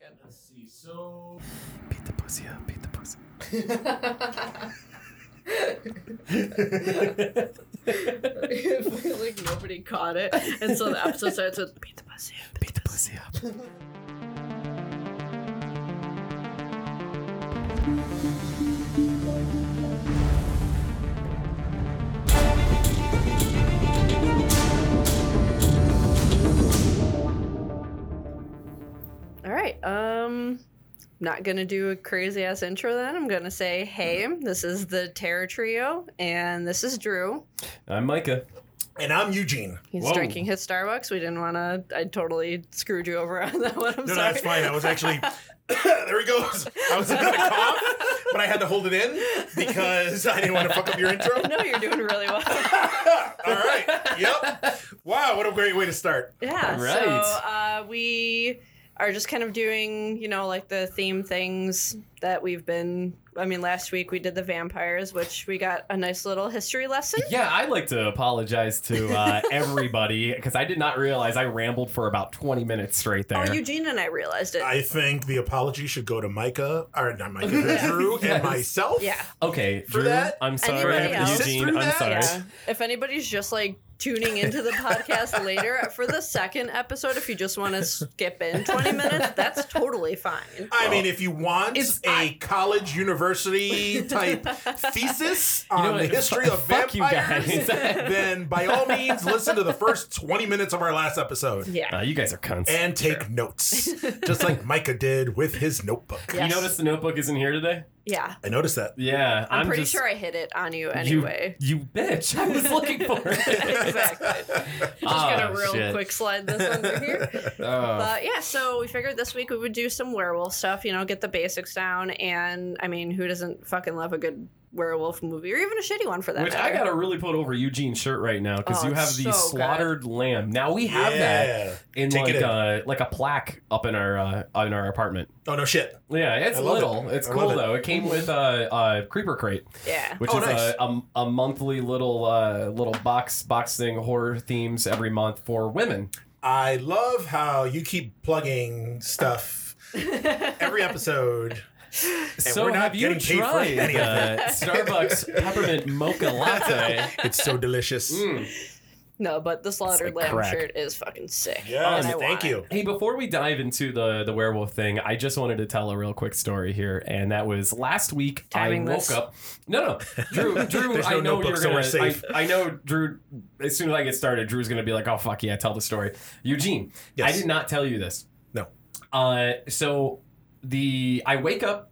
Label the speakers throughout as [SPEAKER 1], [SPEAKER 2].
[SPEAKER 1] Let's see. So
[SPEAKER 2] Beat the pussy up. Beat the pussy.
[SPEAKER 3] like nobody caught it, and so the episode starts with beat the pussy. up,
[SPEAKER 2] Beat the pussy up.
[SPEAKER 3] All right. Um, not gonna do a crazy ass intro. Then I'm gonna say, hey, this is the Terror Trio, and this is Drew.
[SPEAKER 2] I'm Micah.
[SPEAKER 4] And I'm Eugene.
[SPEAKER 3] He's
[SPEAKER 2] Whoa.
[SPEAKER 3] drinking his Starbucks. We didn't wanna. I totally screwed you over on that one. I'm
[SPEAKER 4] No, no,
[SPEAKER 3] sorry.
[SPEAKER 4] that's fine. I was actually there. He goes. I was gonna cough, but I had to hold it in because I didn't want to fuck up your intro. All
[SPEAKER 3] no, you're doing really well.
[SPEAKER 4] right. Yep. Wow. What a great way to start.
[SPEAKER 3] Yeah.
[SPEAKER 2] Right.
[SPEAKER 3] So uh, we are just kind of doing, you know, like the theme things that we've been. I mean, last week we did the vampires, which we got a nice little history lesson.
[SPEAKER 2] Yeah, I'd like to apologize to uh, everybody because I did not realize I rambled for about 20 minutes straight there.
[SPEAKER 3] Oh, Eugene and I realized it.
[SPEAKER 4] I think the apology should go to Micah, or not Micah, to Drew
[SPEAKER 2] Yes.
[SPEAKER 4] and myself.
[SPEAKER 3] yeah.
[SPEAKER 2] okay,
[SPEAKER 4] For
[SPEAKER 2] Drew,
[SPEAKER 4] that?
[SPEAKER 2] I'm sorry.
[SPEAKER 3] Anybody else?
[SPEAKER 4] Sit
[SPEAKER 2] Eugene,
[SPEAKER 4] through
[SPEAKER 2] I'm
[SPEAKER 4] that?
[SPEAKER 2] sorry.
[SPEAKER 3] Yeah. If anybody's just like tuning into the podcast later for the second episode, if you just want to skip in 20 minutes, that's totally fine.
[SPEAKER 4] I mean, if you want
[SPEAKER 2] It's-
[SPEAKER 4] a college university type thesis on
[SPEAKER 2] what?
[SPEAKER 4] the history of
[SPEAKER 2] Fuck you
[SPEAKER 4] vampires,
[SPEAKER 2] guys.
[SPEAKER 4] then by all means, listen to the first 20 minutes of our last episode.
[SPEAKER 3] Yeah.
[SPEAKER 2] Uh, you guys are cunts.
[SPEAKER 4] and take notes, just like Micah did with his notebook.
[SPEAKER 3] Yes.
[SPEAKER 2] You notice the notebook isn't here today?
[SPEAKER 3] yeah.
[SPEAKER 4] I noticed that.
[SPEAKER 2] Yeah,
[SPEAKER 3] I'm, pretty
[SPEAKER 2] just-
[SPEAKER 3] sure I hit it on you
[SPEAKER 2] you-
[SPEAKER 3] anyway.
[SPEAKER 2] You, bitch. I was looking for it. Ah,
[SPEAKER 3] exactly. Just
[SPEAKER 2] Oh,
[SPEAKER 3] gonna real quick slide this under here.
[SPEAKER 4] Oh.
[SPEAKER 3] But yeah, so we figured this week we would do some werewolf stuff, you know, get the basics down. And I mean, who doesn't fucking love a good werewolf movie or even a shitty one for that
[SPEAKER 2] Which I
[SPEAKER 3] matter?
[SPEAKER 2] gotta really put over Eugene's shirt right now because
[SPEAKER 3] Oh,
[SPEAKER 2] you have
[SPEAKER 3] it's
[SPEAKER 2] the
[SPEAKER 3] so
[SPEAKER 2] slaughtered lamb. Now we have that
[SPEAKER 4] yeah.
[SPEAKER 2] in
[SPEAKER 4] Take
[SPEAKER 2] like
[SPEAKER 4] it in.
[SPEAKER 2] a like a plaque up in our uh, in our apartment.
[SPEAKER 4] Oh no shit.
[SPEAKER 2] Yeah, it's
[SPEAKER 4] I love
[SPEAKER 2] little.
[SPEAKER 4] it.
[SPEAKER 2] It's
[SPEAKER 4] I
[SPEAKER 2] cool
[SPEAKER 4] love it.
[SPEAKER 2] though. It came with a uh, uh, creeper crate,
[SPEAKER 3] yeah.
[SPEAKER 2] which
[SPEAKER 4] Oh,
[SPEAKER 2] is
[SPEAKER 4] nice.
[SPEAKER 2] a, a, a monthly little uh, little box box thing horror themes every month for women.
[SPEAKER 4] I love how you keep plugging stuff every episode.
[SPEAKER 2] so
[SPEAKER 4] we're not
[SPEAKER 2] have you
[SPEAKER 4] getting paid for
[SPEAKER 2] tried
[SPEAKER 4] any of
[SPEAKER 2] uh, Starbucks peppermint mocha latte?
[SPEAKER 4] It's so delicious.
[SPEAKER 2] Mm.
[SPEAKER 3] No, but the slaughtered
[SPEAKER 2] like
[SPEAKER 3] lamb
[SPEAKER 2] crack.
[SPEAKER 3] shirt is fucking sick.
[SPEAKER 4] Yes,
[SPEAKER 2] Oh,
[SPEAKER 3] And I
[SPEAKER 4] thank
[SPEAKER 3] want it.
[SPEAKER 4] you.
[SPEAKER 2] Hey, before we dive into the the werewolf thing, I just wanted to tell a real quick story here, and that was last week.
[SPEAKER 3] Timing
[SPEAKER 2] I woke
[SPEAKER 3] this.
[SPEAKER 2] up. No, no, Drew. Drew,
[SPEAKER 4] There's
[SPEAKER 2] I
[SPEAKER 4] no
[SPEAKER 2] know
[SPEAKER 4] notebook,
[SPEAKER 2] you're
[SPEAKER 4] so
[SPEAKER 2] gonna.
[SPEAKER 4] we're safe.
[SPEAKER 2] I, I know Drew. As soon as I get started, Drew's gonna be like, "Oh fuck yeah, tell the story." Eugene, I
[SPEAKER 4] Yes.
[SPEAKER 2] did not tell you this.
[SPEAKER 4] No.
[SPEAKER 2] Uh, so the I wake up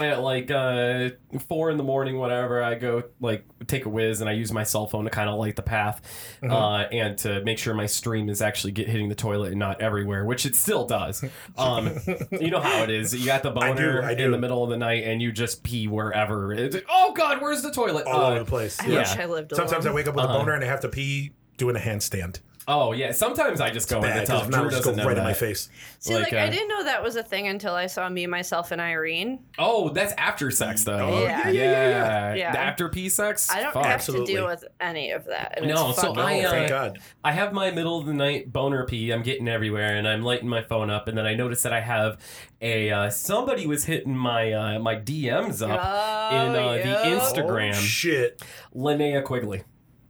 [SPEAKER 2] at like uh four in the morning, whatever. I go like take a whiz, and I use my cell phone to kind of light the path,
[SPEAKER 4] Mm-hmm.
[SPEAKER 2] uh, and to make sure my stream is actually get hitting the toilet and not everywhere, which it still does. Um, you know how it is. You got the
[SPEAKER 4] I do,
[SPEAKER 2] boner
[SPEAKER 4] I
[SPEAKER 2] in
[SPEAKER 4] do.
[SPEAKER 2] the middle of the night, and you just pee wherever. It's like, oh God, where's the toilet?
[SPEAKER 4] All
[SPEAKER 2] Uh,
[SPEAKER 4] over the place.
[SPEAKER 3] I
[SPEAKER 2] Yeah.
[SPEAKER 3] wish I lived alone.
[SPEAKER 4] Sometimes I wake up with
[SPEAKER 2] Uh-huh.
[SPEAKER 4] a boner and I have to pee doing a handstand.
[SPEAKER 2] oh yeah. Sometimes I just go in the
[SPEAKER 4] Bad, 'cause
[SPEAKER 2] tub.
[SPEAKER 4] if not,
[SPEAKER 2] Oh, Drew
[SPEAKER 4] it'll just go
[SPEAKER 2] doesn't know
[SPEAKER 4] right in my
[SPEAKER 2] that.
[SPEAKER 4] face.
[SPEAKER 3] See,
[SPEAKER 2] like,
[SPEAKER 3] like, I
[SPEAKER 2] uh,
[SPEAKER 3] didn't know that was a thing until I saw me, myself, and Irene.
[SPEAKER 2] Oh, that's after sex though.
[SPEAKER 4] Oh,
[SPEAKER 3] yeah, yeah,
[SPEAKER 4] yeah,
[SPEAKER 3] yeah.
[SPEAKER 2] The After pee sex.
[SPEAKER 3] I don't
[SPEAKER 2] Fuck.
[SPEAKER 3] have
[SPEAKER 4] absolutely.
[SPEAKER 3] to deal with any of that. And
[SPEAKER 2] No,
[SPEAKER 3] it's
[SPEAKER 2] so
[SPEAKER 3] fucking
[SPEAKER 2] I,
[SPEAKER 3] great.
[SPEAKER 2] uh,
[SPEAKER 4] Thank God.
[SPEAKER 2] I have my middle of the night boner pee. I'm getting everywhere, and I'm lighting my phone up, and then I notice that I have a uh, somebody was hitting my uh, my DMs up in
[SPEAKER 3] Oh,
[SPEAKER 2] uh,
[SPEAKER 3] yeah.
[SPEAKER 2] the Instagram.
[SPEAKER 4] Oh, shit.
[SPEAKER 2] Linnea Quigley.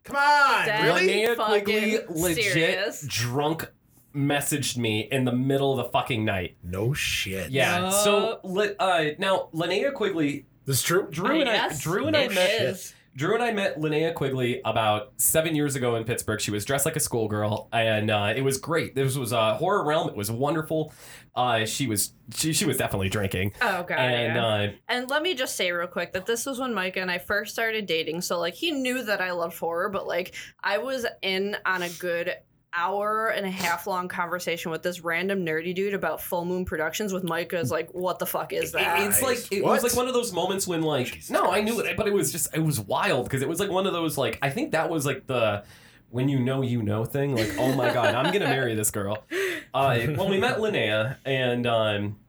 [SPEAKER 4] Come on.
[SPEAKER 3] Dang.
[SPEAKER 4] Really?
[SPEAKER 2] Linnea
[SPEAKER 3] Fucking
[SPEAKER 2] Quigley legit
[SPEAKER 3] serious?
[SPEAKER 2] drunk messaged me in the middle of the fucking night.
[SPEAKER 4] No shit.
[SPEAKER 2] Yeah. So li- uh, now Linnea Quigley,
[SPEAKER 4] This is true.
[SPEAKER 2] Drew and I,
[SPEAKER 3] Yes,
[SPEAKER 2] Drew and I
[SPEAKER 3] it
[SPEAKER 2] met
[SPEAKER 3] is.
[SPEAKER 2] Drew and I met Linnea Quigley about seven years ago in Pittsburgh. She was dressed like a schoolgirl, and uh, it was great. This was uh, horror realm. It was wonderful. Uh, she was she, she was definitely drinking,
[SPEAKER 3] Oh god.
[SPEAKER 2] and
[SPEAKER 3] yeah.
[SPEAKER 2] uh,
[SPEAKER 3] And let me just say real quick that this was when Micah and I first started dating. So like he knew that I loved horror, but like I was in on a good hour and a half long conversation with this random nerdy dude about Full Moon Productions with Micah's like, what the fuck is that?
[SPEAKER 2] it- it's like it was
[SPEAKER 4] What?
[SPEAKER 2] like one of those moments when like no, I knew it, but it was just it was wild because it was like one of those like I think that was like the. When you know you know thing, like oh my god, I'm gonna marry this girl. Uh, well, we met Linnea, and um,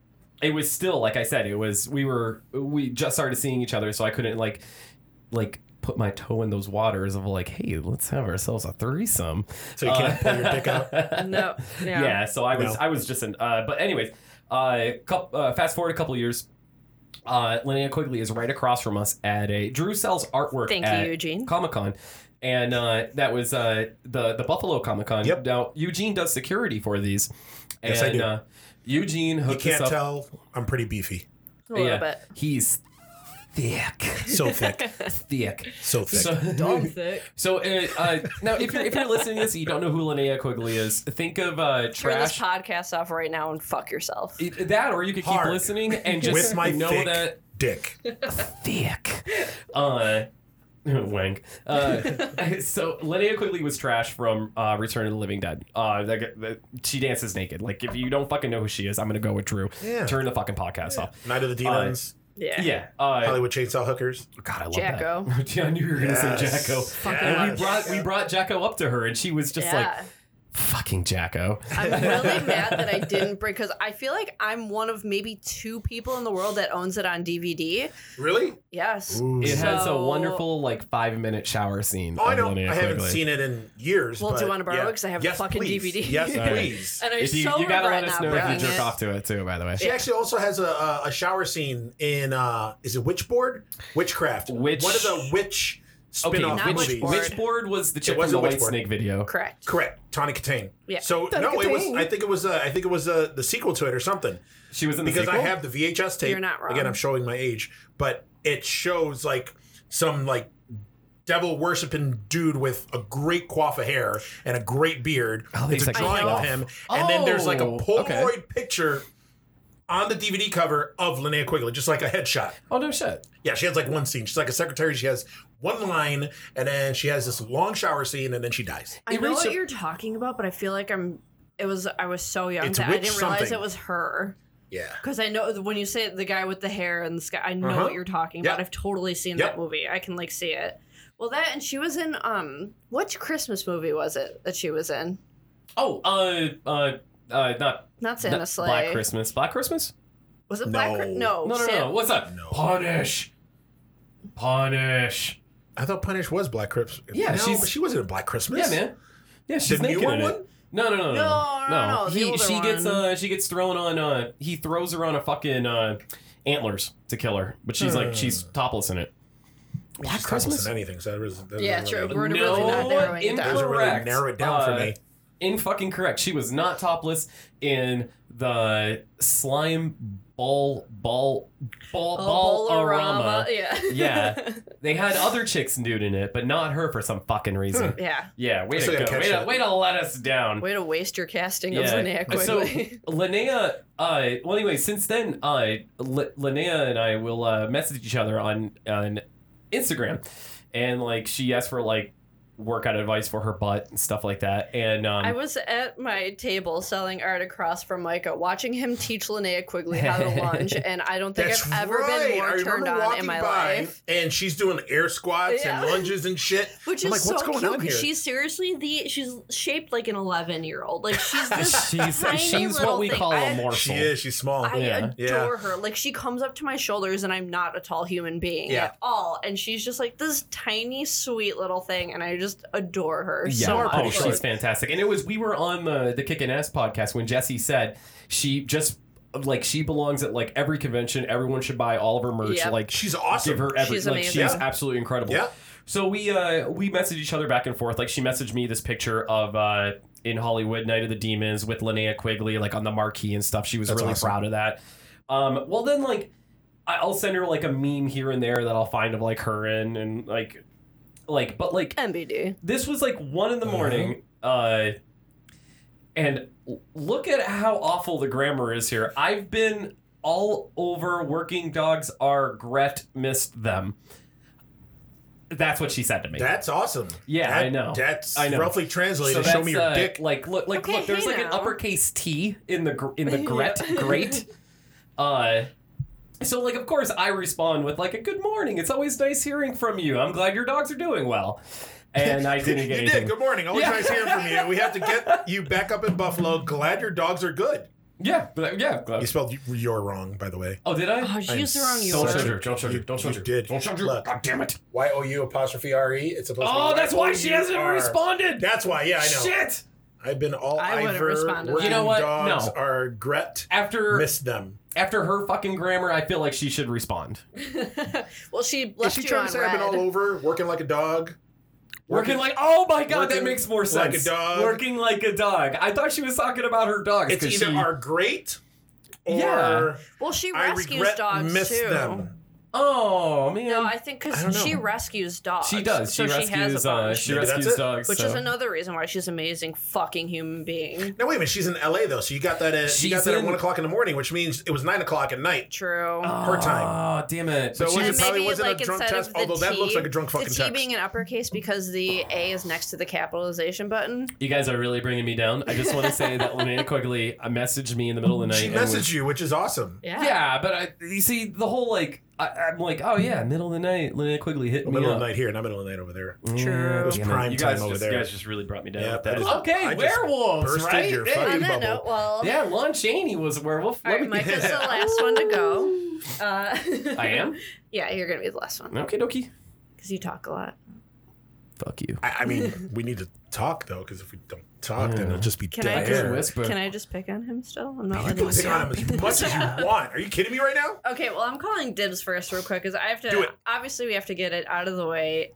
[SPEAKER 2] it was still like I said, it was we were we just started seeing each other, so I couldn't like like put my toe in those waters of like, hey, let's have ourselves a threesome.
[SPEAKER 4] So you can't
[SPEAKER 2] Uh,
[SPEAKER 4] pull your dick out.
[SPEAKER 3] No, yeah.
[SPEAKER 2] Yeah. so I was
[SPEAKER 4] No.
[SPEAKER 2] I was just an uh, but anyways. Uh, coup uh, fast forward a couple years. Uh, Linnea Quigley is right across from us at a Drew sells artwork
[SPEAKER 3] Thank
[SPEAKER 2] at
[SPEAKER 3] you, Eugene.
[SPEAKER 2] Comic Con, and uh, that was uh, the the Buffalo Comic Con.
[SPEAKER 4] Yep.
[SPEAKER 2] Now Eugene does security for these,
[SPEAKER 4] Yes, I
[SPEAKER 2] and
[SPEAKER 4] do.
[SPEAKER 2] Uh, Eugene
[SPEAKER 4] You
[SPEAKER 2] hooked us
[SPEAKER 4] can't
[SPEAKER 2] up.
[SPEAKER 4] tell. I'm pretty beefy.
[SPEAKER 3] A little
[SPEAKER 2] yeah,
[SPEAKER 3] bit.
[SPEAKER 2] he's thick,
[SPEAKER 4] So thick.
[SPEAKER 2] thick.
[SPEAKER 4] So thick.
[SPEAKER 2] So,
[SPEAKER 3] Dog thick.
[SPEAKER 2] so uh, uh, now if you're if you're listening to this, and you don't know who Linnea Quigley is. Think of uh,
[SPEAKER 3] Turn this
[SPEAKER 2] trash.
[SPEAKER 3] podcast off right now and fuck yourself.
[SPEAKER 2] It- that or you could keep
[SPEAKER 4] Hard.
[SPEAKER 2] listening and just
[SPEAKER 4] With my
[SPEAKER 2] know
[SPEAKER 4] thick
[SPEAKER 2] that
[SPEAKER 4] dick.
[SPEAKER 2] thick uh wank uh so Linnea Quigley was trash from uh Return of the Living Dead uh that, that- she dances naked like if you don't fucking know who she is I'm gonna go with Drew
[SPEAKER 4] Yeah.
[SPEAKER 2] turn the fucking podcast off
[SPEAKER 4] Night of the Demons.
[SPEAKER 3] Yeah.
[SPEAKER 2] yeah uh
[SPEAKER 4] Hollywood Chainsaw Hookers.
[SPEAKER 2] god I love
[SPEAKER 3] Jacko.
[SPEAKER 2] that yeah, I knew you were gonna say
[SPEAKER 4] Yes.
[SPEAKER 2] Jacko
[SPEAKER 3] Fucking
[SPEAKER 2] and we
[SPEAKER 3] love
[SPEAKER 2] brought we
[SPEAKER 3] Jacko.
[SPEAKER 2] brought Jacko up to her and she was just like
[SPEAKER 3] yeah.
[SPEAKER 2] fucking Jacko
[SPEAKER 3] I'm really mad that I didn't bring because I feel like I'm one of maybe two people in the world that owns it on DVD.
[SPEAKER 4] Really?
[SPEAKER 3] Yes.
[SPEAKER 4] Ooh.
[SPEAKER 2] it has a
[SPEAKER 3] So-
[SPEAKER 2] wonderful like five minute shower scene
[SPEAKER 4] Oh, I
[SPEAKER 2] of
[SPEAKER 4] know.
[SPEAKER 2] Linnea
[SPEAKER 4] I haven't
[SPEAKER 2] Quigley.
[SPEAKER 4] seen it in years.
[SPEAKER 3] Well, do
[SPEAKER 4] but
[SPEAKER 3] you wanna borrow
[SPEAKER 4] yeah.
[SPEAKER 3] it? 'Cause I have the
[SPEAKER 4] yes,
[SPEAKER 3] fucking
[SPEAKER 4] please.
[SPEAKER 3] DVD.
[SPEAKER 4] Yes,
[SPEAKER 2] Sorry.
[SPEAKER 4] please.
[SPEAKER 3] And I
[SPEAKER 2] if you,
[SPEAKER 3] so
[SPEAKER 2] you gotta let
[SPEAKER 3] regret
[SPEAKER 2] us
[SPEAKER 3] not
[SPEAKER 2] know if
[SPEAKER 3] bringing
[SPEAKER 2] you jerk
[SPEAKER 3] it.
[SPEAKER 2] off to it too by the way
[SPEAKER 4] She actually also has a, a, a shower scene in uh, is it Witchboard? Witchcraft.
[SPEAKER 2] Witch-
[SPEAKER 4] One of the witch
[SPEAKER 2] Okay,
[SPEAKER 4] spin-off
[SPEAKER 3] Not
[SPEAKER 2] which,
[SPEAKER 4] movies.
[SPEAKER 3] Witchboard.
[SPEAKER 2] which board was the chick
[SPEAKER 4] was
[SPEAKER 2] from the
[SPEAKER 4] a
[SPEAKER 2] White
[SPEAKER 4] Witchboard.
[SPEAKER 2] Snake video?
[SPEAKER 3] Correct.
[SPEAKER 4] Correct. Tawny Katane.
[SPEAKER 3] Yeah.
[SPEAKER 4] So
[SPEAKER 2] Tawny
[SPEAKER 4] no, it was.
[SPEAKER 2] Katane.
[SPEAKER 4] I think it was. Uh, I think it was uh, the sequel to it or something.
[SPEAKER 2] She was in the
[SPEAKER 4] because I
[SPEAKER 2] sequel?
[SPEAKER 4] have the VHS tape.
[SPEAKER 3] You're not wrong.
[SPEAKER 4] Again, I'm showing my age, but it shows like some like devil worshipping dude with a great coif of hair and a great beard.
[SPEAKER 2] Oh, they
[SPEAKER 4] it's a
[SPEAKER 2] took it
[SPEAKER 4] drawing
[SPEAKER 2] off.
[SPEAKER 4] of him, and then there's like a
[SPEAKER 2] Oh,
[SPEAKER 4] Polaroid
[SPEAKER 2] okay.
[SPEAKER 4] picture on the DVD cover of Linnea Quigley, just like a headshot.
[SPEAKER 2] Oh no shit!
[SPEAKER 4] Yeah, she has like one scene. She's like a secretary. She has one line, and then she has this long shower scene, and then she dies.
[SPEAKER 3] I
[SPEAKER 2] It
[SPEAKER 3] know
[SPEAKER 2] reached
[SPEAKER 3] what
[SPEAKER 2] a-
[SPEAKER 3] you're talking about, but I feel like I'm. It was I was so young
[SPEAKER 4] It's
[SPEAKER 3] that I
[SPEAKER 4] witch
[SPEAKER 3] didn't realize
[SPEAKER 4] something.
[SPEAKER 3] it was her
[SPEAKER 4] Yeah.
[SPEAKER 3] because I know when you say the guy with the hair and the sky, I know
[SPEAKER 4] Uh-huh.
[SPEAKER 3] what you're talking about.
[SPEAKER 4] Yep.
[SPEAKER 3] I've totally seen
[SPEAKER 4] Yep.
[SPEAKER 3] that movie. I can like see it. Well, that and she was in um, which Christmas movie was it that she was in?
[SPEAKER 2] Oh, uh, uh, uh not,
[SPEAKER 3] Not Santa
[SPEAKER 2] not
[SPEAKER 3] Sleigh. Oh,
[SPEAKER 2] Black Christmas. Black Christmas?
[SPEAKER 3] Was it
[SPEAKER 4] No.
[SPEAKER 3] Black? Chri- No,
[SPEAKER 2] No, no,
[SPEAKER 3] Santa-
[SPEAKER 2] no. What's that?
[SPEAKER 4] No.
[SPEAKER 2] Punish, punish.
[SPEAKER 4] I thought Punish was Black Christmas.
[SPEAKER 2] Yeah,
[SPEAKER 4] no,
[SPEAKER 2] she's-
[SPEAKER 4] she wasn't in Black Christmas.
[SPEAKER 2] Yeah, man. Yeah, she's
[SPEAKER 4] The
[SPEAKER 2] naked
[SPEAKER 4] newer
[SPEAKER 2] in it.
[SPEAKER 4] one?
[SPEAKER 2] No, no, no, no,
[SPEAKER 3] No, no, no, the
[SPEAKER 2] He,
[SPEAKER 3] older
[SPEAKER 2] she gets
[SPEAKER 3] one.
[SPEAKER 2] uh, she gets thrown on. Uh, he throws her on a fucking uh, antlers to kill her, but she's like she's
[SPEAKER 4] Hmm.
[SPEAKER 2] topless in it.
[SPEAKER 4] Black
[SPEAKER 2] Christmas?
[SPEAKER 4] anything. So that was, that
[SPEAKER 3] Yeah,
[SPEAKER 4] was
[SPEAKER 3] true.
[SPEAKER 4] really-
[SPEAKER 3] We're
[SPEAKER 2] no,
[SPEAKER 3] really not narrowing it down.
[SPEAKER 4] Those are really
[SPEAKER 2] incorrect.
[SPEAKER 4] narrow it down for
[SPEAKER 2] Uh,
[SPEAKER 4] me.
[SPEAKER 2] In fucking correct. She was not topless in the slime ball ball ball
[SPEAKER 3] Oh,
[SPEAKER 2] ball-orama.
[SPEAKER 3] Ballarama. Yeah.
[SPEAKER 2] Yeah. They had other chicks nude in it, but not her for some fucking reason.
[SPEAKER 3] yeah.
[SPEAKER 2] Yeah, way
[SPEAKER 4] I
[SPEAKER 2] to
[SPEAKER 4] still gotta
[SPEAKER 2] go.
[SPEAKER 4] catch
[SPEAKER 2] Way to,
[SPEAKER 4] that.
[SPEAKER 2] way to let us down.
[SPEAKER 3] Way to waste your casting
[SPEAKER 2] Yeah.
[SPEAKER 3] of Linnea
[SPEAKER 2] So
[SPEAKER 3] quickly.
[SPEAKER 2] Linnea, uh, well, anyway, since then, uh, L- Linnea and I will uh, message each other on on Instagram, and like she asked for like workout advice for her butt and stuff like that. And um,
[SPEAKER 3] I was at my table selling art across from Micah, watching him teach Linnea Quigley how to lunge, and I don't think
[SPEAKER 4] That's
[SPEAKER 3] I've ever
[SPEAKER 4] right.
[SPEAKER 3] been
[SPEAKER 4] I
[SPEAKER 3] more
[SPEAKER 4] remember
[SPEAKER 3] turned on in
[SPEAKER 4] walking
[SPEAKER 3] my
[SPEAKER 4] by,
[SPEAKER 3] life.
[SPEAKER 4] And she's doing air squats
[SPEAKER 3] Yeah.
[SPEAKER 4] and lunges and shit.
[SPEAKER 3] Which
[SPEAKER 4] I'm
[SPEAKER 3] is
[SPEAKER 4] like,
[SPEAKER 3] so
[SPEAKER 4] what's going
[SPEAKER 3] cute.
[SPEAKER 4] on here?
[SPEAKER 3] She's seriously the she's shaped like an eleven year old. Like she's this
[SPEAKER 2] she's
[SPEAKER 3] tiny
[SPEAKER 2] she's
[SPEAKER 3] little
[SPEAKER 2] what we
[SPEAKER 3] thing.
[SPEAKER 2] call a
[SPEAKER 3] I-
[SPEAKER 2] morsel.
[SPEAKER 4] She is. She's small.
[SPEAKER 3] I
[SPEAKER 2] Yeah.
[SPEAKER 3] adore her. Like she comes up to my shoulders, and I'm not a tall human being
[SPEAKER 4] Yeah.
[SPEAKER 3] at all. And she's just like this tiny, sweet little thing, and I just adore her
[SPEAKER 2] Yeah.
[SPEAKER 3] so
[SPEAKER 2] oh,
[SPEAKER 3] much.
[SPEAKER 2] she's fantastic. And it was we were on the the Kick and Ass podcast when Jesse said she just like she belongs at like every convention. Everyone should buy all of her merch.
[SPEAKER 3] Yep.
[SPEAKER 2] Like
[SPEAKER 4] she's awesome.
[SPEAKER 2] give her every
[SPEAKER 3] She's
[SPEAKER 2] like she is
[SPEAKER 4] amazing.
[SPEAKER 2] absolutely incredible.
[SPEAKER 4] Yeah.
[SPEAKER 2] So we uh we messaged each other back and forth. Like she messaged me this picture of uh in Hollywood Night of the Demons with Linnea Quigley like on the marquee and stuff. She was
[SPEAKER 4] That's
[SPEAKER 2] really
[SPEAKER 4] awesome.
[SPEAKER 2] proud of that. Um well then like I- I'll send her like a meme here and there that I'll find of like her in and like like but like
[SPEAKER 3] MBD.
[SPEAKER 2] this was like one in the
[SPEAKER 4] Uh-huh.
[SPEAKER 2] morning uh and l- look at how awful the grammar is here i've been all over working dogs are gret missed them that's what she said to me
[SPEAKER 4] That's awesome.
[SPEAKER 2] Yeah,
[SPEAKER 4] That-
[SPEAKER 2] I know.
[SPEAKER 4] That's
[SPEAKER 2] I know.
[SPEAKER 4] roughly translated.
[SPEAKER 2] that's,
[SPEAKER 4] Show me your
[SPEAKER 2] uh,
[SPEAKER 4] dick.
[SPEAKER 2] Like look, like
[SPEAKER 3] Okay,
[SPEAKER 2] look. There's
[SPEAKER 3] hey
[SPEAKER 2] like an
[SPEAKER 3] now.
[SPEAKER 2] uppercase T in the gr- in the
[SPEAKER 3] Yeah.
[SPEAKER 2] gret great. Uh, so like of course I respond with like a good morning. It's always nice hearing from you. I'm glad your dogs are doing well. And I didn't get
[SPEAKER 4] you
[SPEAKER 2] anything.
[SPEAKER 4] did. Good morning. Always
[SPEAKER 2] Yeah.
[SPEAKER 4] nice hearing from you. We have to get you back up in Buffalo. Glad your dogs are good.
[SPEAKER 2] Yeah, but- yeah.
[SPEAKER 4] You
[SPEAKER 2] glad-
[SPEAKER 4] spelled y- your wrong, by the way.
[SPEAKER 2] Oh, did I?
[SPEAKER 3] Oh, she
[SPEAKER 4] I'm
[SPEAKER 3] used the wrong
[SPEAKER 4] so
[SPEAKER 2] Don't
[SPEAKER 4] Sorry.
[SPEAKER 2] show
[SPEAKER 3] word.
[SPEAKER 2] her. Don't show her. Don't show
[SPEAKER 4] You
[SPEAKER 2] her.
[SPEAKER 4] did.
[SPEAKER 2] Don't show her.
[SPEAKER 4] Look.
[SPEAKER 2] God damn it.
[SPEAKER 4] Y O U apostrophe R E. It's supposed to be
[SPEAKER 2] Oh, that's why she hasn't
[SPEAKER 4] Y O U R.
[SPEAKER 2] responded.
[SPEAKER 4] That's why. Yeah, I know.
[SPEAKER 2] Shit.
[SPEAKER 4] I've been all
[SPEAKER 3] I would've
[SPEAKER 4] Ivor.
[SPEAKER 3] responded.
[SPEAKER 4] working
[SPEAKER 2] You know what?
[SPEAKER 4] Dogs
[SPEAKER 2] No.
[SPEAKER 4] are Gret.
[SPEAKER 2] After
[SPEAKER 4] Miss them.
[SPEAKER 2] after her fucking grammar, I feel like she should respond.
[SPEAKER 3] well, she left
[SPEAKER 4] Is she
[SPEAKER 3] you
[SPEAKER 4] trying
[SPEAKER 3] on
[SPEAKER 4] to say I've
[SPEAKER 3] red.
[SPEAKER 4] been all over working like a dog?
[SPEAKER 2] Working like oh my god, that
[SPEAKER 4] working
[SPEAKER 2] makes more sense.
[SPEAKER 4] like a dog.
[SPEAKER 2] Working like a dog. I thought she was talking about her dogs.
[SPEAKER 4] It's
[SPEAKER 2] 'cause
[SPEAKER 4] either
[SPEAKER 2] she-
[SPEAKER 4] are great or
[SPEAKER 2] Yeah.
[SPEAKER 3] well, she
[SPEAKER 4] I
[SPEAKER 3] rescues
[SPEAKER 4] regret
[SPEAKER 3] dogs
[SPEAKER 4] miss
[SPEAKER 3] too.
[SPEAKER 4] them.
[SPEAKER 2] oh man.
[SPEAKER 3] No, I think
[SPEAKER 4] I don't
[SPEAKER 3] because
[SPEAKER 4] know.
[SPEAKER 3] she rescues dogs.
[SPEAKER 2] she does. She
[SPEAKER 3] so
[SPEAKER 2] rescues.
[SPEAKER 3] She has a
[SPEAKER 2] uh,
[SPEAKER 3] bunch,
[SPEAKER 2] she
[SPEAKER 4] Maybe that's
[SPEAKER 2] rescues
[SPEAKER 4] it.
[SPEAKER 2] dogs.
[SPEAKER 3] which
[SPEAKER 2] so.
[SPEAKER 3] is another reason why she's an amazing fucking human being.
[SPEAKER 4] Now wait a minute, she's in LA though, so you got that at
[SPEAKER 2] She's
[SPEAKER 4] you got that
[SPEAKER 2] in-
[SPEAKER 4] at one o'clock in the morning, which means it was nine o'clock at night.
[SPEAKER 3] True.
[SPEAKER 4] her time.
[SPEAKER 2] Oh damn it.
[SPEAKER 4] So
[SPEAKER 2] But
[SPEAKER 4] it
[SPEAKER 2] she
[SPEAKER 4] wasn't
[SPEAKER 2] just-
[SPEAKER 4] probably
[SPEAKER 3] maybe,
[SPEAKER 4] wasn't a
[SPEAKER 3] like,
[SPEAKER 4] drunk
[SPEAKER 3] instead
[SPEAKER 4] test,
[SPEAKER 3] of the
[SPEAKER 4] although that looks
[SPEAKER 3] T-
[SPEAKER 4] like a drunk fucking
[SPEAKER 3] the T
[SPEAKER 4] text.
[SPEAKER 3] being in uppercase because the A is next to the capitalization button.
[SPEAKER 2] You guys are really bringing me down. I just want to say that Linnea Quigley uh, messaged me in the middle of the night.
[SPEAKER 4] she
[SPEAKER 2] and was-
[SPEAKER 4] messaged you, which is awesome.
[SPEAKER 3] Yeah.
[SPEAKER 2] Yeah. but I, you see, the whole like, I, I'm like, oh yeah, middle of the night, Linnea Quigley hit
[SPEAKER 4] The
[SPEAKER 2] me
[SPEAKER 4] middle
[SPEAKER 2] up.
[SPEAKER 4] of the night here, not middle of the night over there.
[SPEAKER 2] Yeah,
[SPEAKER 3] True. It was
[SPEAKER 2] damn it.
[SPEAKER 4] prime
[SPEAKER 2] you
[SPEAKER 4] time
[SPEAKER 2] guys
[SPEAKER 4] over
[SPEAKER 2] just,
[SPEAKER 4] there.
[SPEAKER 2] You guys just really brought me down
[SPEAKER 4] Yeah,
[SPEAKER 2] with that.
[SPEAKER 4] I just-
[SPEAKER 2] okay,
[SPEAKER 4] I just
[SPEAKER 2] werewolves,
[SPEAKER 4] bursted
[SPEAKER 2] right?
[SPEAKER 4] your
[SPEAKER 2] Yeah.
[SPEAKER 4] fucking-
[SPEAKER 3] On that
[SPEAKER 4] bubble.
[SPEAKER 3] note, well,
[SPEAKER 2] yeah, Lon Chaney was a werewolf.
[SPEAKER 3] all
[SPEAKER 2] Let
[SPEAKER 3] right,
[SPEAKER 2] me-
[SPEAKER 3] Mike is the last one to go. Uh,
[SPEAKER 2] I am.
[SPEAKER 3] Yeah, you're gonna be the last one
[SPEAKER 2] Okay, dokie.
[SPEAKER 3] because you talk a lot.
[SPEAKER 2] Fuck you.
[SPEAKER 4] I, I mean, we need to talk though, because if we don't talk, then
[SPEAKER 2] Yeah.
[SPEAKER 4] it'll just be
[SPEAKER 3] Can I
[SPEAKER 4] dead
[SPEAKER 2] I
[SPEAKER 3] just
[SPEAKER 2] can
[SPEAKER 4] air.
[SPEAKER 2] whisper.
[SPEAKER 3] Can I just pick on him still? I'm not
[SPEAKER 4] You
[SPEAKER 3] letting
[SPEAKER 4] can
[SPEAKER 3] him
[SPEAKER 4] pick
[SPEAKER 3] go.
[SPEAKER 4] on him as much as you want. Are you kidding me right now?
[SPEAKER 3] Okay, well, I'm calling dibs first, real quick, because I have to.
[SPEAKER 4] Do it.
[SPEAKER 3] Obviously, we have to get it out of the way.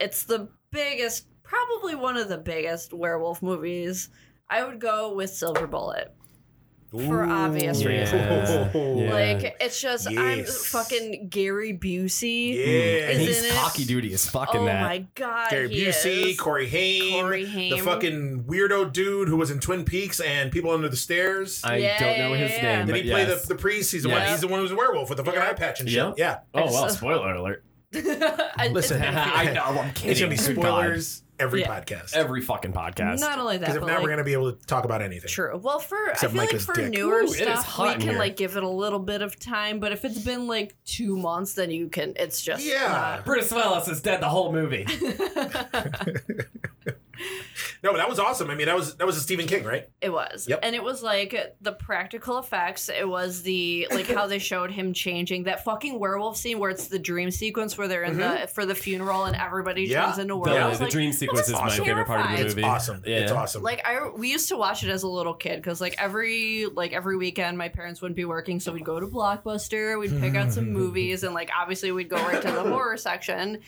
[SPEAKER 3] It's the biggest, probably one of the biggest werewolf movies. I would go with Silver Bullet. For obvious
[SPEAKER 2] Yeah.
[SPEAKER 3] reasons.
[SPEAKER 2] Yeah.
[SPEAKER 3] Like, it's just, I'm
[SPEAKER 4] Yes.
[SPEAKER 3] fucking Gary Busey.
[SPEAKER 4] Yeah.
[SPEAKER 2] and he's
[SPEAKER 3] Isn't it-
[SPEAKER 2] cocky duty as fucking
[SPEAKER 3] Oh
[SPEAKER 2] that.
[SPEAKER 3] my god.
[SPEAKER 4] Gary
[SPEAKER 3] he
[SPEAKER 4] Busey,
[SPEAKER 3] is.
[SPEAKER 4] Corey Haim,
[SPEAKER 3] Corey
[SPEAKER 4] the
[SPEAKER 3] Haim.
[SPEAKER 4] fucking weirdo dude who was in Twin Peaks and People Under the Stairs.
[SPEAKER 2] I
[SPEAKER 3] Yeah,
[SPEAKER 2] don't know
[SPEAKER 3] yeah,
[SPEAKER 2] his
[SPEAKER 3] yeah.
[SPEAKER 2] name.
[SPEAKER 4] Did
[SPEAKER 2] but
[SPEAKER 4] he play
[SPEAKER 2] yes.
[SPEAKER 4] the, the priest? He's the one.
[SPEAKER 2] Yeah.
[SPEAKER 4] He's the one who's a werewolf with the fucking
[SPEAKER 3] Yeah.
[SPEAKER 4] eye patch and shit.
[SPEAKER 2] Yeah.
[SPEAKER 4] Yeah.
[SPEAKER 2] Oh well,
[SPEAKER 3] It's-
[SPEAKER 2] spoiler alert.
[SPEAKER 3] I-
[SPEAKER 4] Listen,
[SPEAKER 3] it's-
[SPEAKER 2] I know, I'm kidding.
[SPEAKER 4] It's gonna be
[SPEAKER 2] Good God.
[SPEAKER 4] spoilers every
[SPEAKER 3] Yeah.
[SPEAKER 4] podcast.
[SPEAKER 2] Every fucking podcast.
[SPEAKER 3] not only that,
[SPEAKER 4] Because if
[SPEAKER 3] but
[SPEAKER 4] not,
[SPEAKER 3] like,
[SPEAKER 4] we're gonna be able to talk about anything.
[SPEAKER 3] True. Well, for
[SPEAKER 4] Except
[SPEAKER 3] I feel
[SPEAKER 4] Micah's
[SPEAKER 3] like for
[SPEAKER 4] dick.
[SPEAKER 3] newer
[SPEAKER 2] Ooh, it is
[SPEAKER 3] stuff,
[SPEAKER 2] hot
[SPEAKER 3] we
[SPEAKER 2] in
[SPEAKER 3] can
[SPEAKER 2] here.
[SPEAKER 3] like give it a little bit of time. But if it's been like two months, then you can. It's just
[SPEAKER 4] Yeah.
[SPEAKER 2] Bruce Willis is dead the whole movie.
[SPEAKER 3] not-
[SPEAKER 4] No, but that was awesome. I mean, that was that was a Stephen King, right?
[SPEAKER 3] it was,
[SPEAKER 4] Yep.
[SPEAKER 3] and it was like the practical effects. It was the like how they showed him changing that fucking werewolf scene where it's the dream sequence where they're in the for the funeral and everybody
[SPEAKER 4] Mm-hmm. Yeah.
[SPEAKER 3] turns into
[SPEAKER 2] The,
[SPEAKER 3] werewolves.
[SPEAKER 2] the
[SPEAKER 3] like,
[SPEAKER 2] dream sequence is
[SPEAKER 3] that's
[SPEAKER 2] my favorite part of the
[SPEAKER 3] terrifying.
[SPEAKER 2] movie.
[SPEAKER 4] It's awesome.
[SPEAKER 2] Yeah.
[SPEAKER 4] It's awesome.
[SPEAKER 3] Like I, we used to watch it as a little kid because like every like every weekend my parents wouldn't be working, so we'd go to Blockbuster, we'd pick out some movies, and like obviously we'd go right to the horror section.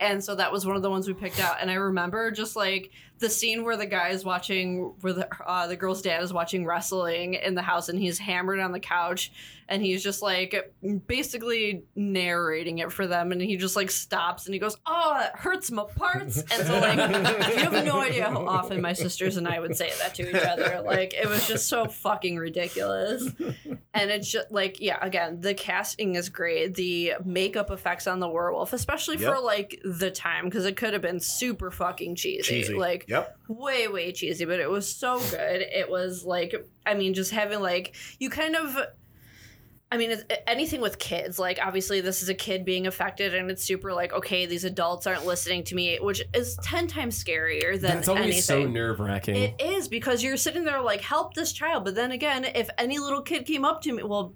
[SPEAKER 3] And so that was one of the ones we picked out. And I remember just like the scene where the guy is watching, where the uh, the girl's dad is watching wrestling in the house, and he's hammered on the couch, and he's just like basically narrating it for them, and he just like stops and he goes, "Oh, it hurts my parts," and so like you have no idea how often my sisters and I would say that to each other. Like it was just so fucking ridiculous. And it's just like, yeah, again, the casting is great. The makeup effects on the werewolf, especially for
[SPEAKER 4] Yep.
[SPEAKER 3] like the time, because it could have been super fucking cheesy.
[SPEAKER 4] Cheesy.
[SPEAKER 3] Like
[SPEAKER 4] yep.
[SPEAKER 3] way, way cheesy, but it was so good. It was like, I mean, just having like you kind of I mean, it's, anything with kids, like obviously this is a kid being affected, and it's super like, okay, these adults aren't listening to me, which is ten times scarier than
[SPEAKER 2] That's always so
[SPEAKER 3] anything.
[SPEAKER 2] nerve wracking.
[SPEAKER 3] it is because you're sitting there like, help this child, but then again, if any little kid came up to me, well,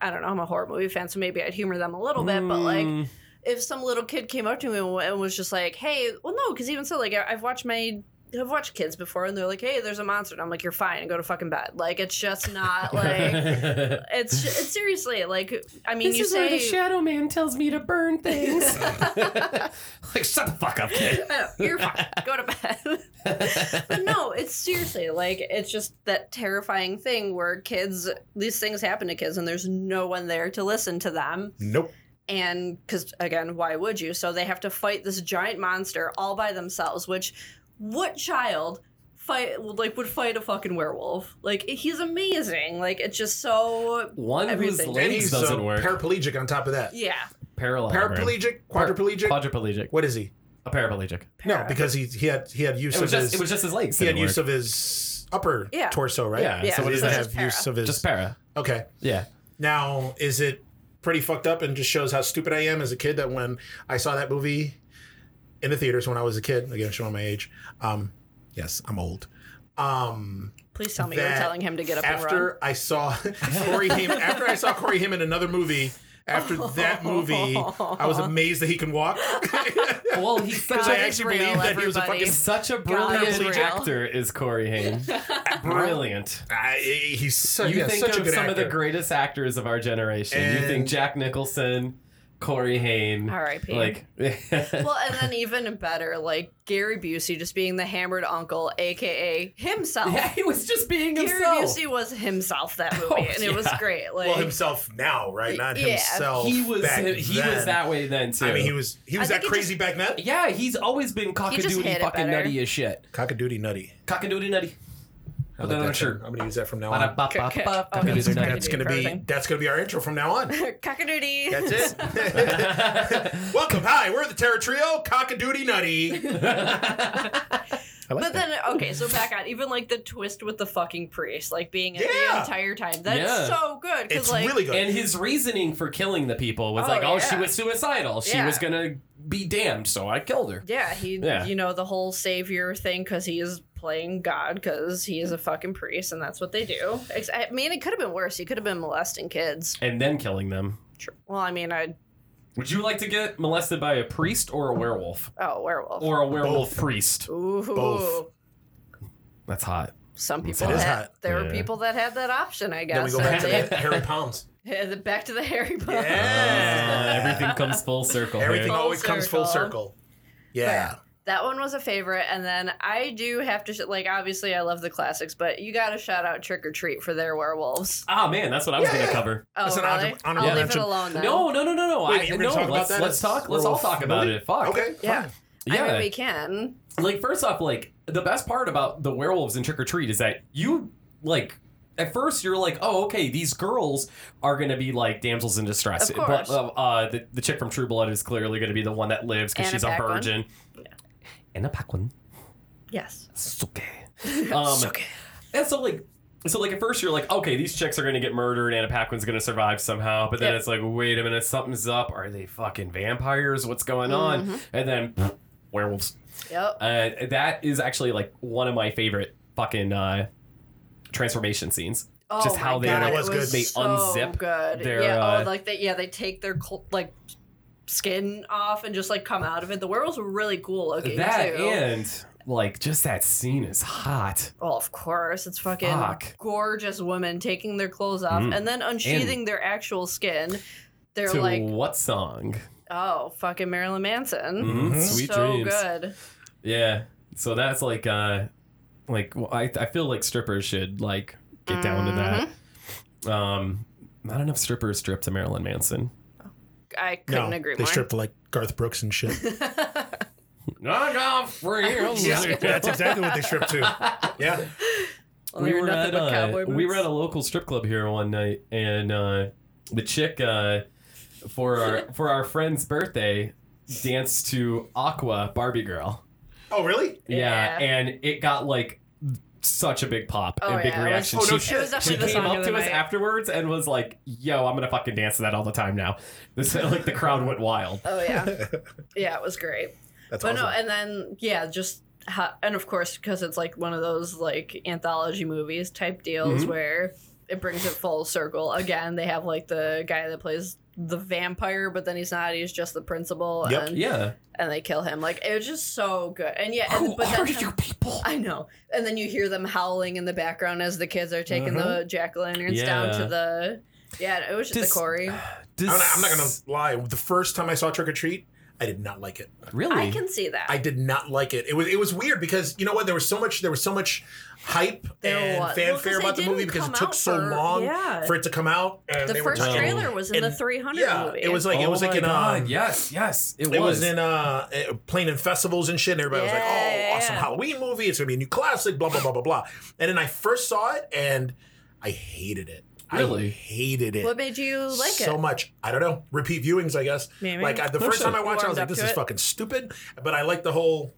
[SPEAKER 3] I don't know, I'm a horror movie fan, so maybe I'd humor them a little bit, but like,
[SPEAKER 2] Mm.
[SPEAKER 3] if some little kid came up to me and was just like, "Hey," well, no, because even so, like I- I've watched my I've watched kids before, and they're like, "Hey, there's a monster," and I'm like, "You're fine, and go to fucking bed." Like it's just not like it's it's seriously like I mean you say
[SPEAKER 2] shadow man tells me to burn things. like shut the fuck up, kid.
[SPEAKER 3] I know, you're fine, go to bed. but no, it's seriously like it's just that terrifying thing where kids these things happen to kids, and there's no one there to listen to them.
[SPEAKER 4] Nope.
[SPEAKER 3] and because again why would you so they have to fight this giant monster all by themselves which what child fight like would fight a fucking werewolf like he's amazing like it's just so
[SPEAKER 2] One whose
[SPEAKER 3] Everything.
[SPEAKER 4] And
[SPEAKER 2] legs
[SPEAKER 4] he's uh,
[SPEAKER 2] doesn't work.
[SPEAKER 4] paraplegic on top of that.
[SPEAKER 3] yeah
[SPEAKER 2] Parallel.
[SPEAKER 4] Paraplegic, quadriplegic.
[SPEAKER 2] Quadriplegic.
[SPEAKER 4] what is he?
[SPEAKER 2] A paraplegic.
[SPEAKER 4] No, because he he had he had use
[SPEAKER 2] It
[SPEAKER 4] of
[SPEAKER 2] was just
[SPEAKER 4] his
[SPEAKER 2] it was just his legs.
[SPEAKER 4] he had
[SPEAKER 2] didn't work.
[SPEAKER 4] use of his upper
[SPEAKER 3] Yeah.
[SPEAKER 4] torso, right?
[SPEAKER 2] Yeah,
[SPEAKER 3] Yeah,
[SPEAKER 4] So
[SPEAKER 2] so
[SPEAKER 4] he
[SPEAKER 2] what is
[SPEAKER 4] doesn't
[SPEAKER 3] it's
[SPEAKER 2] that?
[SPEAKER 4] have
[SPEAKER 3] just para.
[SPEAKER 4] use of his.
[SPEAKER 2] Just para.
[SPEAKER 4] okay.
[SPEAKER 2] Yeah.
[SPEAKER 4] Now, is it pretty fucked up and just shows how stupid I am as a kid that when I saw that movie in the theaters when I was a kid, again showing my age. Um, yes, I'm old. Um,
[SPEAKER 3] please tell me you're
[SPEAKER 4] That
[SPEAKER 3] telling him to get up and run
[SPEAKER 4] after I saw Corey Haim, after I saw Corey Haim in another movie, After that movie, I was amazed that he can walk.
[SPEAKER 2] Well, he's such
[SPEAKER 4] Because I
[SPEAKER 2] a,
[SPEAKER 3] it's
[SPEAKER 4] actually
[SPEAKER 3] real,
[SPEAKER 4] believed that he was a fucking.
[SPEAKER 3] everybody.
[SPEAKER 2] he's such a
[SPEAKER 3] it's
[SPEAKER 2] brilliant
[SPEAKER 3] real.
[SPEAKER 2] actor, is Corey Haim. Brilliant.
[SPEAKER 4] I, he's such,
[SPEAKER 2] You
[SPEAKER 4] yeah,
[SPEAKER 2] think
[SPEAKER 4] such a
[SPEAKER 2] of
[SPEAKER 4] good
[SPEAKER 2] some
[SPEAKER 4] actor.
[SPEAKER 2] of the greatest actors of our generation. you
[SPEAKER 4] And-
[SPEAKER 2] think Jack Nicholson, Corey Haim.
[SPEAKER 3] R.I.P.
[SPEAKER 2] Like,
[SPEAKER 3] well, and then even better, like Gary Busey just being the hammered uncle, aka himself.
[SPEAKER 2] yeah, he was just being
[SPEAKER 3] Gary
[SPEAKER 2] himself.
[SPEAKER 3] Busey was himself that movie,
[SPEAKER 2] Oh,
[SPEAKER 3] and it was
[SPEAKER 2] yeah.
[SPEAKER 3] great. Like
[SPEAKER 4] well, himself now, right? Not
[SPEAKER 3] Yeah,
[SPEAKER 4] himself.
[SPEAKER 2] He was
[SPEAKER 4] back
[SPEAKER 2] he was
[SPEAKER 4] then.
[SPEAKER 2] that way then too.
[SPEAKER 4] I mean, he was he was
[SPEAKER 3] I
[SPEAKER 4] that
[SPEAKER 3] think it
[SPEAKER 4] crazy back then.
[SPEAKER 2] yeah, he's always been
[SPEAKER 3] just
[SPEAKER 2] cockadoodie
[SPEAKER 3] hit it
[SPEAKER 2] fucking
[SPEAKER 3] better.
[SPEAKER 2] nutty as shit.
[SPEAKER 4] Cockadoodie nutty.
[SPEAKER 2] Cockadoodie nutty.
[SPEAKER 4] I like
[SPEAKER 2] Put that on a
[SPEAKER 4] that term.
[SPEAKER 2] shirt.
[SPEAKER 4] I'm gonna use that from now on.
[SPEAKER 2] Ba-da-ba-ba-ba,
[SPEAKER 3] Oh, that's
[SPEAKER 2] cockadoodie
[SPEAKER 3] great.
[SPEAKER 2] nutty.
[SPEAKER 4] That's gonna be
[SPEAKER 3] Perfect.
[SPEAKER 4] that's gonna be our intro from now on.
[SPEAKER 3] cockadoodie.
[SPEAKER 4] That's it. Welcome, hi, we're the Terror Trio, Cockadoodie Nutty. I like
[SPEAKER 3] But then, okay, so back on even like the twist with the fucking priest, like being in the
[SPEAKER 4] Yeah.
[SPEAKER 3] entire time. That's
[SPEAKER 2] Yeah.
[SPEAKER 3] so good because
[SPEAKER 4] It's
[SPEAKER 3] like
[SPEAKER 4] really good.
[SPEAKER 2] And his reasoning for killing the people was
[SPEAKER 3] Oh,
[SPEAKER 2] like, oh, she
[SPEAKER 3] yeah.
[SPEAKER 2] was suicidal. She
[SPEAKER 3] Yeah.
[SPEAKER 2] was gonna be damned, so I killed her.
[SPEAKER 3] yeah, he
[SPEAKER 2] Yeah.
[SPEAKER 3] you know the whole savior thing because he is playing God because he is a fucking priest and that's what they do. Ex- I mean, it could have been worse. He could have been molesting kids.
[SPEAKER 2] And then killing them.
[SPEAKER 3] True. Well, I mean, I
[SPEAKER 2] Would you like to get molested by a priest or a werewolf?
[SPEAKER 3] oh werewolf.
[SPEAKER 2] Or a werewolf
[SPEAKER 4] Both.
[SPEAKER 2] priest.
[SPEAKER 3] Ooh,
[SPEAKER 4] Both.
[SPEAKER 2] That's hot.
[SPEAKER 3] Some people
[SPEAKER 4] It is
[SPEAKER 3] had,
[SPEAKER 4] hot.
[SPEAKER 3] there were
[SPEAKER 2] Yeah.
[SPEAKER 3] people that had that option. I
[SPEAKER 4] then we
[SPEAKER 3] guess.
[SPEAKER 4] go back to
[SPEAKER 3] and
[SPEAKER 4] that Harry Palms.
[SPEAKER 3] they- back to the Harry Potter.
[SPEAKER 4] Yeah.
[SPEAKER 2] Uh, everything comes full circle. here.
[SPEAKER 4] Everything
[SPEAKER 3] Full
[SPEAKER 4] always comes full
[SPEAKER 3] circle.
[SPEAKER 4] circle. Yeah.
[SPEAKER 3] That one was a favorite, and then I do have to sh- like. Obviously, I love the classics, but you got to shout out Trick or Treat for their werewolves.
[SPEAKER 2] Ah man, that's what I was
[SPEAKER 4] Yeah,
[SPEAKER 2] gonna
[SPEAKER 4] yeah.
[SPEAKER 2] cover.
[SPEAKER 3] Oh,
[SPEAKER 4] That's an
[SPEAKER 3] really?
[SPEAKER 4] honor- honorable
[SPEAKER 3] I'll leave it
[SPEAKER 4] mention.
[SPEAKER 3] alone. Then.
[SPEAKER 2] No, no, no, no, no.
[SPEAKER 4] Wait,
[SPEAKER 2] I,
[SPEAKER 4] you were gonna
[SPEAKER 2] no,
[SPEAKER 4] talk about
[SPEAKER 2] let's,
[SPEAKER 4] that
[SPEAKER 2] let's
[SPEAKER 4] as
[SPEAKER 2] talk. Let's all
[SPEAKER 4] werewolf
[SPEAKER 2] talk about
[SPEAKER 4] movie?
[SPEAKER 2] it. Fuck.
[SPEAKER 4] Okay.
[SPEAKER 3] Yeah.
[SPEAKER 4] fine.
[SPEAKER 3] I mean,
[SPEAKER 2] Yeah.
[SPEAKER 3] we can.
[SPEAKER 2] like first off, like the best part about the werewolves in Trick or Treat is that you like. At first, you're like, "Oh, okay, these girls are gonna be like damsels in distress."
[SPEAKER 3] Of
[SPEAKER 2] But
[SPEAKER 3] course.
[SPEAKER 2] uh, uh, the, the chick from True Blood is clearly gonna be the one that lives because
[SPEAKER 3] Anna
[SPEAKER 2] she's a
[SPEAKER 3] Paquin.
[SPEAKER 2] virgin. Anna Paquin,
[SPEAKER 3] Yes.
[SPEAKER 2] Suke. Um, And so like so like at first you're like, okay, these chicks are gonna get murdered, Anna Paquin's gonna survive somehow, but then
[SPEAKER 3] Yep.
[SPEAKER 2] it's like, wait a minute, something's up. Are they fucking vampires? What's going
[SPEAKER 3] Mm-hmm.
[SPEAKER 2] on? And then pfft, werewolves.
[SPEAKER 3] Yep.
[SPEAKER 2] Uh, that is actually like one of my favorite fucking uh, transformation scenes.
[SPEAKER 3] Oh
[SPEAKER 2] uh, Just
[SPEAKER 3] my
[SPEAKER 2] how they
[SPEAKER 3] God,
[SPEAKER 4] like,
[SPEAKER 3] it
[SPEAKER 4] was good.
[SPEAKER 2] they
[SPEAKER 3] so
[SPEAKER 2] unzip
[SPEAKER 3] Good.
[SPEAKER 2] their,
[SPEAKER 3] yeah.
[SPEAKER 2] uh,
[SPEAKER 3] oh, like they. Yeah, they take their cl- like skin off and just like come out of it. The werewolves were really cool looking
[SPEAKER 2] that
[SPEAKER 3] too.
[SPEAKER 2] and like just that scene is hot.
[SPEAKER 3] Oh, of course. It's fucking
[SPEAKER 2] Fuck.
[SPEAKER 3] gorgeous women taking their clothes off
[SPEAKER 2] Mm.
[SPEAKER 3] and then unsheathing their actual skin. They're
[SPEAKER 2] to
[SPEAKER 3] like,
[SPEAKER 2] what song?
[SPEAKER 3] oh, fucking Marilyn Manson.
[SPEAKER 2] Mhm,
[SPEAKER 4] Mhm.
[SPEAKER 2] Sweet
[SPEAKER 3] Mm-hmm. so
[SPEAKER 2] dreams.
[SPEAKER 3] good.
[SPEAKER 2] Yeah. So that's like uh like well, I I feel like strippers should like get down
[SPEAKER 3] Mm-hmm.
[SPEAKER 2] to that. Um not enough strippers strip to Marilyn Manson.
[SPEAKER 3] I couldn't
[SPEAKER 4] no,
[SPEAKER 3] agree
[SPEAKER 4] they
[SPEAKER 3] more.
[SPEAKER 4] stripped like Garth Brooks and shit.
[SPEAKER 2] Not enough for you.
[SPEAKER 4] yeah, that's exactly what they stripped to. Yeah.
[SPEAKER 3] Well,
[SPEAKER 2] we
[SPEAKER 3] they
[SPEAKER 2] were
[SPEAKER 3] nothing
[SPEAKER 2] at
[SPEAKER 3] but
[SPEAKER 2] uh,
[SPEAKER 3] cowboy
[SPEAKER 2] we were
[SPEAKER 3] boots.
[SPEAKER 2] at a local strip club here one night, and uh, the chick uh, for our for our friend's birthday danced to Aqua Barbie Girl.
[SPEAKER 4] Oh really?
[SPEAKER 2] Yeah,
[SPEAKER 3] Yeah.
[SPEAKER 2] and it got like such a big pop
[SPEAKER 3] Oh,
[SPEAKER 2] and big
[SPEAKER 3] yeah, it was-
[SPEAKER 2] reaction.
[SPEAKER 4] Oh, no
[SPEAKER 2] she
[SPEAKER 4] shit.
[SPEAKER 3] It was
[SPEAKER 2] she
[SPEAKER 3] actually the
[SPEAKER 2] came
[SPEAKER 3] song
[SPEAKER 2] up
[SPEAKER 3] of
[SPEAKER 2] to
[SPEAKER 3] the
[SPEAKER 2] us
[SPEAKER 3] night.
[SPEAKER 2] afterwards and was like, "Yo, I'm gonna fucking dance to that all the time now." This like the crowd went wild.
[SPEAKER 3] Oh, yeah. yeah, it was great.
[SPEAKER 4] That's
[SPEAKER 3] But
[SPEAKER 4] awesome.
[SPEAKER 3] no, and then, yeah, just. How, and of course, because it's like one of those like anthology movies type deals
[SPEAKER 2] Mhm.
[SPEAKER 3] where it brings it full circle. Again, they have like the guy that plays the vampire, but then he's not; he's just the principal.
[SPEAKER 4] Yep.
[SPEAKER 3] And
[SPEAKER 2] Yeah.
[SPEAKER 3] and they kill him. Like it was just so good. And yeah, and,
[SPEAKER 2] Who
[SPEAKER 3] but
[SPEAKER 2] are
[SPEAKER 3] then,
[SPEAKER 2] you people?
[SPEAKER 3] I know. And then you hear them howling in the background as the kids are taking the jack o' lanterns down
[SPEAKER 2] Mm-hmm. Yeah.
[SPEAKER 3] to the. Yeah, it was just
[SPEAKER 2] Just-
[SPEAKER 3] a Corey.
[SPEAKER 2] Does-
[SPEAKER 4] I'm not, I'm not gonna lie. The first time I saw Trick or Treat, I did not like it.
[SPEAKER 2] Really?
[SPEAKER 3] I can see that.
[SPEAKER 4] I did not like it. It was it was weird because you know what? There was so much there was so much hype
[SPEAKER 3] There
[SPEAKER 4] and
[SPEAKER 3] was. Well, 'cause
[SPEAKER 4] fanfare
[SPEAKER 3] they
[SPEAKER 4] about the
[SPEAKER 3] didn't
[SPEAKER 4] movie because
[SPEAKER 3] come
[SPEAKER 4] it took
[SPEAKER 3] out
[SPEAKER 4] so
[SPEAKER 3] for-
[SPEAKER 4] long
[SPEAKER 3] yeah.
[SPEAKER 4] for it to come out. And
[SPEAKER 3] the
[SPEAKER 4] they were
[SPEAKER 3] first
[SPEAKER 4] just-
[SPEAKER 2] trying-
[SPEAKER 3] trailer was in the
[SPEAKER 4] and-
[SPEAKER 3] 300
[SPEAKER 4] yeah,
[SPEAKER 3] movie.
[SPEAKER 4] it was like it
[SPEAKER 2] Oh
[SPEAKER 4] was like
[SPEAKER 2] my
[SPEAKER 4] in
[SPEAKER 2] God,
[SPEAKER 4] um,
[SPEAKER 2] yes, yes, it,
[SPEAKER 4] It was, in uh uh, playing in festivals and shit, and everybody was
[SPEAKER 3] Yeah,
[SPEAKER 4] like,
[SPEAKER 3] yeah,
[SPEAKER 4] "Oh, awesome
[SPEAKER 3] yeah.
[SPEAKER 4] Halloween movie! It's gonna be a new classic!" Blah blah blah blah blah. And then I first saw it, and I hated it.
[SPEAKER 2] Really?
[SPEAKER 4] I hated it
[SPEAKER 3] What made you like
[SPEAKER 4] so
[SPEAKER 3] it?
[SPEAKER 4] much. I don't know. Repeat viewings, I guess.
[SPEAKER 3] Maybe.
[SPEAKER 4] Like I, the
[SPEAKER 2] No
[SPEAKER 4] first
[SPEAKER 2] shit.
[SPEAKER 4] time I watched, it, I was
[SPEAKER 3] Warmed up
[SPEAKER 4] like, "This
[SPEAKER 3] to
[SPEAKER 4] is
[SPEAKER 3] it.
[SPEAKER 4] fucking stupid." But I like the whole.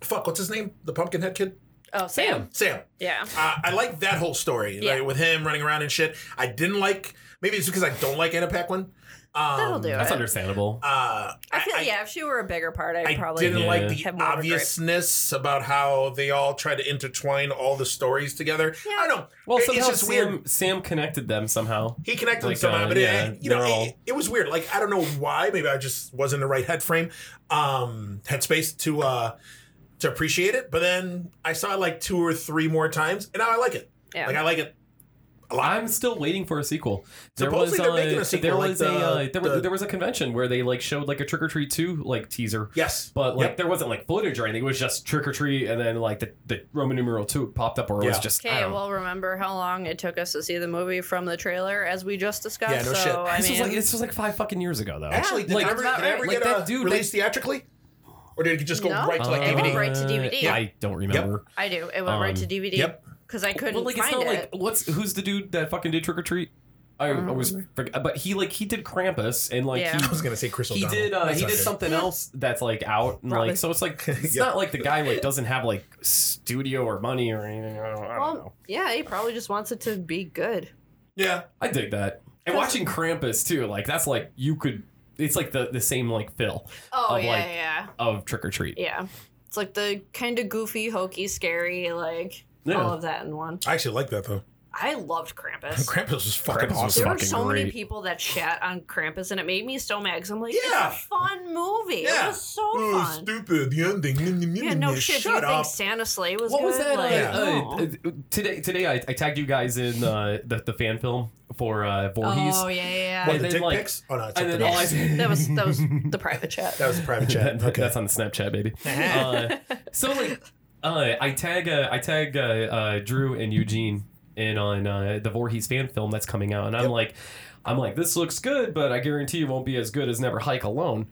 [SPEAKER 4] Fuck, what's his name? The Pumpkinhead kid.
[SPEAKER 3] Oh,
[SPEAKER 2] Sam.
[SPEAKER 4] Sam.
[SPEAKER 3] Yeah.
[SPEAKER 4] Uh, I like that whole story,
[SPEAKER 3] Yeah.
[SPEAKER 4] right? With him running around and shit. I didn't like. Maybe it's because I don't like Anna Paquin. Um,
[SPEAKER 3] That'll do
[SPEAKER 2] That's
[SPEAKER 3] it.
[SPEAKER 2] understandable.
[SPEAKER 4] Uh,
[SPEAKER 3] I feel yeah, if she were a bigger part, I'd
[SPEAKER 4] I
[SPEAKER 3] probably
[SPEAKER 4] didn't
[SPEAKER 2] Yeah.
[SPEAKER 4] like the
[SPEAKER 3] have more of a gripe.
[SPEAKER 4] obviousness about how they all try to intertwine all the stories together. I don't know.
[SPEAKER 2] Well,
[SPEAKER 4] It-
[SPEAKER 2] somehow
[SPEAKER 4] it's just
[SPEAKER 2] Sam,
[SPEAKER 4] weird.
[SPEAKER 2] Sam connected them somehow.
[SPEAKER 4] He connected
[SPEAKER 2] Like,
[SPEAKER 4] them somehow,
[SPEAKER 2] uh,
[SPEAKER 4] but
[SPEAKER 2] yeah,
[SPEAKER 4] it, you know,
[SPEAKER 2] they're all-
[SPEAKER 4] it, it was weird. Like I don't know why. Maybe I just wasn't in the right head frame, um, headspace to uh, to appreciate it. But then I saw it like two or three more times, and now I like it.
[SPEAKER 3] Yeah.
[SPEAKER 4] Like I like it.
[SPEAKER 2] I'm still waiting for a sequel.
[SPEAKER 4] Supposedly they're making a sequel,
[SPEAKER 2] There
[SPEAKER 4] like
[SPEAKER 2] was
[SPEAKER 4] the-
[SPEAKER 2] a uh, there, was,
[SPEAKER 4] the-
[SPEAKER 2] there was a convention where they like showed like a Trick or Treat two like teaser,
[SPEAKER 4] Yes.
[SPEAKER 2] but like
[SPEAKER 4] Yep.
[SPEAKER 2] there wasn't like footage or anything. It was just Trick or Treat, and then like the, the Roman numeral two popped up, or it was
[SPEAKER 4] Yeah.
[SPEAKER 2] just I
[SPEAKER 3] Okay,
[SPEAKER 2] don't know.
[SPEAKER 3] well, remember how long it took us to see the movie from the trailer, as we just discussed.
[SPEAKER 4] Yeah, no
[SPEAKER 3] so
[SPEAKER 4] shit.
[SPEAKER 3] I
[SPEAKER 2] this
[SPEAKER 3] mean,
[SPEAKER 2] was like this was like five fucking years ago though.
[SPEAKER 4] Actually, did
[SPEAKER 2] like,
[SPEAKER 4] it ever,
[SPEAKER 3] that's
[SPEAKER 4] did it
[SPEAKER 3] not
[SPEAKER 4] ever
[SPEAKER 2] right.
[SPEAKER 4] get
[SPEAKER 2] Like,
[SPEAKER 4] uh,
[SPEAKER 2] that dude-
[SPEAKER 4] released theatrically, or did it just go
[SPEAKER 3] No.
[SPEAKER 4] right to like
[SPEAKER 2] Uh,
[SPEAKER 4] DVD?
[SPEAKER 3] Right to DVD.
[SPEAKER 2] I don't remember.
[SPEAKER 3] I do. It went right to
[SPEAKER 2] Um,
[SPEAKER 3] DVD.
[SPEAKER 4] yep.
[SPEAKER 3] Because I couldn't
[SPEAKER 2] Well, like it's
[SPEAKER 3] find
[SPEAKER 2] not
[SPEAKER 3] it.
[SPEAKER 2] like what's who's the dude that fucking did Trick or Treat? I,
[SPEAKER 3] don't
[SPEAKER 2] I was, forg- but he like he did Krampus and like
[SPEAKER 3] Yeah.
[SPEAKER 2] he
[SPEAKER 4] I was gonna say Chris
[SPEAKER 2] he
[SPEAKER 4] O'Donnell.
[SPEAKER 2] did uh,
[SPEAKER 4] That's
[SPEAKER 2] he
[SPEAKER 4] not
[SPEAKER 2] did
[SPEAKER 4] good.
[SPEAKER 2] something else that's like out and
[SPEAKER 3] Probably.
[SPEAKER 2] like so it's like it's
[SPEAKER 4] Yeah.
[SPEAKER 2] not like the guy like doesn't have like studio or money or anything i don't, I don't know
[SPEAKER 3] well, yeah, he probably just wants it to be good.
[SPEAKER 4] Yeah,
[SPEAKER 2] i dig that and
[SPEAKER 3] 'Cause-
[SPEAKER 2] watching krampus too like that's like you could it's like the the same like fill
[SPEAKER 3] Oh,
[SPEAKER 2] Of,
[SPEAKER 3] yeah,
[SPEAKER 2] like-
[SPEAKER 3] yeah,
[SPEAKER 2] of trick or treat
[SPEAKER 3] yeah. It's like the kind of goofy, hokey, scary, like
[SPEAKER 2] Yeah.
[SPEAKER 3] all of that in one.
[SPEAKER 4] I actually like that though.
[SPEAKER 3] I loved Krampus.
[SPEAKER 4] Krampus was fucking
[SPEAKER 2] Krampus was
[SPEAKER 4] awesome.
[SPEAKER 3] there were
[SPEAKER 2] fucking
[SPEAKER 3] so many
[SPEAKER 2] great.
[SPEAKER 3] people that shat on Krampus, and it made me so mad. Cause I'm like,
[SPEAKER 4] Yeah.
[SPEAKER 3] it's a fun movie. It
[SPEAKER 4] Yeah.
[SPEAKER 3] was so
[SPEAKER 4] Oh,
[SPEAKER 3] fun.
[SPEAKER 4] stupid! The ending.
[SPEAKER 3] Yeah, no shit. Do you
[SPEAKER 4] Shut up.
[SPEAKER 3] think Santa Slay was
[SPEAKER 2] what
[SPEAKER 3] good?
[SPEAKER 2] was that
[SPEAKER 3] Like, oh.
[SPEAKER 4] Yeah.
[SPEAKER 2] uh,
[SPEAKER 3] no.
[SPEAKER 2] uh, uh, today today I, I tagged you guys in uh, the, the fan film for uh Voorhees.
[SPEAKER 3] Oh yeah, yeah.
[SPEAKER 4] What,
[SPEAKER 2] and
[SPEAKER 4] the
[SPEAKER 2] then,
[SPEAKER 4] dick
[SPEAKER 2] like-
[SPEAKER 4] pics? Oh no, it's
[SPEAKER 2] and
[SPEAKER 4] something
[SPEAKER 2] then all I
[SPEAKER 4] else.
[SPEAKER 3] that was that was the private chat.
[SPEAKER 4] that was a private chat.
[SPEAKER 2] That-
[SPEAKER 4] Okay. Uh-huh.
[SPEAKER 2] That's on the Snapchat, baby. Uh, so like, uh, I tag uh, I tag uh, uh, Drew and Eugene in on uh, the Voorhees fan film that's coming out, and I'm
[SPEAKER 4] Yep.
[SPEAKER 2] like, I'm like, this looks good, but I guarantee it won't be as good as Never Hike Alone.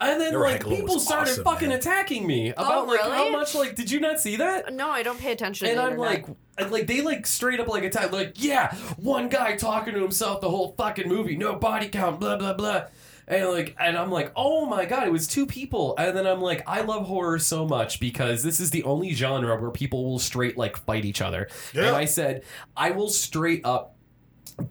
[SPEAKER 2] And then
[SPEAKER 4] Never
[SPEAKER 2] like
[SPEAKER 4] Hike Alone
[SPEAKER 2] people
[SPEAKER 4] was
[SPEAKER 2] started
[SPEAKER 4] awesome,
[SPEAKER 2] fucking
[SPEAKER 4] man.
[SPEAKER 2] attacking me about like how
[SPEAKER 3] really?
[SPEAKER 2] much like did you not see that?
[SPEAKER 3] no, I don't pay attention. to
[SPEAKER 2] and
[SPEAKER 3] the
[SPEAKER 2] I'm
[SPEAKER 3] internet.
[SPEAKER 2] like, and, like they like straight up like attack, like yeah, one guy talking to himself the whole fucking movie, no body count, blah blah blah, and like, and I'm like, oh my god, it was two people, and then I'm like, I love horror so much because this is the only genre where people will straight like fight each other,
[SPEAKER 4] Yeah.
[SPEAKER 2] and I said, I will straight up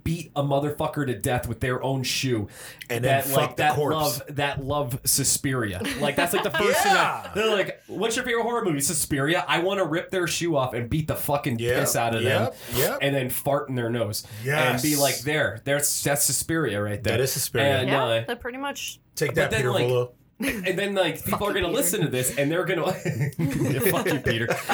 [SPEAKER 2] beat a motherfucker to death with their own shoe
[SPEAKER 4] And then fuck the
[SPEAKER 2] that
[SPEAKER 4] corpse.
[SPEAKER 2] love that love Suspiria like that's like the first
[SPEAKER 4] Yeah.
[SPEAKER 2] thing I, they're like what's your favorite horror movie Suspiria I want to rip their shoe off and beat the fucking
[SPEAKER 4] Yeah,
[SPEAKER 2] piss out of them
[SPEAKER 4] yep, yep.
[SPEAKER 2] and then fart in their nose
[SPEAKER 4] Yes.
[SPEAKER 2] and be like there there's that's Suspiria right there
[SPEAKER 4] That is Suspiria.
[SPEAKER 2] and,
[SPEAKER 3] yeah,
[SPEAKER 2] uh,
[SPEAKER 3] that pretty much.
[SPEAKER 4] Take
[SPEAKER 2] But
[SPEAKER 4] that,
[SPEAKER 2] then,
[SPEAKER 4] Peter
[SPEAKER 2] like-
[SPEAKER 4] Volo.
[SPEAKER 2] and then like people are gonna
[SPEAKER 3] Peter.
[SPEAKER 2] listen to this and they're gonna Yeah, fuck you, Peter.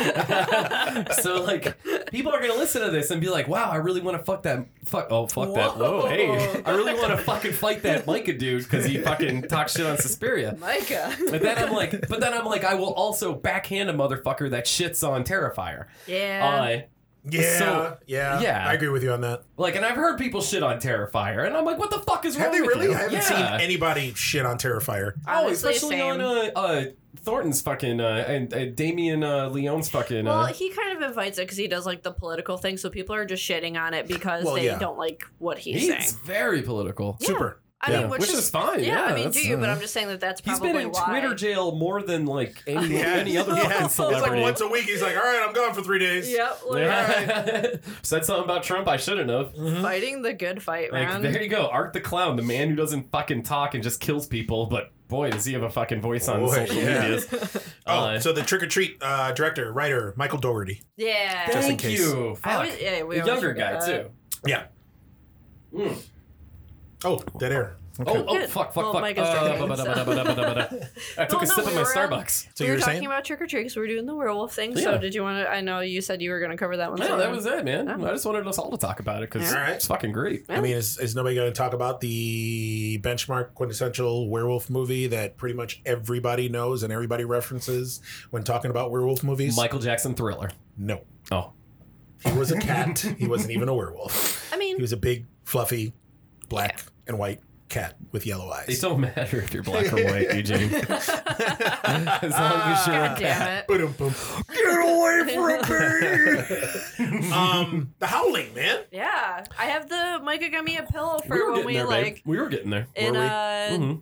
[SPEAKER 2] so like people are gonna listen to this and be like, wow, I really want to fuck that fuck oh fuck that whoa
[SPEAKER 3] Whoa.
[SPEAKER 2] hey I really want to fucking fight that Micah dude because he fucking talks shit on Suspiria.
[SPEAKER 3] Micah.
[SPEAKER 2] But then I'm like, but then I'm like, I will also backhand a motherfucker that shits on Terrifier.
[SPEAKER 3] yeah.
[SPEAKER 2] Uh,
[SPEAKER 4] Yeah,
[SPEAKER 2] So-
[SPEAKER 4] yeah,
[SPEAKER 2] yeah.
[SPEAKER 4] I agree with you on that.
[SPEAKER 2] like, and I've heard people shit on Terrifier, and I'm like, what the fuck is wrong
[SPEAKER 4] Have they
[SPEAKER 2] with
[SPEAKER 4] really?
[SPEAKER 2] you?
[SPEAKER 4] I haven't
[SPEAKER 2] Yeah.
[SPEAKER 4] seen anybody shit on Terrifier.
[SPEAKER 2] Oh,
[SPEAKER 3] Honestly,
[SPEAKER 2] especially
[SPEAKER 3] same.
[SPEAKER 2] on uh, uh, Thornton's fucking uh, and uh, Damien uh, Leone's fucking.
[SPEAKER 3] well,
[SPEAKER 2] uh,
[SPEAKER 3] he kind of invites it because he does like the political thing, so people are just shitting on it because
[SPEAKER 4] Well,
[SPEAKER 3] they
[SPEAKER 4] yeah.
[SPEAKER 3] don't like what he's,
[SPEAKER 2] He's
[SPEAKER 3] saying.
[SPEAKER 2] very political.
[SPEAKER 3] Yeah.
[SPEAKER 4] Super.
[SPEAKER 3] I
[SPEAKER 4] Yeah.
[SPEAKER 3] mean, which,
[SPEAKER 2] Which is fine,
[SPEAKER 3] Yeah,
[SPEAKER 2] yeah,
[SPEAKER 3] I mean, do
[SPEAKER 2] that's- uh,
[SPEAKER 3] you? But I'm just saying that that's
[SPEAKER 2] He's
[SPEAKER 3] probably
[SPEAKER 2] been in
[SPEAKER 3] why.
[SPEAKER 2] Twitter jail more than like any, any other
[SPEAKER 4] Yeah.
[SPEAKER 2] fucking
[SPEAKER 4] It's like
[SPEAKER 2] celebrity.
[SPEAKER 4] once a week. He's like, "All right, I'm gone for three days."
[SPEAKER 3] Yep, literally.
[SPEAKER 2] Yeah. Said something about Trump I shouldn't have.
[SPEAKER 3] fighting the good fight,
[SPEAKER 2] Like,
[SPEAKER 3] man.
[SPEAKER 2] there you go, Art the Clown, the man who doesn't fucking talk and just kills people. But boy, does he have a fucking voice on
[SPEAKER 4] Boy,
[SPEAKER 2] social
[SPEAKER 4] yeah.
[SPEAKER 2] medias.
[SPEAKER 4] Oh,
[SPEAKER 2] Uh,
[SPEAKER 4] so the trick or treat uh, director, writer, Michael Dougherty.
[SPEAKER 3] yeah,
[SPEAKER 4] Just in
[SPEAKER 2] thank
[SPEAKER 4] case.
[SPEAKER 2] you. Fuck.
[SPEAKER 3] I always- yeah, we
[SPEAKER 2] The
[SPEAKER 3] always
[SPEAKER 2] younger
[SPEAKER 3] forget
[SPEAKER 2] guy
[SPEAKER 3] that.
[SPEAKER 2] too.
[SPEAKER 4] Yeah.
[SPEAKER 2] Mm.
[SPEAKER 4] Oh, dead air.
[SPEAKER 2] Oh, oh,
[SPEAKER 3] Good.
[SPEAKER 2] fuck, fuck,
[SPEAKER 3] Well,
[SPEAKER 2] fuck.
[SPEAKER 3] Mike is
[SPEAKER 2] Uh,
[SPEAKER 3] drinking, so.
[SPEAKER 2] ba-ba-da-ba-da-ba-da-ba-da. I took
[SPEAKER 3] Well,
[SPEAKER 2] a
[SPEAKER 3] no,
[SPEAKER 2] sip of
[SPEAKER 3] we
[SPEAKER 2] my
[SPEAKER 3] were on-
[SPEAKER 2] Starbucks.
[SPEAKER 4] So
[SPEAKER 3] we
[SPEAKER 4] you
[SPEAKER 3] were
[SPEAKER 4] were
[SPEAKER 3] talking
[SPEAKER 4] saying?
[SPEAKER 3] about trick or treat because we were doing the werewolf thing.
[SPEAKER 2] Yeah.
[SPEAKER 3] So did you want to? I know you said you were going to cover that one.
[SPEAKER 2] Yeah,
[SPEAKER 3] so
[SPEAKER 2] that was it, man.
[SPEAKER 3] Yeah.
[SPEAKER 2] I just wanted us all to talk about it because
[SPEAKER 4] All right.
[SPEAKER 2] it's fucking great.
[SPEAKER 4] I mean, is, is nobody going to talk about the benchmark quintessential werewolf movie that pretty much everybody knows and everybody references when talking about werewolf movies?
[SPEAKER 2] Michael Jackson Thriller.
[SPEAKER 4] No.
[SPEAKER 2] Oh,
[SPEAKER 4] He was a cat. he wasn't even a werewolf.
[SPEAKER 3] I mean,
[SPEAKER 4] He was a big, fluffy, black and white cat with yellow
[SPEAKER 2] It
[SPEAKER 4] eyes.
[SPEAKER 2] don't matter if you're black or white, Eugene. as long as you're
[SPEAKER 3] God
[SPEAKER 2] a cat.
[SPEAKER 3] damn it.
[SPEAKER 4] Ba-dum-bum. Get away from me! um, the Howling, man.
[SPEAKER 3] Yeah, I have the Micah got me a pillow for
[SPEAKER 2] We were
[SPEAKER 3] when
[SPEAKER 2] getting
[SPEAKER 3] we
[SPEAKER 2] there, babe.
[SPEAKER 3] like
[SPEAKER 2] We were getting there.
[SPEAKER 3] in
[SPEAKER 4] Were we?
[SPEAKER 3] uh
[SPEAKER 2] Mhm.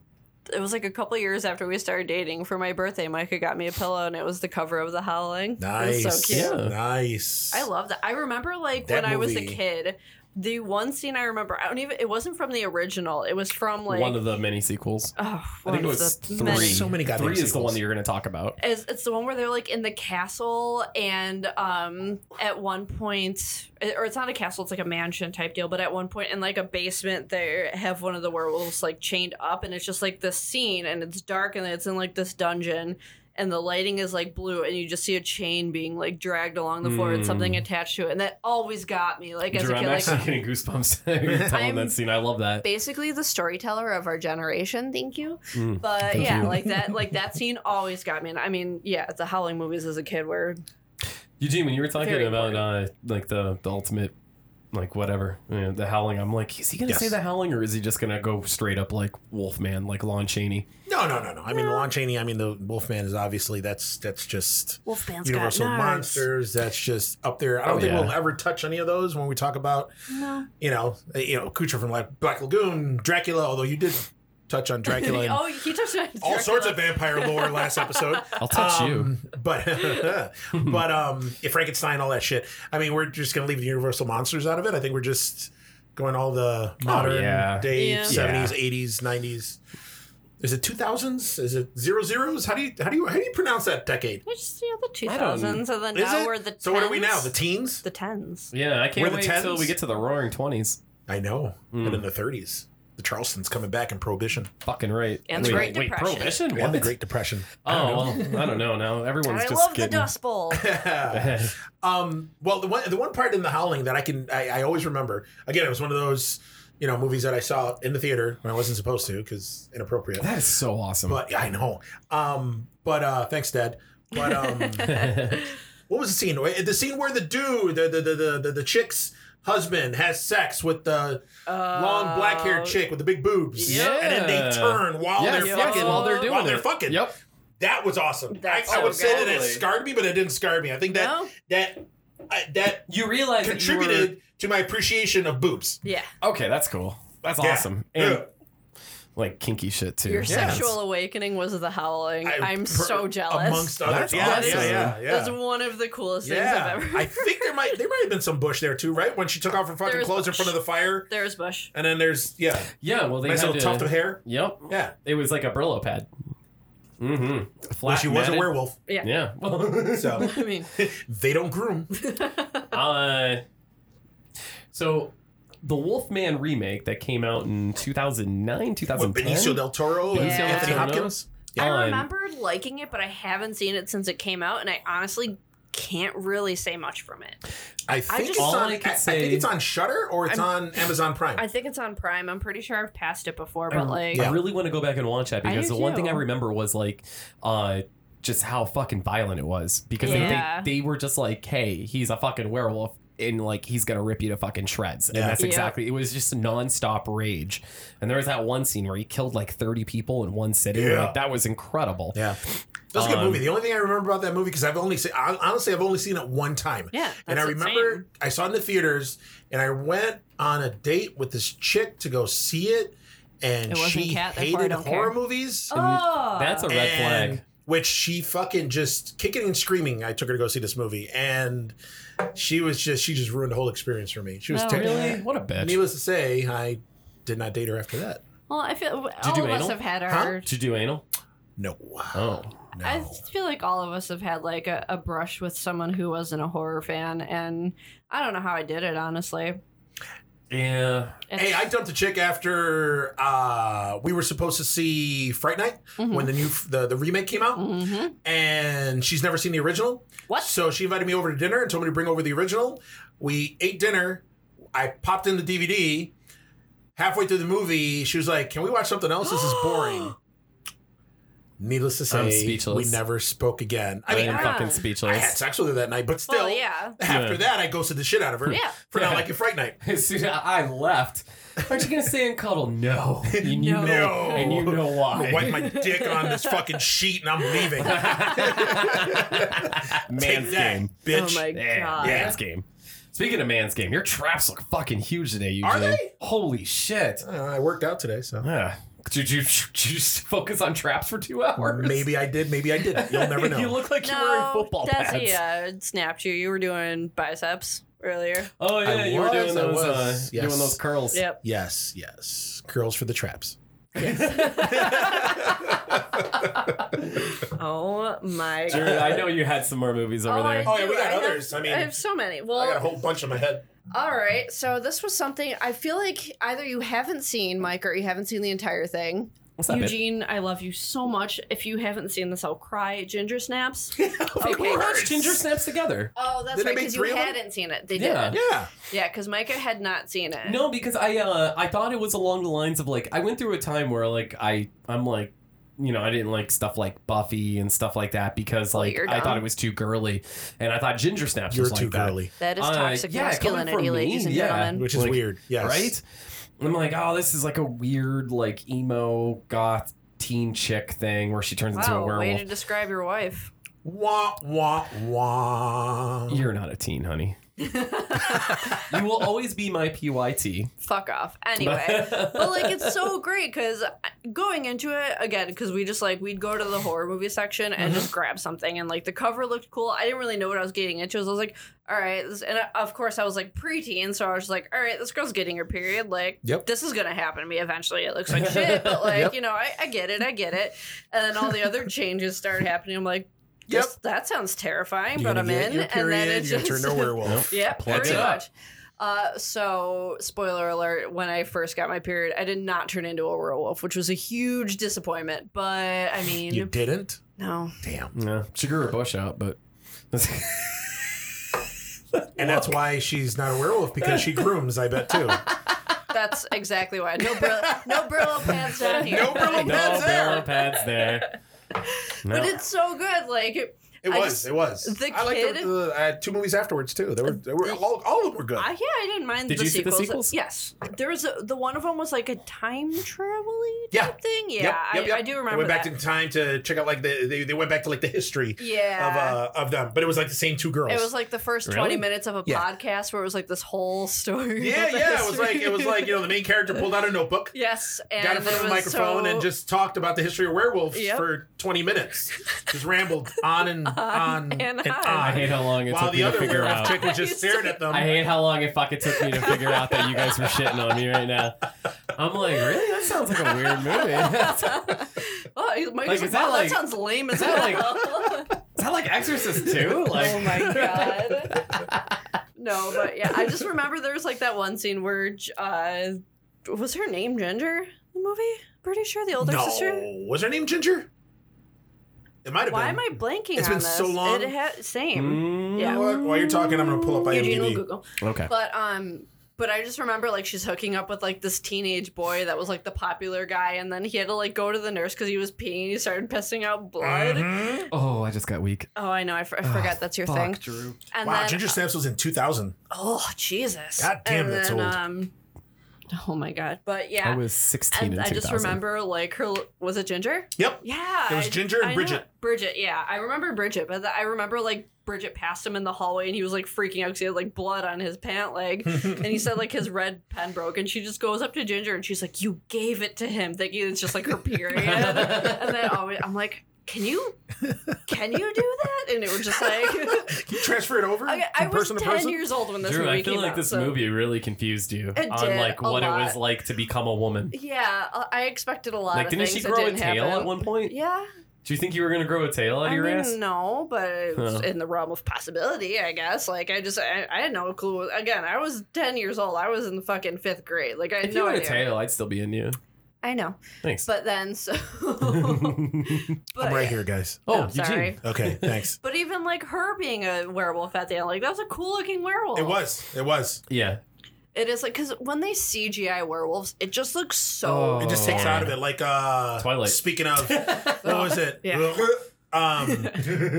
[SPEAKER 3] it was like a couple years after we started dating. For my birthday, Micah got me a pillow, and it was the cover of The Howling.
[SPEAKER 4] Nice.
[SPEAKER 3] It was so cute.
[SPEAKER 2] Yeah.
[SPEAKER 4] Nice.
[SPEAKER 3] I love that. I remember like
[SPEAKER 4] That
[SPEAKER 3] when I was a
[SPEAKER 4] movie-
[SPEAKER 3] kid, the one scene I remember, I don't even. It wasn't from the original. It was from like
[SPEAKER 2] one of the many sequels.
[SPEAKER 3] oh,
[SPEAKER 2] I
[SPEAKER 3] one
[SPEAKER 2] think it
[SPEAKER 3] of
[SPEAKER 2] was
[SPEAKER 3] the
[SPEAKER 2] three.
[SPEAKER 3] many-
[SPEAKER 4] So many goddamn
[SPEAKER 2] Three is the
[SPEAKER 4] sequels.
[SPEAKER 2] one that you're going to talk about.
[SPEAKER 3] It's, it's the one where they're like in the castle, and um, at one point, eh, or it's not a castle, it's like a mansion type deal. But at one point, in like a basement, they have one of the werewolves like chained up, and it's just like this scene, and it's dark, and it's in like this dungeon, and the lighting is like blue, and you just see a chain being like dragged along the floor, and
[SPEAKER 2] Mm.
[SPEAKER 3] something attached to it, and that always got me like as
[SPEAKER 2] Drew,
[SPEAKER 3] a
[SPEAKER 2] I'm
[SPEAKER 3] kid. Like,
[SPEAKER 2] actually getting goosebumps you're telling
[SPEAKER 3] I'm-
[SPEAKER 2] that scene. I love that.
[SPEAKER 3] basically the storyteller of our generation. Thank you.
[SPEAKER 2] Mm.
[SPEAKER 3] But
[SPEAKER 2] Thank
[SPEAKER 3] yeah,
[SPEAKER 2] you.
[SPEAKER 3] like that, like that scene always got me. And I mean, yeah, the Howling movies as a kid were
[SPEAKER 2] Eugene, when you were talking
[SPEAKER 3] Very
[SPEAKER 2] about uh, like the, the ultimate, like whatever, you know, the howling, I'm like, is he going to
[SPEAKER 4] Yes.
[SPEAKER 2] say the howling or is he just going to go straight up like Wolfman, like Lon Chaney?
[SPEAKER 4] No, no, no, no. I mean, Lon Chaney. I mean, the Wolfman is obviously that's that's just
[SPEAKER 3] Wolfman's
[SPEAKER 4] Universal Monsters. That's just up there. I don't
[SPEAKER 2] Oh,
[SPEAKER 4] think
[SPEAKER 2] yeah.
[SPEAKER 4] we'll ever touch any of those when we talk about
[SPEAKER 3] No.
[SPEAKER 4] you know uh, you know Kucher from like Black Lagoon, Dracula. Although you did touch on Dracula and
[SPEAKER 3] oh, he touched on
[SPEAKER 4] all sorts of
[SPEAKER 3] Dracula.
[SPEAKER 4] vampire lore last episode.
[SPEAKER 2] I'll touch you.
[SPEAKER 4] Um, But but um, yeah, Frankenstein, all that shit. I mean, we're just gonna leave the Universal monsters out of it. I think we're just going all the modern
[SPEAKER 2] Oh, yeah.
[SPEAKER 4] day
[SPEAKER 3] Yeah.
[SPEAKER 4] seventies, eighties, nineties. Is it two thousands? Is it zero zeros? How do you how do you how do you pronounce that decade?
[SPEAKER 3] Just yeah, the two
[SPEAKER 2] I don't-
[SPEAKER 3] thousands, and then
[SPEAKER 4] Is
[SPEAKER 3] now
[SPEAKER 4] it?
[SPEAKER 3] we're the.
[SPEAKER 4] so what are we now?
[SPEAKER 3] tens?
[SPEAKER 4] The teens?
[SPEAKER 3] the tens.
[SPEAKER 2] Yeah, I
[SPEAKER 4] Were
[SPEAKER 2] can't
[SPEAKER 4] the
[SPEAKER 2] wait until
[SPEAKER 4] tens?
[SPEAKER 2] we get to the roaring 20s.
[SPEAKER 4] I know. And
[SPEAKER 2] Mm.
[SPEAKER 4] in the thirties, the Charleston's coming back in Prohibition
[SPEAKER 2] Fucking right.
[SPEAKER 3] And the
[SPEAKER 2] wait,
[SPEAKER 3] Great
[SPEAKER 2] wait,
[SPEAKER 3] Depression.
[SPEAKER 2] Prohibition?
[SPEAKER 4] and the
[SPEAKER 2] What?
[SPEAKER 4] Great Depression.
[SPEAKER 2] oh,
[SPEAKER 4] I don't
[SPEAKER 2] well, I don't know now. Everyone's
[SPEAKER 3] I
[SPEAKER 2] just
[SPEAKER 3] love the
[SPEAKER 2] getting.
[SPEAKER 3] Dust Bowl.
[SPEAKER 4] know. Um, well, the one the one part in The Howling that I can I, I always remember. Again, it was one of those you know movies that I saw in the theater when I wasn't supposed to because inappropriate.
[SPEAKER 2] that is so awesome.
[SPEAKER 4] But I know. Um, but uh, thanks, Dad. But um, what was the scene? The scene where the dude, the the the the, the chick's husband has sex with the
[SPEAKER 3] Uh,
[SPEAKER 4] long black haired chick with the big boobs.
[SPEAKER 2] Yeah.
[SPEAKER 4] And then they turn while
[SPEAKER 2] Yes,
[SPEAKER 4] they're
[SPEAKER 2] yes,
[SPEAKER 4] fucking.
[SPEAKER 2] while they're doing
[SPEAKER 4] while they're
[SPEAKER 2] it.
[SPEAKER 4] fucking.
[SPEAKER 2] Yep.
[SPEAKER 4] That was awesome.
[SPEAKER 3] That's
[SPEAKER 4] I, I
[SPEAKER 3] so
[SPEAKER 4] would say that it
[SPEAKER 2] good.
[SPEAKER 4] scarred me, but it didn't scar me. I think that
[SPEAKER 3] No?
[SPEAKER 4] that I, that
[SPEAKER 2] You realize that you were-
[SPEAKER 4] contributed to my appreciation of boobs.
[SPEAKER 3] Yeah,
[SPEAKER 2] Okay, that's cool. That's
[SPEAKER 4] Yeah.
[SPEAKER 2] awesome. And
[SPEAKER 4] Yeah.
[SPEAKER 2] like kinky shit too.
[SPEAKER 3] your
[SPEAKER 2] Yeah.
[SPEAKER 3] sexual awakening was the howling.
[SPEAKER 4] I-
[SPEAKER 3] I'm
[SPEAKER 4] per-
[SPEAKER 3] so jealous.
[SPEAKER 4] Amongst others.
[SPEAKER 2] That's
[SPEAKER 4] Yeah,
[SPEAKER 2] awesome.
[SPEAKER 4] yeah, yeah, yeah.
[SPEAKER 3] That's one of the coolest
[SPEAKER 4] Yeah,
[SPEAKER 3] things I've
[SPEAKER 4] I
[SPEAKER 3] ever.
[SPEAKER 4] think there might there might have been some bush there too, right? When she took off her fucking
[SPEAKER 3] There's
[SPEAKER 4] clothes in
[SPEAKER 3] bush.
[SPEAKER 4] front of the fire,
[SPEAKER 3] There's Bush.
[SPEAKER 4] and then there's yeah,
[SPEAKER 2] Yeah, well they
[SPEAKER 4] nice
[SPEAKER 2] had
[SPEAKER 4] little
[SPEAKER 2] to-
[SPEAKER 4] tuft of hair.
[SPEAKER 2] Yep.
[SPEAKER 4] Yeah,
[SPEAKER 2] It was like a Brillo pad. Mm-hmm. Flat
[SPEAKER 4] well, she was a
[SPEAKER 2] matted.
[SPEAKER 4] werewolf,
[SPEAKER 3] Yeah.
[SPEAKER 2] Yeah. Well,
[SPEAKER 4] so
[SPEAKER 3] I mean,
[SPEAKER 4] they don't groom.
[SPEAKER 2] uh, so the Wolfman remake that came out in 2009,
[SPEAKER 4] What,
[SPEAKER 2] 2010.
[SPEAKER 4] Benicio del Toro, and
[SPEAKER 3] Benicio del
[SPEAKER 4] Anthony
[SPEAKER 2] Toro.
[SPEAKER 4] Hopkins.
[SPEAKER 3] I
[SPEAKER 2] Um,
[SPEAKER 3] remember liking it, but I haven't seen it since it came out, and I honestly can't really say much from it.
[SPEAKER 4] I think
[SPEAKER 3] just-
[SPEAKER 4] it's
[SPEAKER 2] All
[SPEAKER 4] on.
[SPEAKER 2] I
[SPEAKER 4] I,
[SPEAKER 2] could
[SPEAKER 4] I
[SPEAKER 2] say-
[SPEAKER 4] think it's on Shutter or it's on Amazon Prime.
[SPEAKER 3] I think it's on Prime. I'm pretty sure I've passed it before,
[SPEAKER 2] I-
[SPEAKER 4] Um,
[SPEAKER 3] but like,
[SPEAKER 2] I really want to go back and watch that
[SPEAKER 3] I
[SPEAKER 2] because the
[SPEAKER 3] do
[SPEAKER 2] one thing
[SPEAKER 3] too.
[SPEAKER 2] I remember was like uh just how fucking violent it was because like,
[SPEAKER 3] Yeah.
[SPEAKER 2] they, they were just like, hey, he's a fucking werewolf and like he's gonna rip you to fucking shreds. And
[SPEAKER 4] Yeah.
[SPEAKER 2] that's
[SPEAKER 3] Yeah.
[SPEAKER 2] exactly it was just nonstop rage. And there was that one scene where he killed like 30 people in one sitting.
[SPEAKER 4] Yeah.
[SPEAKER 2] Like that was incredible.
[SPEAKER 4] Yeah. That's a good
[SPEAKER 2] Um,
[SPEAKER 4] movie. The only thing I remember about that movie because I've only seen, I, honestly, I've only seen it one time.
[SPEAKER 3] Yeah,
[SPEAKER 4] and I
[SPEAKER 3] that's
[SPEAKER 4] remember
[SPEAKER 3] insane.
[SPEAKER 4] I saw it in the theaters, and I went on a date with this chick to go see it, and
[SPEAKER 3] It wasn't
[SPEAKER 4] she
[SPEAKER 3] Kat, therefore I
[SPEAKER 4] hated
[SPEAKER 3] don't
[SPEAKER 4] horror
[SPEAKER 3] care.
[SPEAKER 4] movies,
[SPEAKER 3] oh,
[SPEAKER 2] That's a red
[SPEAKER 4] and-
[SPEAKER 2] flag.
[SPEAKER 4] Which she fucking just kicking and screaming. I took her to go see this movie, and she was just she just ruined the whole experience for me. She was
[SPEAKER 3] No,
[SPEAKER 4] terrible.
[SPEAKER 3] Oh, really?
[SPEAKER 2] What a bitch.
[SPEAKER 4] Needless to say, I did not date her after that.
[SPEAKER 3] well, I feel
[SPEAKER 2] you
[SPEAKER 3] all
[SPEAKER 2] do
[SPEAKER 3] of
[SPEAKER 2] anal?
[SPEAKER 3] us have had
[SPEAKER 4] Huh?
[SPEAKER 3] our.
[SPEAKER 2] Did you do anal?
[SPEAKER 4] No.
[SPEAKER 2] Oh.
[SPEAKER 4] no.
[SPEAKER 3] I feel like all of us have had like a, a brush with someone who wasn't a horror fan, and I don't know how I did it honestly.
[SPEAKER 2] Yeah.
[SPEAKER 3] It's-
[SPEAKER 4] Hey, I dumped a chick after uh, we were supposed to see Fright Night
[SPEAKER 3] Mhm.
[SPEAKER 4] when the new the, the remake came out,
[SPEAKER 3] Mhm.
[SPEAKER 4] and she's never seen the original.
[SPEAKER 3] What?
[SPEAKER 4] So she invited me over to dinner and told me to bring over the original. We ate dinner. I popped in the DVD. Halfway through the movie, she was like, "Can we watch something else? This is boring." Needless to
[SPEAKER 2] I'm
[SPEAKER 4] say,
[SPEAKER 2] speechless.
[SPEAKER 4] we never spoke again. I
[SPEAKER 2] I
[SPEAKER 4] mean,
[SPEAKER 2] am
[SPEAKER 3] yeah.
[SPEAKER 4] I,
[SPEAKER 2] fucking
[SPEAKER 4] I
[SPEAKER 2] speechless.
[SPEAKER 4] had sex with her that night, but still,
[SPEAKER 3] well, yeah,
[SPEAKER 4] after
[SPEAKER 2] Yeah.
[SPEAKER 4] that, I ghosted the shit out of her
[SPEAKER 3] Yeah.
[SPEAKER 4] for not liking Fright Night.
[SPEAKER 2] As soon as I left, aren't you gonna stay and cuddle? No. And you
[SPEAKER 3] No.
[SPEAKER 2] know- And you know
[SPEAKER 4] I'm
[SPEAKER 2] why.
[SPEAKER 4] gonna wipe my dick on this fucking sheet and I'm leaving. Uh, Take
[SPEAKER 2] man's
[SPEAKER 4] that,
[SPEAKER 2] game.
[SPEAKER 4] bitch.
[SPEAKER 3] Oh my
[SPEAKER 2] Yeah,
[SPEAKER 3] god.
[SPEAKER 2] man's game. Speaking of man's game, your traps look fucking huge today. Usually.
[SPEAKER 4] Are they?
[SPEAKER 2] Holy shit!
[SPEAKER 4] Uh, I worked out today, so
[SPEAKER 2] Ah, Did you, did you just focus on traps for two hours?
[SPEAKER 4] Maybe I did, maybe I didn't. You'll never know.
[SPEAKER 2] you look like you're wearing
[SPEAKER 3] No,
[SPEAKER 2] football
[SPEAKER 3] that's
[SPEAKER 2] pads.
[SPEAKER 3] yeah. It snapped you. You were doing biceps earlier.
[SPEAKER 2] Oh yeah,
[SPEAKER 4] I
[SPEAKER 2] you were
[SPEAKER 4] was,
[SPEAKER 2] doing
[SPEAKER 4] I
[SPEAKER 2] those uh,
[SPEAKER 4] was,
[SPEAKER 2] doing
[SPEAKER 4] yes.
[SPEAKER 2] those curls.
[SPEAKER 3] Yep.
[SPEAKER 4] yes, yes. Curls for the traps.
[SPEAKER 3] Oh my god.
[SPEAKER 2] Jared, I know you had some more movies over
[SPEAKER 3] Oh, I
[SPEAKER 2] there.
[SPEAKER 4] Oh, yeah, we
[SPEAKER 3] do.
[SPEAKER 4] got
[SPEAKER 3] have-
[SPEAKER 4] others. I mean,
[SPEAKER 3] I have so many. Well,
[SPEAKER 4] I got a whole bunch in my head.
[SPEAKER 3] All right, so this was something I feel like either you haven't seen, Mike, or you haven't seen the entire thing.
[SPEAKER 2] What's that, babe?
[SPEAKER 3] Eugene, I love you so much. If you haven't seen this, I'll cry. Ginger snaps.
[SPEAKER 2] People watch Ginger Snaps together.
[SPEAKER 3] Oh, that's
[SPEAKER 4] Did they
[SPEAKER 3] right,
[SPEAKER 4] make
[SPEAKER 3] because you
[SPEAKER 4] three of them?
[SPEAKER 3] hadn't seen it. They
[SPEAKER 2] Yeah.
[SPEAKER 3] did.
[SPEAKER 4] Yeah.
[SPEAKER 3] Yeah, because Micah had not seen it.
[SPEAKER 2] No, because I uh, I thought it was along the lines of like I went through a time where like I I'm like you know I didn't like stuff like Buffy and stuff like that because
[SPEAKER 3] Well,
[SPEAKER 2] like
[SPEAKER 3] you're
[SPEAKER 2] I
[SPEAKER 3] dumb.
[SPEAKER 2] thought it was too girly and I thought Ginger Snaps
[SPEAKER 4] You're
[SPEAKER 2] was
[SPEAKER 4] too
[SPEAKER 2] like that.
[SPEAKER 4] girly,
[SPEAKER 3] That is
[SPEAKER 2] Uh,
[SPEAKER 3] toxic
[SPEAKER 2] yeah, coming
[SPEAKER 3] masculinity,
[SPEAKER 2] from me,
[SPEAKER 3] ladies and
[SPEAKER 2] yeah.
[SPEAKER 3] gentlemen.
[SPEAKER 4] which is
[SPEAKER 2] Like,
[SPEAKER 4] weird. Yes.
[SPEAKER 2] right? And I'm like, oh, this is like a weird like emo goth teen chick thing where she turns into a
[SPEAKER 3] Wow, way to
[SPEAKER 2] werewolf.
[SPEAKER 3] describe your wife.
[SPEAKER 4] Wah, wah, wah.
[SPEAKER 2] You're not a teen, honey. you will always be my pyt.
[SPEAKER 3] Fuck off. Anyway. but like it's so great because going into it again because we just like we'd go to the horror movie section and
[SPEAKER 4] Mm-hmm.
[SPEAKER 3] just grab something and like the cover looked cool i didn't really know what i was getting into so i was like all right this, and I, of course i was like preteen so i was just like all right this girl's getting her period like
[SPEAKER 4] Yep.
[SPEAKER 3] this is gonna happen to me eventually it looks like shit but like
[SPEAKER 4] Yep.
[SPEAKER 3] you know I, I get it i get it and then all the other changes start happening i'm like
[SPEAKER 4] Yep.
[SPEAKER 3] this- that sounds terrifying
[SPEAKER 4] You're
[SPEAKER 3] but
[SPEAKER 4] gonna
[SPEAKER 3] i'm
[SPEAKER 4] get
[SPEAKER 3] in
[SPEAKER 4] your
[SPEAKER 3] and then
[SPEAKER 4] period,
[SPEAKER 3] it
[SPEAKER 4] you're gonna
[SPEAKER 3] just
[SPEAKER 4] turn to a werewolf.
[SPEAKER 3] Yep,
[SPEAKER 2] Plug
[SPEAKER 3] pretty
[SPEAKER 2] it up.
[SPEAKER 3] much. Uh, so, spoiler alert: when I first got my period, I did not turn into a werewolf, which was a huge disappointment. But I mean,
[SPEAKER 4] You didn't?
[SPEAKER 3] no,
[SPEAKER 4] Damn.
[SPEAKER 2] Yeah, she grew her bush out, but
[SPEAKER 4] And that's why she's not a werewolf because she grooms, I bet too.
[SPEAKER 3] that's exactly why. No, Brillo, no Brillo pads down here.
[SPEAKER 4] No Brillo
[SPEAKER 2] no
[SPEAKER 4] Pads
[SPEAKER 2] barrel
[SPEAKER 4] there.
[SPEAKER 2] pads there. No.
[SPEAKER 3] But it's so good. Like
[SPEAKER 4] It
[SPEAKER 3] I
[SPEAKER 4] was.
[SPEAKER 3] just-
[SPEAKER 4] it was.
[SPEAKER 3] the
[SPEAKER 4] I liked
[SPEAKER 3] kid-
[SPEAKER 4] the, the, I had two movies afterwards too. They were. They were all, all of them were good.
[SPEAKER 3] I, yeah, I didn't mind
[SPEAKER 2] Did
[SPEAKER 3] the
[SPEAKER 2] you see the
[SPEAKER 3] sequels.
[SPEAKER 2] sequels?
[SPEAKER 3] Yes, there was a, the one of them was like a time traveling
[SPEAKER 4] Yeah.
[SPEAKER 3] type thing. Yeah,
[SPEAKER 4] Yep, yep,
[SPEAKER 3] I,
[SPEAKER 4] yep.
[SPEAKER 3] I do remember
[SPEAKER 4] They went
[SPEAKER 3] that.
[SPEAKER 4] back in time to check out like the they, they went back to like the history of
[SPEAKER 3] yeah.
[SPEAKER 4] uh of them, but it was like the same two girls.
[SPEAKER 3] it was like the first
[SPEAKER 2] Really?
[SPEAKER 3] 20 minutes of a
[SPEAKER 4] Yeah.
[SPEAKER 3] podcast where it was like this whole story.
[SPEAKER 4] yeah,
[SPEAKER 3] about the
[SPEAKER 4] yeah. It was like it was
[SPEAKER 3] history.
[SPEAKER 4] like you know the main character pulled out a notebook,
[SPEAKER 3] Yes, and
[SPEAKER 4] got in front
[SPEAKER 3] it
[SPEAKER 4] of a
[SPEAKER 3] was
[SPEAKER 4] microphone,
[SPEAKER 3] so-
[SPEAKER 4] and just talked about the history of werewolves
[SPEAKER 3] Yep.
[SPEAKER 4] for twenty minutes, just rambled on and on,
[SPEAKER 3] and
[SPEAKER 4] and,
[SPEAKER 3] on.
[SPEAKER 4] on.
[SPEAKER 2] I hate how long it
[SPEAKER 4] While
[SPEAKER 2] took
[SPEAKER 4] the
[SPEAKER 2] me to
[SPEAKER 4] other
[SPEAKER 2] figure
[SPEAKER 4] werewolf
[SPEAKER 2] out.
[SPEAKER 4] chick was just staring at them.
[SPEAKER 2] I hate how long it fucking took me to figure out that you guys were shitting on me right now. I'm like, really? That sounds like a weird movie. Is
[SPEAKER 3] Oh, he's- Mike's
[SPEAKER 2] Like,
[SPEAKER 3] like,
[SPEAKER 2] is that
[SPEAKER 3] "Wow,
[SPEAKER 2] like-
[SPEAKER 3] that sounds lame as
[SPEAKER 2] is that
[SPEAKER 3] hell.
[SPEAKER 2] that like Exorcist too? Like,
[SPEAKER 3] oh my god. no, but yeah, I just remember there was like that one scene where uh, was her name Ginger? The movie? Pretty sure the older
[SPEAKER 4] no,
[SPEAKER 3] sister.
[SPEAKER 4] was her name Ginger? It might have been.
[SPEAKER 3] Why am I blanking
[SPEAKER 4] It's
[SPEAKER 3] on
[SPEAKER 4] been
[SPEAKER 3] this?
[SPEAKER 4] so long.
[SPEAKER 3] It ha- same.
[SPEAKER 2] Mm,
[SPEAKER 3] Yeah.
[SPEAKER 4] What? While you're talking, I'm gonna pull up
[SPEAKER 3] Eugene will
[SPEAKER 4] IMDb.
[SPEAKER 3] Google.
[SPEAKER 2] Okay.
[SPEAKER 3] But um but I just remember like she's hooking up with like this teenage boy that was like the popular guy and then he had to like go to the nurse cuz he was peeing and he started pissing out blood.
[SPEAKER 4] Mhm.
[SPEAKER 2] Oh, I just got weak.
[SPEAKER 3] Oh, I know. I, for- I forgot that's your
[SPEAKER 2] Fuck,
[SPEAKER 3] thing.
[SPEAKER 2] Drew.
[SPEAKER 3] And
[SPEAKER 4] Wow,
[SPEAKER 3] then,
[SPEAKER 4] Ginger Snaps was in 2000.
[SPEAKER 3] Oh Jesus!
[SPEAKER 4] God damn,
[SPEAKER 3] and
[SPEAKER 4] that's
[SPEAKER 3] then,
[SPEAKER 4] old.
[SPEAKER 3] Um, oh my God! But
[SPEAKER 2] I
[SPEAKER 3] yeah,
[SPEAKER 2] was 16
[SPEAKER 3] and
[SPEAKER 2] in
[SPEAKER 3] I
[SPEAKER 2] 2000.
[SPEAKER 3] just remember like her. Was it Ginger?
[SPEAKER 4] Yep.
[SPEAKER 3] Yeah,
[SPEAKER 4] It was
[SPEAKER 3] I-
[SPEAKER 4] Ginger and
[SPEAKER 3] I know-
[SPEAKER 4] Bridget.
[SPEAKER 3] Bridget, yeah, I remember Bridget, but I remember like Bridget passed him in the hallway, and he was like freaking out because he had like blood on his pant leg, and he said like his red pen broke, and she just goes up to Ginger and she's like, "You gave it to him," thinking it's just like her period, and then always, I'm like. Can you can you do that? And it was just like
[SPEAKER 4] Can you transfer it over?
[SPEAKER 3] Okay, I
[SPEAKER 4] from
[SPEAKER 3] was
[SPEAKER 4] person
[SPEAKER 3] ten
[SPEAKER 4] to person?
[SPEAKER 3] years old when this
[SPEAKER 2] Drew,
[SPEAKER 3] movie
[SPEAKER 2] I feel
[SPEAKER 3] came
[SPEAKER 2] like
[SPEAKER 3] out,
[SPEAKER 2] this
[SPEAKER 3] so-
[SPEAKER 2] movie really confused you
[SPEAKER 3] It
[SPEAKER 2] on
[SPEAKER 3] did,
[SPEAKER 2] like
[SPEAKER 3] a
[SPEAKER 2] what it was
[SPEAKER 3] lot.
[SPEAKER 2] like to become a woman.
[SPEAKER 3] Yeah, I- I expected a lot
[SPEAKER 2] Like,
[SPEAKER 3] of
[SPEAKER 2] didn't
[SPEAKER 3] things.
[SPEAKER 2] she
[SPEAKER 3] that
[SPEAKER 2] grow a
[SPEAKER 3] didn't
[SPEAKER 2] tail
[SPEAKER 3] happen.
[SPEAKER 2] at one point?
[SPEAKER 3] Yeah,
[SPEAKER 2] Do you think you were gonna grow a tail out of
[SPEAKER 3] I
[SPEAKER 2] your
[SPEAKER 3] mean,
[SPEAKER 2] ass?
[SPEAKER 3] no, but it's
[SPEAKER 2] Huh.
[SPEAKER 3] in the realm of possibility, I guess. Like, I just, I, I had no clue. Again, I was ten years old. I was in the fucking fifth grade. Like, I had
[SPEAKER 2] If you
[SPEAKER 3] no
[SPEAKER 2] had a
[SPEAKER 3] idea.
[SPEAKER 2] tail, I'd still be in you.
[SPEAKER 3] I know,
[SPEAKER 2] Thanks.
[SPEAKER 3] but then so,
[SPEAKER 2] oh,
[SPEAKER 3] but,
[SPEAKER 4] I'm right here, guys.
[SPEAKER 3] Oh, sorry.
[SPEAKER 4] Okay, thanks.
[SPEAKER 3] But even like her being a werewolf at the end, like that was a cool looking werewolf.
[SPEAKER 4] It was. It was.
[SPEAKER 2] Yeah.
[SPEAKER 3] It is like because when they CGI werewolves, it just looks
[SPEAKER 2] Oh.
[SPEAKER 3] so.
[SPEAKER 4] It just takes out of it like uh
[SPEAKER 2] Twilight.
[SPEAKER 4] Speaking of what was it?
[SPEAKER 3] Yeah.
[SPEAKER 4] Um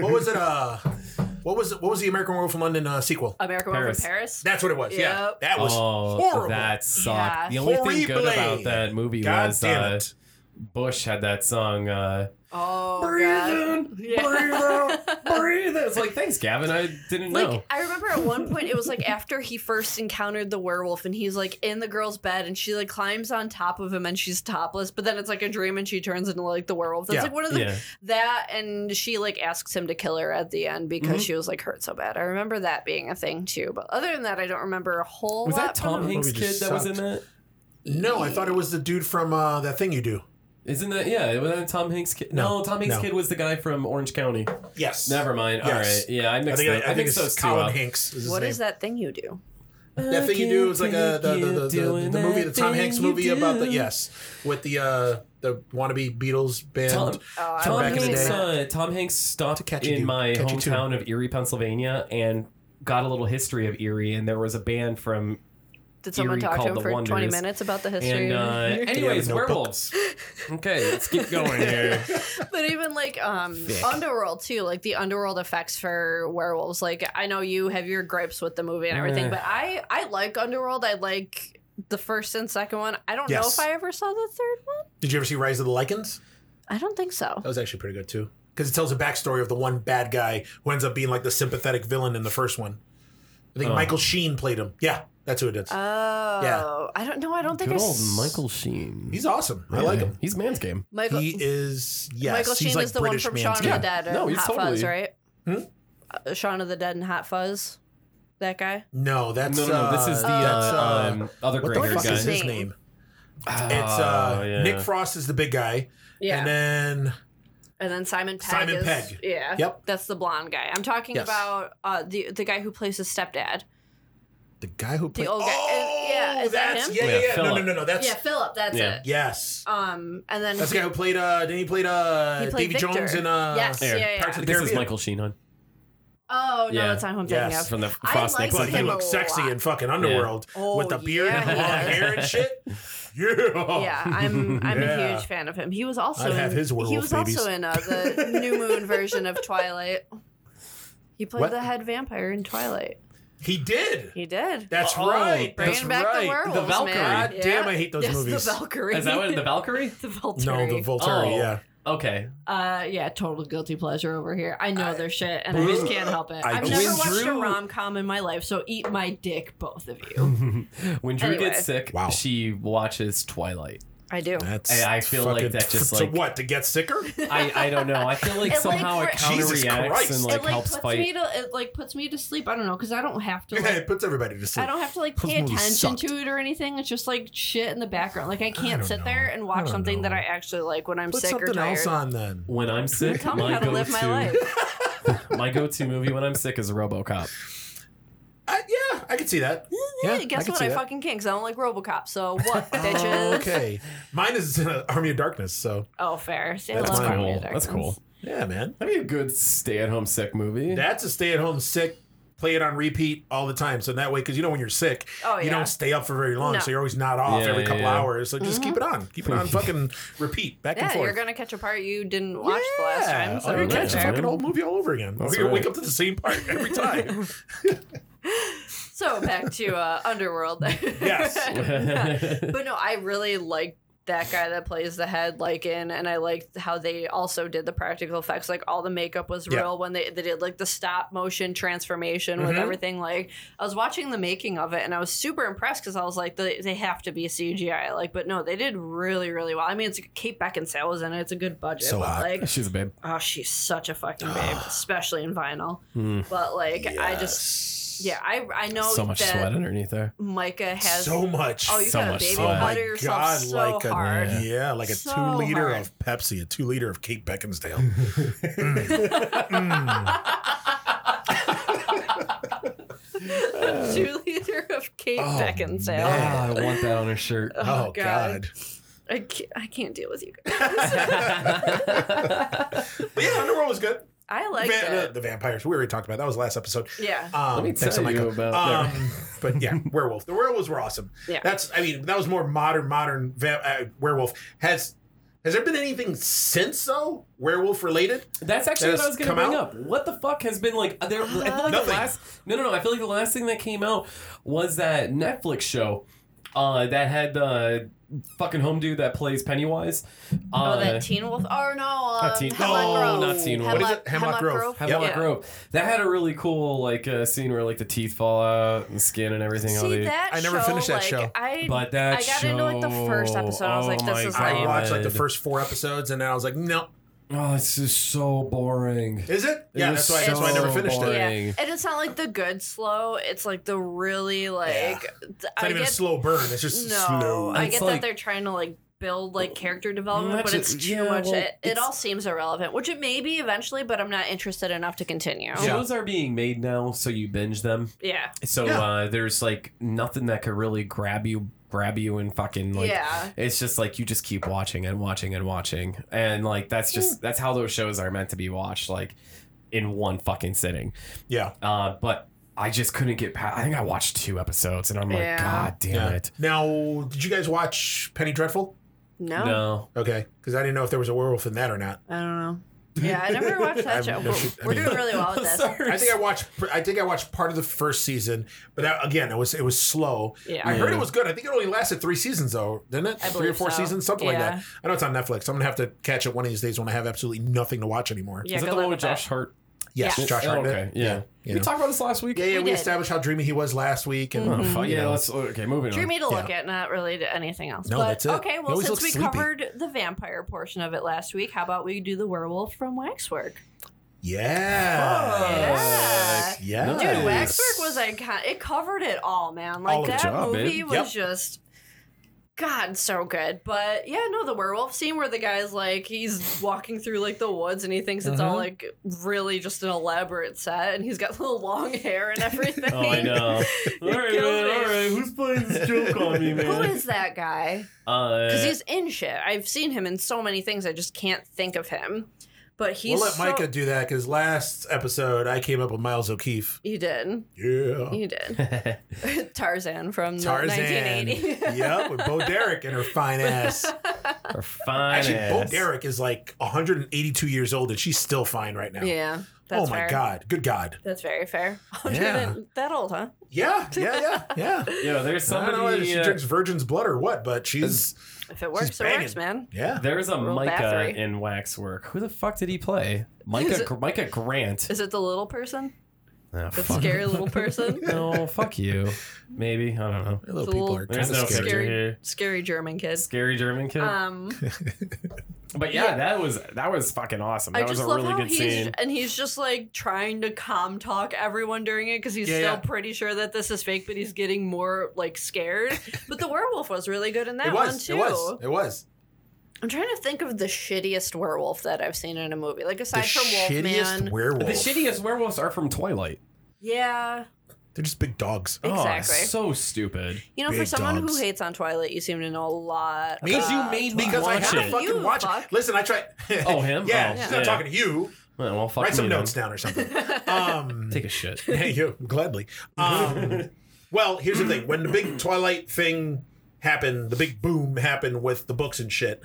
[SPEAKER 4] what was it uh what was it, what was the American Werewolf in London uh, sequel?
[SPEAKER 3] American Werewolf in
[SPEAKER 2] Paris.
[SPEAKER 3] Paris.
[SPEAKER 4] That's what it was. Yeah.
[SPEAKER 3] Yep.
[SPEAKER 4] That was
[SPEAKER 2] oh,
[SPEAKER 4] horrible.
[SPEAKER 2] that sucked.
[SPEAKER 3] Yeah.
[SPEAKER 2] The only thing good
[SPEAKER 4] Horrible.
[SPEAKER 2] about that movie
[SPEAKER 4] God
[SPEAKER 2] was
[SPEAKER 4] damn
[SPEAKER 2] uh,
[SPEAKER 4] it.
[SPEAKER 2] Bush had that song. Uh,
[SPEAKER 3] Oh,
[SPEAKER 2] breathe
[SPEAKER 3] God.
[SPEAKER 2] in,
[SPEAKER 3] Yeah.
[SPEAKER 2] breathe out, breathe in. It's like, thanks, Gavin. I didn't
[SPEAKER 3] Like
[SPEAKER 2] know.
[SPEAKER 3] I remember at one point it was like after he first encountered the werewolf and he's like in the girl's bed and she like climbs on top of him and she's topless but then it's like a dream and she turns into like the werewolf. That's
[SPEAKER 4] Yeah.
[SPEAKER 3] like one of the
[SPEAKER 2] Yeah.
[SPEAKER 3] that and she like asks him to kill her at the end because
[SPEAKER 2] Mhm.
[SPEAKER 3] she was like hurt so bad. I remember that being a thing too, but other than that I don't remember a whole
[SPEAKER 2] Was that
[SPEAKER 3] lot. from
[SPEAKER 2] Tom
[SPEAKER 3] it.
[SPEAKER 2] Hanks'
[SPEAKER 4] movie
[SPEAKER 2] kid
[SPEAKER 4] just
[SPEAKER 2] that was in
[SPEAKER 4] sucked.
[SPEAKER 2] that?
[SPEAKER 4] No, I thought it was the dude from uh, that thing you do.
[SPEAKER 2] Isn't that yeah? Was that Tom Hanks' kid? No,
[SPEAKER 4] No,
[SPEAKER 2] Tom Hanks'
[SPEAKER 4] no.
[SPEAKER 2] kid was the guy from Orange County.
[SPEAKER 4] Yes.
[SPEAKER 2] Never mind.
[SPEAKER 4] Yes.
[SPEAKER 2] All right. Yeah, I
[SPEAKER 4] I
[SPEAKER 2] mixed.
[SPEAKER 4] think,
[SPEAKER 2] up.
[SPEAKER 4] I, think
[SPEAKER 2] mixed
[SPEAKER 4] it's
[SPEAKER 2] those
[SPEAKER 4] Colin
[SPEAKER 2] two
[SPEAKER 4] Hanks. Is his
[SPEAKER 3] What
[SPEAKER 4] name.
[SPEAKER 3] is that thing you do?
[SPEAKER 2] up.
[SPEAKER 4] That thing you do is like a the the, the, the, the movie, the Tom Hanks movie about the yes, with the uh the wannabe Beatles band.
[SPEAKER 2] Tom,
[SPEAKER 3] Oh, I
[SPEAKER 2] Tom
[SPEAKER 4] back in the
[SPEAKER 2] Hanks.
[SPEAKER 4] day.
[SPEAKER 2] Uh, Tom Hanks stopped
[SPEAKER 4] catch a
[SPEAKER 2] in
[SPEAKER 4] dude.
[SPEAKER 2] my
[SPEAKER 4] Catch a tune.
[SPEAKER 2] hometown of Erie, Pennsylvania, and got a little history of Erie. And there was a band from
[SPEAKER 3] Did someone
[SPEAKER 2] Eerie
[SPEAKER 3] talk to
[SPEAKER 2] called
[SPEAKER 3] him
[SPEAKER 2] the
[SPEAKER 3] for 20
[SPEAKER 2] Wonders.
[SPEAKER 3] minutes about the history?
[SPEAKER 2] and uh, anyways,
[SPEAKER 4] notebook?
[SPEAKER 2] werewolves. Okay, let's keep going here.
[SPEAKER 3] But even like um
[SPEAKER 4] Thick.
[SPEAKER 3] underworld too, like the underworld effects for werewolves. Like I know you have your gripes with the movie and everything,
[SPEAKER 2] Yeah.
[SPEAKER 3] but I I like underworld. I like the first and second one. I don't know
[SPEAKER 4] Yes.
[SPEAKER 3] if I ever saw the third one.
[SPEAKER 4] Did you ever see Rise of the Lycans?
[SPEAKER 3] I don't think so.
[SPEAKER 4] That was actually pretty good too, because it tells a backstory of the one bad guy who ends up being like the sympathetic villain in the first one. I think
[SPEAKER 2] Oh.
[SPEAKER 4] Michael Sheen played him. Yeah, that's who it is.
[SPEAKER 3] Oh, I don't know. I don't think I s-
[SPEAKER 2] Sheen.
[SPEAKER 4] He's awesome. I like him.
[SPEAKER 2] He's man's game.
[SPEAKER 3] Michael
[SPEAKER 4] He is yes.
[SPEAKER 3] Michael
[SPEAKER 4] he's
[SPEAKER 3] Sheen
[SPEAKER 4] like
[SPEAKER 3] is the
[SPEAKER 4] British
[SPEAKER 3] one from Shaun
[SPEAKER 4] man's
[SPEAKER 3] of
[SPEAKER 4] guy.
[SPEAKER 3] the Dead and
[SPEAKER 2] No, he's
[SPEAKER 3] Hot Fuzz,
[SPEAKER 2] totally-
[SPEAKER 3] right?
[SPEAKER 4] Hmm?
[SPEAKER 3] Uh, Shaun of the Dead and Hot Fuzz. That guy.
[SPEAKER 4] No, that's
[SPEAKER 2] No, no, no. This is the
[SPEAKER 4] that's,
[SPEAKER 2] uh, um, other
[SPEAKER 4] what
[SPEAKER 2] gray
[SPEAKER 4] the
[SPEAKER 2] haired
[SPEAKER 4] fuck
[SPEAKER 2] guy.
[SPEAKER 4] is his
[SPEAKER 3] guy.
[SPEAKER 4] name?
[SPEAKER 2] Oh,
[SPEAKER 4] It's uh,
[SPEAKER 2] yeah.
[SPEAKER 4] Nick Frost is the big guy,
[SPEAKER 3] Ah. Yeah.
[SPEAKER 4] and then
[SPEAKER 3] And then Simon Pegg.
[SPEAKER 4] Simon
[SPEAKER 3] is,
[SPEAKER 4] Pegg.
[SPEAKER 3] Yeah.
[SPEAKER 4] Yep.
[SPEAKER 3] That's the blonde guy. I'm talking
[SPEAKER 4] Yes.
[SPEAKER 3] about uh, the the guy who plays his stepdad.
[SPEAKER 4] the guy who played.
[SPEAKER 3] old guy- is-
[SPEAKER 4] Oh,
[SPEAKER 3] yeah, is that
[SPEAKER 4] that's
[SPEAKER 3] him?
[SPEAKER 4] yeah, yeah,
[SPEAKER 2] Yeah,
[SPEAKER 4] yeah. No, no,
[SPEAKER 2] Philip.
[SPEAKER 4] no, no. That's
[SPEAKER 3] yeah, Philip. That's
[SPEAKER 2] Yeah.
[SPEAKER 3] it.
[SPEAKER 4] yes.
[SPEAKER 3] Um, and then
[SPEAKER 4] That's the
[SPEAKER 3] he-
[SPEAKER 4] guy who played. uh Then he played. uh
[SPEAKER 3] He played
[SPEAKER 4] Davy
[SPEAKER 3] Victor.
[SPEAKER 4] Jones in. uh
[SPEAKER 3] Yes, yeah,
[SPEAKER 2] Here.
[SPEAKER 3] yeah.
[SPEAKER 4] Parts of the
[SPEAKER 2] This is
[SPEAKER 4] Caribbean.
[SPEAKER 2] Michael Sheen, hon.
[SPEAKER 3] oh no,
[SPEAKER 2] Yeah.
[SPEAKER 3] that's not who I'm thinking
[SPEAKER 4] Yes.
[SPEAKER 3] of.
[SPEAKER 2] From the
[SPEAKER 3] I
[SPEAKER 2] Frost
[SPEAKER 3] like
[SPEAKER 2] Nick
[SPEAKER 4] But
[SPEAKER 3] Michael
[SPEAKER 4] he
[SPEAKER 3] Sheen.
[SPEAKER 2] Frozen.
[SPEAKER 4] looks sexy in fucking Underworld
[SPEAKER 3] Oh,
[SPEAKER 4] with the beard
[SPEAKER 3] yeah,
[SPEAKER 4] and the
[SPEAKER 3] he
[SPEAKER 4] long
[SPEAKER 3] does.
[SPEAKER 4] hair and shit. Yeah.
[SPEAKER 3] Yeah, I'm I'm a
[SPEAKER 4] Yeah.
[SPEAKER 3] huge fan of him. He was also
[SPEAKER 4] I'd
[SPEAKER 3] in,
[SPEAKER 4] have his
[SPEAKER 3] he
[SPEAKER 4] werewolf
[SPEAKER 3] was
[SPEAKER 4] babies.
[SPEAKER 3] also in uh, the New Moon version of Twilight. He played
[SPEAKER 4] What?
[SPEAKER 3] the head vampire in Twilight.
[SPEAKER 4] He did.
[SPEAKER 3] He did.
[SPEAKER 4] That's
[SPEAKER 2] Oh,
[SPEAKER 4] right.
[SPEAKER 2] bringing
[SPEAKER 4] That's
[SPEAKER 3] back the
[SPEAKER 4] right.
[SPEAKER 3] werewolves,
[SPEAKER 2] The Valkyrie.
[SPEAKER 3] man.
[SPEAKER 4] God
[SPEAKER 3] Yeah.
[SPEAKER 4] damn, I hate those
[SPEAKER 3] yes,
[SPEAKER 4] movies.
[SPEAKER 3] The Valkyrie.
[SPEAKER 2] Is that what the Valkyrie?
[SPEAKER 3] the Valkyrie.
[SPEAKER 4] No, the Volturi.
[SPEAKER 2] Oh.
[SPEAKER 4] Yeah.
[SPEAKER 2] Okay.
[SPEAKER 3] Uh, yeah, total guilty pleasure over here. I know their shit, and I
[SPEAKER 4] Bro-
[SPEAKER 3] just can't help it.
[SPEAKER 4] I
[SPEAKER 3] I've
[SPEAKER 4] just-
[SPEAKER 3] never
[SPEAKER 2] When
[SPEAKER 3] watched a
[SPEAKER 2] Drew-
[SPEAKER 3] rom com in my life, so eat my dick, both of you.
[SPEAKER 2] when Drew
[SPEAKER 3] Anyway.
[SPEAKER 2] gets sick,
[SPEAKER 4] Wow.
[SPEAKER 2] she watches Twilight.
[SPEAKER 3] I do.
[SPEAKER 4] That's.
[SPEAKER 2] I- I feel like
[SPEAKER 4] fucking-
[SPEAKER 2] that just,
[SPEAKER 4] to
[SPEAKER 2] like-
[SPEAKER 4] what to get sicker.
[SPEAKER 2] I, I don't know. I feel like
[SPEAKER 3] It, like,
[SPEAKER 2] somehow
[SPEAKER 3] for-
[SPEAKER 2] it counter
[SPEAKER 4] Jesus
[SPEAKER 2] reacts
[SPEAKER 4] Christ.
[SPEAKER 2] and
[SPEAKER 4] It,
[SPEAKER 2] like,
[SPEAKER 3] it like
[SPEAKER 2] helps
[SPEAKER 3] puts me
[SPEAKER 2] fight.
[SPEAKER 3] to it like puts me to sleep. I don't know because I don't have to.
[SPEAKER 4] Yeah,
[SPEAKER 3] Like,
[SPEAKER 4] it puts everybody to sleep.
[SPEAKER 3] I don't have to like
[SPEAKER 4] Those
[SPEAKER 3] pay
[SPEAKER 4] movies
[SPEAKER 3] attention
[SPEAKER 4] sucked.
[SPEAKER 3] to it or anything. It's just like shit in the background. Like I can't
[SPEAKER 4] don't
[SPEAKER 3] sit
[SPEAKER 4] know.
[SPEAKER 3] there
[SPEAKER 4] I
[SPEAKER 3] and watch
[SPEAKER 4] don't
[SPEAKER 3] something that
[SPEAKER 4] know.
[SPEAKER 3] I actually like when I'm
[SPEAKER 4] Put
[SPEAKER 3] sick or
[SPEAKER 4] something
[SPEAKER 3] tired.
[SPEAKER 4] else on then.
[SPEAKER 2] When I'm sick,
[SPEAKER 3] Tell me
[SPEAKER 2] my
[SPEAKER 3] how to
[SPEAKER 2] go-to,
[SPEAKER 3] live my life.
[SPEAKER 2] my go-to movie when I'm sick is RoboCop.
[SPEAKER 4] I, yeah, I could see that. Yeah, I
[SPEAKER 3] Guess
[SPEAKER 4] could
[SPEAKER 3] what?
[SPEAKER 4] see
[SPEAKER 3] I
[SPEAKER 4] that. Oh,
[SPEAKER 3] fucking can't because I don't like RoboCop. So what, bitches?
[SPEAKER 4] okay. Mine is uh, Army of Darkness, so
[SPEAKER 3] Oh, fair. See, I
[SPEAKER 4] That's
[SPEAKER 3] love
[SPEAKER 4] cool.
[SPEAKER 3] Army of
[SPEAKER 2] That's
[SPEAKER 3] Darkness.
[SPEAKER 2] cool.
[SPEAKER 4] yeah, man.
[SPEAKER 2] That'd be a good stay-at-home sick movie.
[SPEAKER 4] That's a stay-at-home sick. Play it on repeat all the time, so that way, because you know when you're sick,
[SPEAKER 3] Oh,
[SPEAKER 4] you
[SPEAKER 3] yeah.
[SPEAKER 4] don't stay up for very long,
[SPEAKER 3] No.
[SPEAKER 4] so you're always not off
[SPEAKER 2] Yeah,
[SPEAKER 4] every
[SPEAKER 2] yeah,
[SPEAKER 4] couple
[SPEAKER 2] yeah.
[SPEAKER 4] hours. So just keep it on, keep it on, fucking repeat back and
[SPEAKER 3] Yeah,
[SPEAKER 4] forth.
[SPEAKER 3] you're gonna catch a part you didn't watch the last
[SPEAKER 4] Yeah.
[SPEAKER 3] time.
[SPEAKER 4] oh,
[SPEAKER 3] So
[SPEAKER 4] you
[SPEAKER 2] that's
[SPEAKER 4] catch a
[SPEAKER 2] fair.
[SPEAKER 4] fucking old movie all over again.
[SPEAKER 2] That's
[SPEAKER 4] You're gonna wake
[SPEAKER 2] right.
[SPEAKER 4] up to the same part every time.
[SPEAKER 3] So back to uh, Underworld.
[SPEAKER 2] Yes.
[SPEAKER 3] but no, I really like that guy that plays the head, like in, and I liked how they also did the practical effects. Like all the makeup was
[SPEAKER 4] Yeah.
[SPEAKER 3] real when they they did like the stop motion transformation with
[SPEAKER 4] Mhm.
[SPEAKER 3] everything. Like I was watching the making of it, and I was super impressed because I was like, they, they have to be CGI. Like, but no, they did really really well. I mean, it's Kate Beckinsale was in it. It's a good budget.
[SPEAKER 4] So
[SPEAKER 3] but,
[SPEAKER 4] hot.
[SPEAKER 3] Like,
[SPEAKER 2] She's a babe.
[SPEAKER 3] oh, she's such a fucking babe, especially in vinyl. But like, I just. Yeah, I I know
[SPEAKER 2] Hmm. so much
[SPEAKER 3] that
[SPEAKER 2] sweat underneath there.
[SPEAKER 3] Micah has
[SPEAKER 4] so much.
[SPEAKER 3] Oh, you
[SPEAKER 2] So
[SPEAKER 3] gotta
[SPEAKER 2] much
[SPEAKER 3] baby
[SPEAKER 2] sweat. Oh my
[SPEAKER 3] powder yourself so
[SPEAKER 4] like
[SPEAKER 3] hard.
[SPEAKER 4] a yeah, like a
[SPEAKER 3] So
[SPEAKER 4] two liter
[SPEAKER 3] hard.
[SPEAKER 4] of Pepsi, a two liter of Kate Beckinsdale.
[SPEAKER 2] Mm.
[SPEAKER 3] Two liter of Kate
[SPEAKER 4] Oh,
[SPEAKER 3] Beckinsale.
[SPEAKER 4] man.
[SPEAKER 2] Ah, I want that on her shirt.
[SPEAKER 3] Oh,
[SPEAKER 4] oh,
[SPEAKER 3] God.
[SPEAKER 4] God.
[SPEAKER 3] I can't, I can't deal with you guys.
[SPEAKER 4] But yeah, Underworld was good.
[SPEAKER 3] I like
[SPEAKER 4] Va- the,
[SPEAKER 3] it.
[SPEAKER 4] the vampires. We already talked about that. was the last episode.
[SPEAKER 3] Yeah.
[SPEAKER 4] Um,
[SPEAKER 2] Let me
[SPEAKER 4] thanks,
[SPEAKER 2] tell
[SPEAKER 4] Micah.
[SPEAKER 2] you about-
[SPEAKER 4] Um, but yeah, werewolf. The werewolves were awesome.
[SPEAKER 3] Yeah.
[SPEAKER 4] That's. I mean, that was more modern. Modern va- uh, werewolf has. Has there been anything since though werewolf related?
[SPEAKER 2] That's actually
[SPEAKER 4] That
[SPEAKER 2] what I was
[SPEAKER 4] has
[SPEAKER 2] gonna
[SPEAKER 4] come
[SPEAKER 2] bring
[SPEAKER 4] out?
[SPEAKER 2] up. What the fuck has been like? There, I feel like the
[SPEAKER 4] Nothing.
[SPEAKER 2] last. No, no, no. I feel like the last thing that came out was that Netflix show uh, that had uh, fucking home dude that plays Pennywise.
[SPEAKER 3] oh,
[SPEAKER 2] Uh,
[SPEAKER 3] that Teen Wolf. Oh no, um,
[SPEAKER 2] Not Teen-
[SPEAKER 3] Hemlock
[SPEAKER 2] no,
[SPEAKER 4] Oh,
[SPEAKER 3] Grove.
[SPEAKER 2] not Teen Wolf.
[SPEAKER 4] What is it? Hemlock Grove.
[SPEAKER 2] Hemlock
[SPEAKER 3] Yeah.
[SPEAKER 2] Grove. That had a really cool like uh, scene where like the teeth fall out and skin and everything. all
[SPEAKER 3] See
[SPEAKER 2] the-
[SPEAKER 3] that?
[SPEAKER 4] I never
[SPEAKER 3] show,
[SPEAKER 4] finished that
[SPEAKER 3] like,
[SPEAKER 4] show.
[SPEAKER 3] I
[SPEAKER 2] But that
[SPEAKER 3] I got into like the first
[SPEAKER 2] show,
[SPEAKER 3] episode. I was
[SPEAKER 2] oh
[SPEAKER 3] like,
[SPEAKER 2] my
[SPEAKER 3] this is
[SPEAKER 2] God.
[SPEAKER 4] I
[SPEAKER 3] lame.
[SPEAKER 4] watched like the
[SPEAKER 2] Good.
[SPEAKER 4] first four episodes, and then I was like, no.
[SPEAKER 2] Oh, it's just so boring.
[SPEAKER 4] Is it?
[SPEAKER 2] It
[SPEAKER 4] yeah,
[SPEAKER 2] was
[SPEAKER 4] that's why. that's why I
[SPEAKER 2] so
[SPEAKER 4] never finished
[SPEAKER 2] boring.
[SPEAKER 4] it.
[SPEAKER 3] Yeah,
[SPEAKER 2] Dang.
[SPEAKER 3] and it's not like the good slow. It's like the really like th-
[SPEAKER 4] It's
[SPEAKER 3] I
[SPEAKER 4] not even
[SPEAKER 3] get
[SPEAKER 4] a slow burn. It's just
[SPEAKER 3] no.
[SPEAKER 4] slow.
[SPEAKER 3] I
[SPEAKER 2] It's
[SPEAKER 3] get
[SPEAKER 2] like-
[SPEAKER 3] that they're trying to like build like character development, but
[SPEAKER 2] Imagine-
[SPEAKER 3] it's too
[SPEAKER 2] yeah,
[SPEAKER 3] much.
[SPEAKER 2] well,
[SPEAKER 3] it, it
[SPEAKER 2] it's-
[SPEAKER 3] all seems irrelevant, which it may be eventually, but I'm not interested enough to continue.
[SPEAKER 4] Yeah.
[SPEAKER 2] Shows are being made now, so you binge them.
[SPEAKER 3] Yeah,
[SPEAKER 2] So
[SPEAKER 4] Yeah.
[SPEAKER 2] uh, there's like nothing that could really grab you, grab you, and fucking like.
[SPEAKER 3] yeah.
[SPEAKER 2] It's just like you just keep watching and watching and watching, and like that's just that's how those shows are meant to be watched, like in one fucking sitting.
[SPEAKER 4] Yeah.
[SPEAKER 2] Uh, but I just couldn't get past. I think I watched two episodes, and I'm like,
[SPEAKER 3] Yeah.
[SPEAKER 2] God damn
[SPEAKER 4] Yeah.
[SPEAKER 2] it,
[SPEAKER 4] Now, did you guys watch Penny Dreadful?
[SPEAKER 3] No,
[SPEAKER 2] no.
[SPEAKER 4] Okay, because I didn't know if there was a werewolf in that or not.
[SPEAKER 3] I don't know. Yeah, I never watched that
[SPEAKER 4] I've
[SPEAKER 3] show.
[SPEAKER 4] never-
[SPEAKER 3] We're,
[SPEAKER 4] I
[SPEAKER 3] we're
[SPEAKER 4] mean-
[SPEAKER 3] doing really well with this.
[SPEAKER 4] I think I watched. I think I watched part of the first season, but that, again, it was it was slow.
[SPEAKER 3] Yeah.
[SPEAKER 4] I heard it was good. I think it only lasted three seasons though, didn't it? three
[SPEAKER 3] I
[SPEAKER 4] or
[SPEAKER 3] believe
[SPEAKER 4] four
[SPEAKER 3] so.
[SPEAKER 4] seasons, something like
[SPEAKER 3] Yeah.
[SPEAKER 4] that. I know it's on Netflix. I'm gonna have to catch it one of these days when I have absolutely nothing to watch anymore.
[SPEAKER 3] Yeah,
[SPEAKER 2] Is that
[SPEAKER 3] good
[SPEAKER 2] the one
[SPEAKER 3] luck
[SPEAKER 2] with
[SPEAKER 3] with that.
[SPEAKER 2] Josh Hart?
[SPEAKER 4] Yes,
[SPEAKER 2] Yeah.
[SPEAKER 4] Josh
[SPEAKER 2] Oh,
[SPEAKER 4] Hartnett.
[SPEAKER 2] Okay, yeah.
[SPEAKER 4] yeah.
[SPEAKER 2] We talked about this last week.
[SPEAKER 4] Yeah, yeah,
[SPEAKER 3] We
[SPEAKER 4] we,
[SPEAKER 3] did.
[SPEAKER 4] established how dreamy he was last week, and
[SPEAKER 2] Oh, fuck
[SPEAKER 4] you
[SPEAKER 2] yeah,
[SPEAKER 4] know.
[SPEAKER 2] let's okay. Moving
[SPEAKER 3] Drew
[SPEAKER 2] on.
[SPEAKER 3] me to look
[SPEAKER 4] Yeah.
[SPEAKER 3] at, not really to anything else.
[SPEAKER 4] No,
[SPEAKER 3] but,
[SPEAKER 4] that's it.
[SPEAKER 3] Okay,
[SPEAKER 4] You
[SPEAKER 3] well,
[SPEAKER 4] always
[SPEAKER 3] since
[SPEAKER 4] look
[SPEAKER 3] we
[SPEAKER 4] sleepy.
[SPEAKER 3] covered the vampire portion of it last week, how about we do the werewolf from Waxwork?
[SPEAKER 4] yeah,
[SPEAKER 3] Fuck.
[SPEAKER 4] yeah,
[SPEAKER 2] Dude,
[SPEAKER 3] Dude,
[SPEAKER 2] Nice.
[SPEAKER 3] Waxwork was iconic. It covered it all, man. Like
[SPEAKER 4] All of it.
[SPEAKER 3] that
[SPEAKER 2] Good job,
[SPEAKER 3] movie
[SPEAKER 2] babe.
[SPEAKER 3] was
[SPEAKER 4] Yep.
[SPEAKER 3] just. God, so good. But yeah, no, the werewolf scene where the guy's like, he's walking through like the woods and he thinks it's all
[SPEAKER 4] Mhm.
[SPEAKER 3] like really just an elaborate set and he's got little long hair and everything.
[SPEAKER 2] Oh, I know. all right,
[SPEAKER 3] kills
[SPEAKER 2] man.
[SPEAKER 3] me.
[SPEAKER 2] All right, who's playing this joke on me, man?
[SPEAKER 3] Who is that guy?
[SPEAKER 2] Uh,
[SPEAKER 3] Because he's in shit. I've seen him in so many things. I just can't think of him. But he's
[SPEAKER 4] We'll let
[SPEAKER 3] so-
[SPEAKER 4] Micah do that because last episode I came up with Miles O'Keefe.
[SPEAKER 3] You did.
[SPEAKER 4] Yeah.
[SPEAKER 3] You did. Tarzan from the
[SPEAKER 4] Oh. Tarzan.
[SPEAKER 3] 1980.
[SPEAKER 4] yep, with Bo Derek and her fine ass.
[SPEAKER 2] Or fine
[SPEAKER 4] Actually, Bo
[SPEAKER 2] ass.
[SPEAKER 4] Derek is like 182 years old and she's still fine right now.
[SPEAKER 3] Yeah. That's
[SPEAKER 4] oh my
[SPEAKER 3] fair.
[SPEAKER 4] God. Good God.
[SPEAKER 3] That's very fair.
[SPEAKER 4] Yeah.
[SPEAKER 3] that old, huh?
[SPEAKER 4] Yeah, yeah, yeah, yeah.
[SPEAKER 2] Yeah, there's
[SPEAKER 4] I don't know if
[SPEAKER 2] somebody.
[SPEAKER 4] she
[SPEAKER 2] uh,
[SPEAKER 4] drinks virgin's blood or what, but she's.
[SPEAKER 3] If it works,
[SPEAKER 4] She's
[SPEAKER 3] it works,
[SPEAKER 4] banging.
[SPEAKER 3] man.
[SPEAKER 4] Yeah.
[SPEAKER 2] there's a
[SPEAKER 3] Real
[SPEAKER 2] Micah
[SPEAKER 3] Bathory.
[SPEAKER 2] in Waxwork. Who the fuck did he play? Micah.
[SPEAKER 3] it-
[SPEAKER 2] Gr- Micah Grant.
[SPEAKER 3] Is it the little person?
[SPEAKER 2] Ah,
[SPEAKER 3] The
[SPEAKER 2] fuck.
[SPEAKER 3] scary little person?
[SPEAKER 2] No, fuck you. Maybe I don't know.
[SPEAKER 4] Hello,
[SPEAKER 3] The
[SPEAKER 4] people
[SPEAKER 3] little-
[SPEAKER 4] are kind
[SPEAKER 2] There's
[SPEAKER 4] of
[SPEAKER 2] no
[SPEAKER 4] scary.
[SPEAKER 2] picture here.
[SPEAKER 3] Scary German kid.
[SPEAKER 2] Scary German kid.
[SPEAKER 3] Um,
[SPEAKER 2] but yeah, that was that was fucking awesome.
[SPEAKER 3] I
[SPEAKER 2] That was
[SPEAKER 3] just
[SPEAKER 2] a
[SPEAKER 3] love
[SPEAKER 2] really
[SPEAKER 3] how
[SPEAKER 2] good
[SPEAKER 3] he's
[SPEAKER 2] scene.
[SPEAKER 3] and he's just like trying to calm talk everyone during it because he's
[SPEAKER 4] Yeah,
[SPEAKER 3] still
[SPEAKER 4] yeah.
[SPEAKER 3] pretty sure that this is fake, but he's getting more like scared. but the werewolf was really good in that
[SPEAKER 4] It
[SPEAKER 3] one
[SPEAKER 4] was.
[SPEAKER 3] too.
[SPEAKER 4] It was. It was.
[SPEAKER 3] I'm trying to think of the shittiest werewolf that I've seen in a movie. Like
[SPEAKER 4] The
[SPEAKER 3] aside from
[SPEAKER 4] shittiest
[SPEAKER 3] Wolfman,
[SPEAKER 4] werewolf.
[SPEAKER 2] The shittiest werewolves are from Twilight.
[SPEAKER 3] yeah,
[SPEAKER 4] They're just big dogs.
[SPEAKER 3] exactly.
[SPEAKER 2] Oh, so stupid.
[SPEAKER 3] you know, for
[SPEAKER 4] Big
[SPEAKER 3] someone
[SPEAKER 4] dogs.
[SPEAKER 3] who hates on Twilight, you seem to know a lot.
[SPEAKER 4] Me?
[SPEAKER 3] about
[SPEAKER 2] You made me
[SPEAKER 3] Twilight.
[SPEAKER 4] Because I
[SPEAKER 2] Watch
[SPEAKER 4] had
[SPEAKER 2] it.
[SPEAKER 4] to fucking
[SPEAKER 3] You
[SPEAKER 4] watch
[SPEAKER 3] fuck.
[SPEAKER 4] it. Listen, I tried.
[SPEAKER 2] Oh, him?
[SPEAKER 4] Yeah,
[SPEAKER 2] Oh,
[SPEAKER 4] she's not
[SPEAKER 2] yeah.
[SPEAKER 4] talking to you.
[SPEAKER 2] Well, well, fuck
[SPEAKER 4] Write
[SPEAKER 2] me
[SPEAKER 4] some
[SPEAKER 2] then.
[SPEAKER 4] notes down or something. Um,
[SPEAKER 2] Take a shit.
[SPEAKER 4] Hey, you gladly. Um, well, here's the thing: when the big Twilight thing happened, the big boom happened with the books and shit.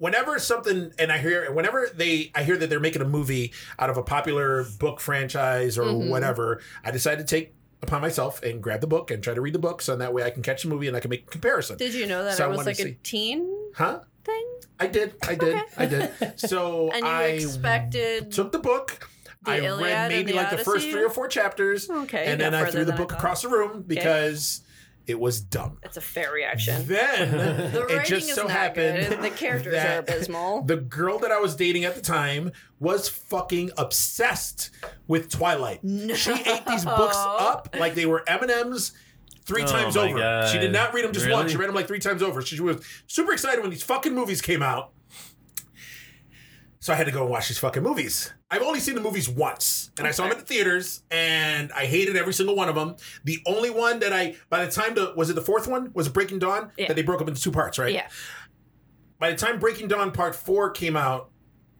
[SPEAKER 4] Whenever something, and I hear, whenever they, I hear that they're making a movie out of a popular book franchise or
[SPEAKER 3] Mhm.
[SPEAKER 4] whatever, I decide to take upon myself and grab the book and try to read the book, so that way I can catch the movie and I can make a comparison.
[SPEAKER 3] Did you know that
[SPEAKER 4] So I
[SPEAKER 3] it was
[SPEAKER 4] wanna
[SPEAKER 3] like a
[SPEAKER 4] see.
[SPEAKER 3] teen
[SPEAKER 4] Huh?
[SPEAKER 3] thing?
[SPEAKER 4] I did. I did.
[SPEAKER 3] Okay.
[SPEAKER 4] I did. So
[SPEAKER 3] And you
[SPEAKER 4] I
[SPEAKER 3] expected
[SPEAKER 4] took the book.
[SPEAKER 3] the
[SPEAKER 4] I
[SPEAKER 3] Iliad
[SPEAKER 4] read
[SPEAKER 3] and
[SPEAKER 4] maybe
[SPEAKER 3] the
[SPEAKER 4] like the first
[SPEAKER 3] Odyssey?
[SPEAKER 4] three or four chapters.
[SPEAKER 3] okay, you
[SPEAKER 4] and
[SPEAKER 3] got
[SPEAKER 4] then I
[SPEAKER 3] further
[SPEAKER 4] threw the
[SPEAKER 3] than
[SPEAKER 4] book
[SPEAKER 3] thought.
[SPEAKER 4] across the room because it was dumb.
[SPEAKER 3] That's a fair reaction.
[SPEAKER 4] Then
[SPEAKER 3] The writing
[SPEAKER 4] it just
[SPEAKER 3] is
[SPEAKER 4] so
[SPEAKER 3] not
[SPEAKER 4] happened
[SPEAKER 3] good. The characters are
[SPEAKER 4] that
[SPEAKER 3] abysmal.
[SPEAKER 4] The girl that I was dating at the time was fucking obsessed with Twilight. She ate these books
[SPEAKER 3] No.
[SPEAKER 4] up like they were M and M's. Three
[SPEAKER 2] Oh
[SPEAKER 4] times
[SPEAKER 2] my
[SPEAKER 4] over. She did
[SPEAKER 2] God.
[SPEAKER 4] not read them just once.
[SPEAKER 2] Really?
[SPEAKER 4] She read them like three times over. She was super excited when these fucking movies came out. So I had to go and watch these fucking movies. I've only seen the movies once, and I saw them at the theaters, and I hated every single one of them. The only one that I, by the time the was it the fourth one was it Breaking Dawn
[SPEAKER 3] Yeah.
[SPEAKER 4] that they broke up into two parts, right?
[SPEAKER 3] Yeah.
[SPEAKER 4] By the time Breaking Dawn Part Four came out,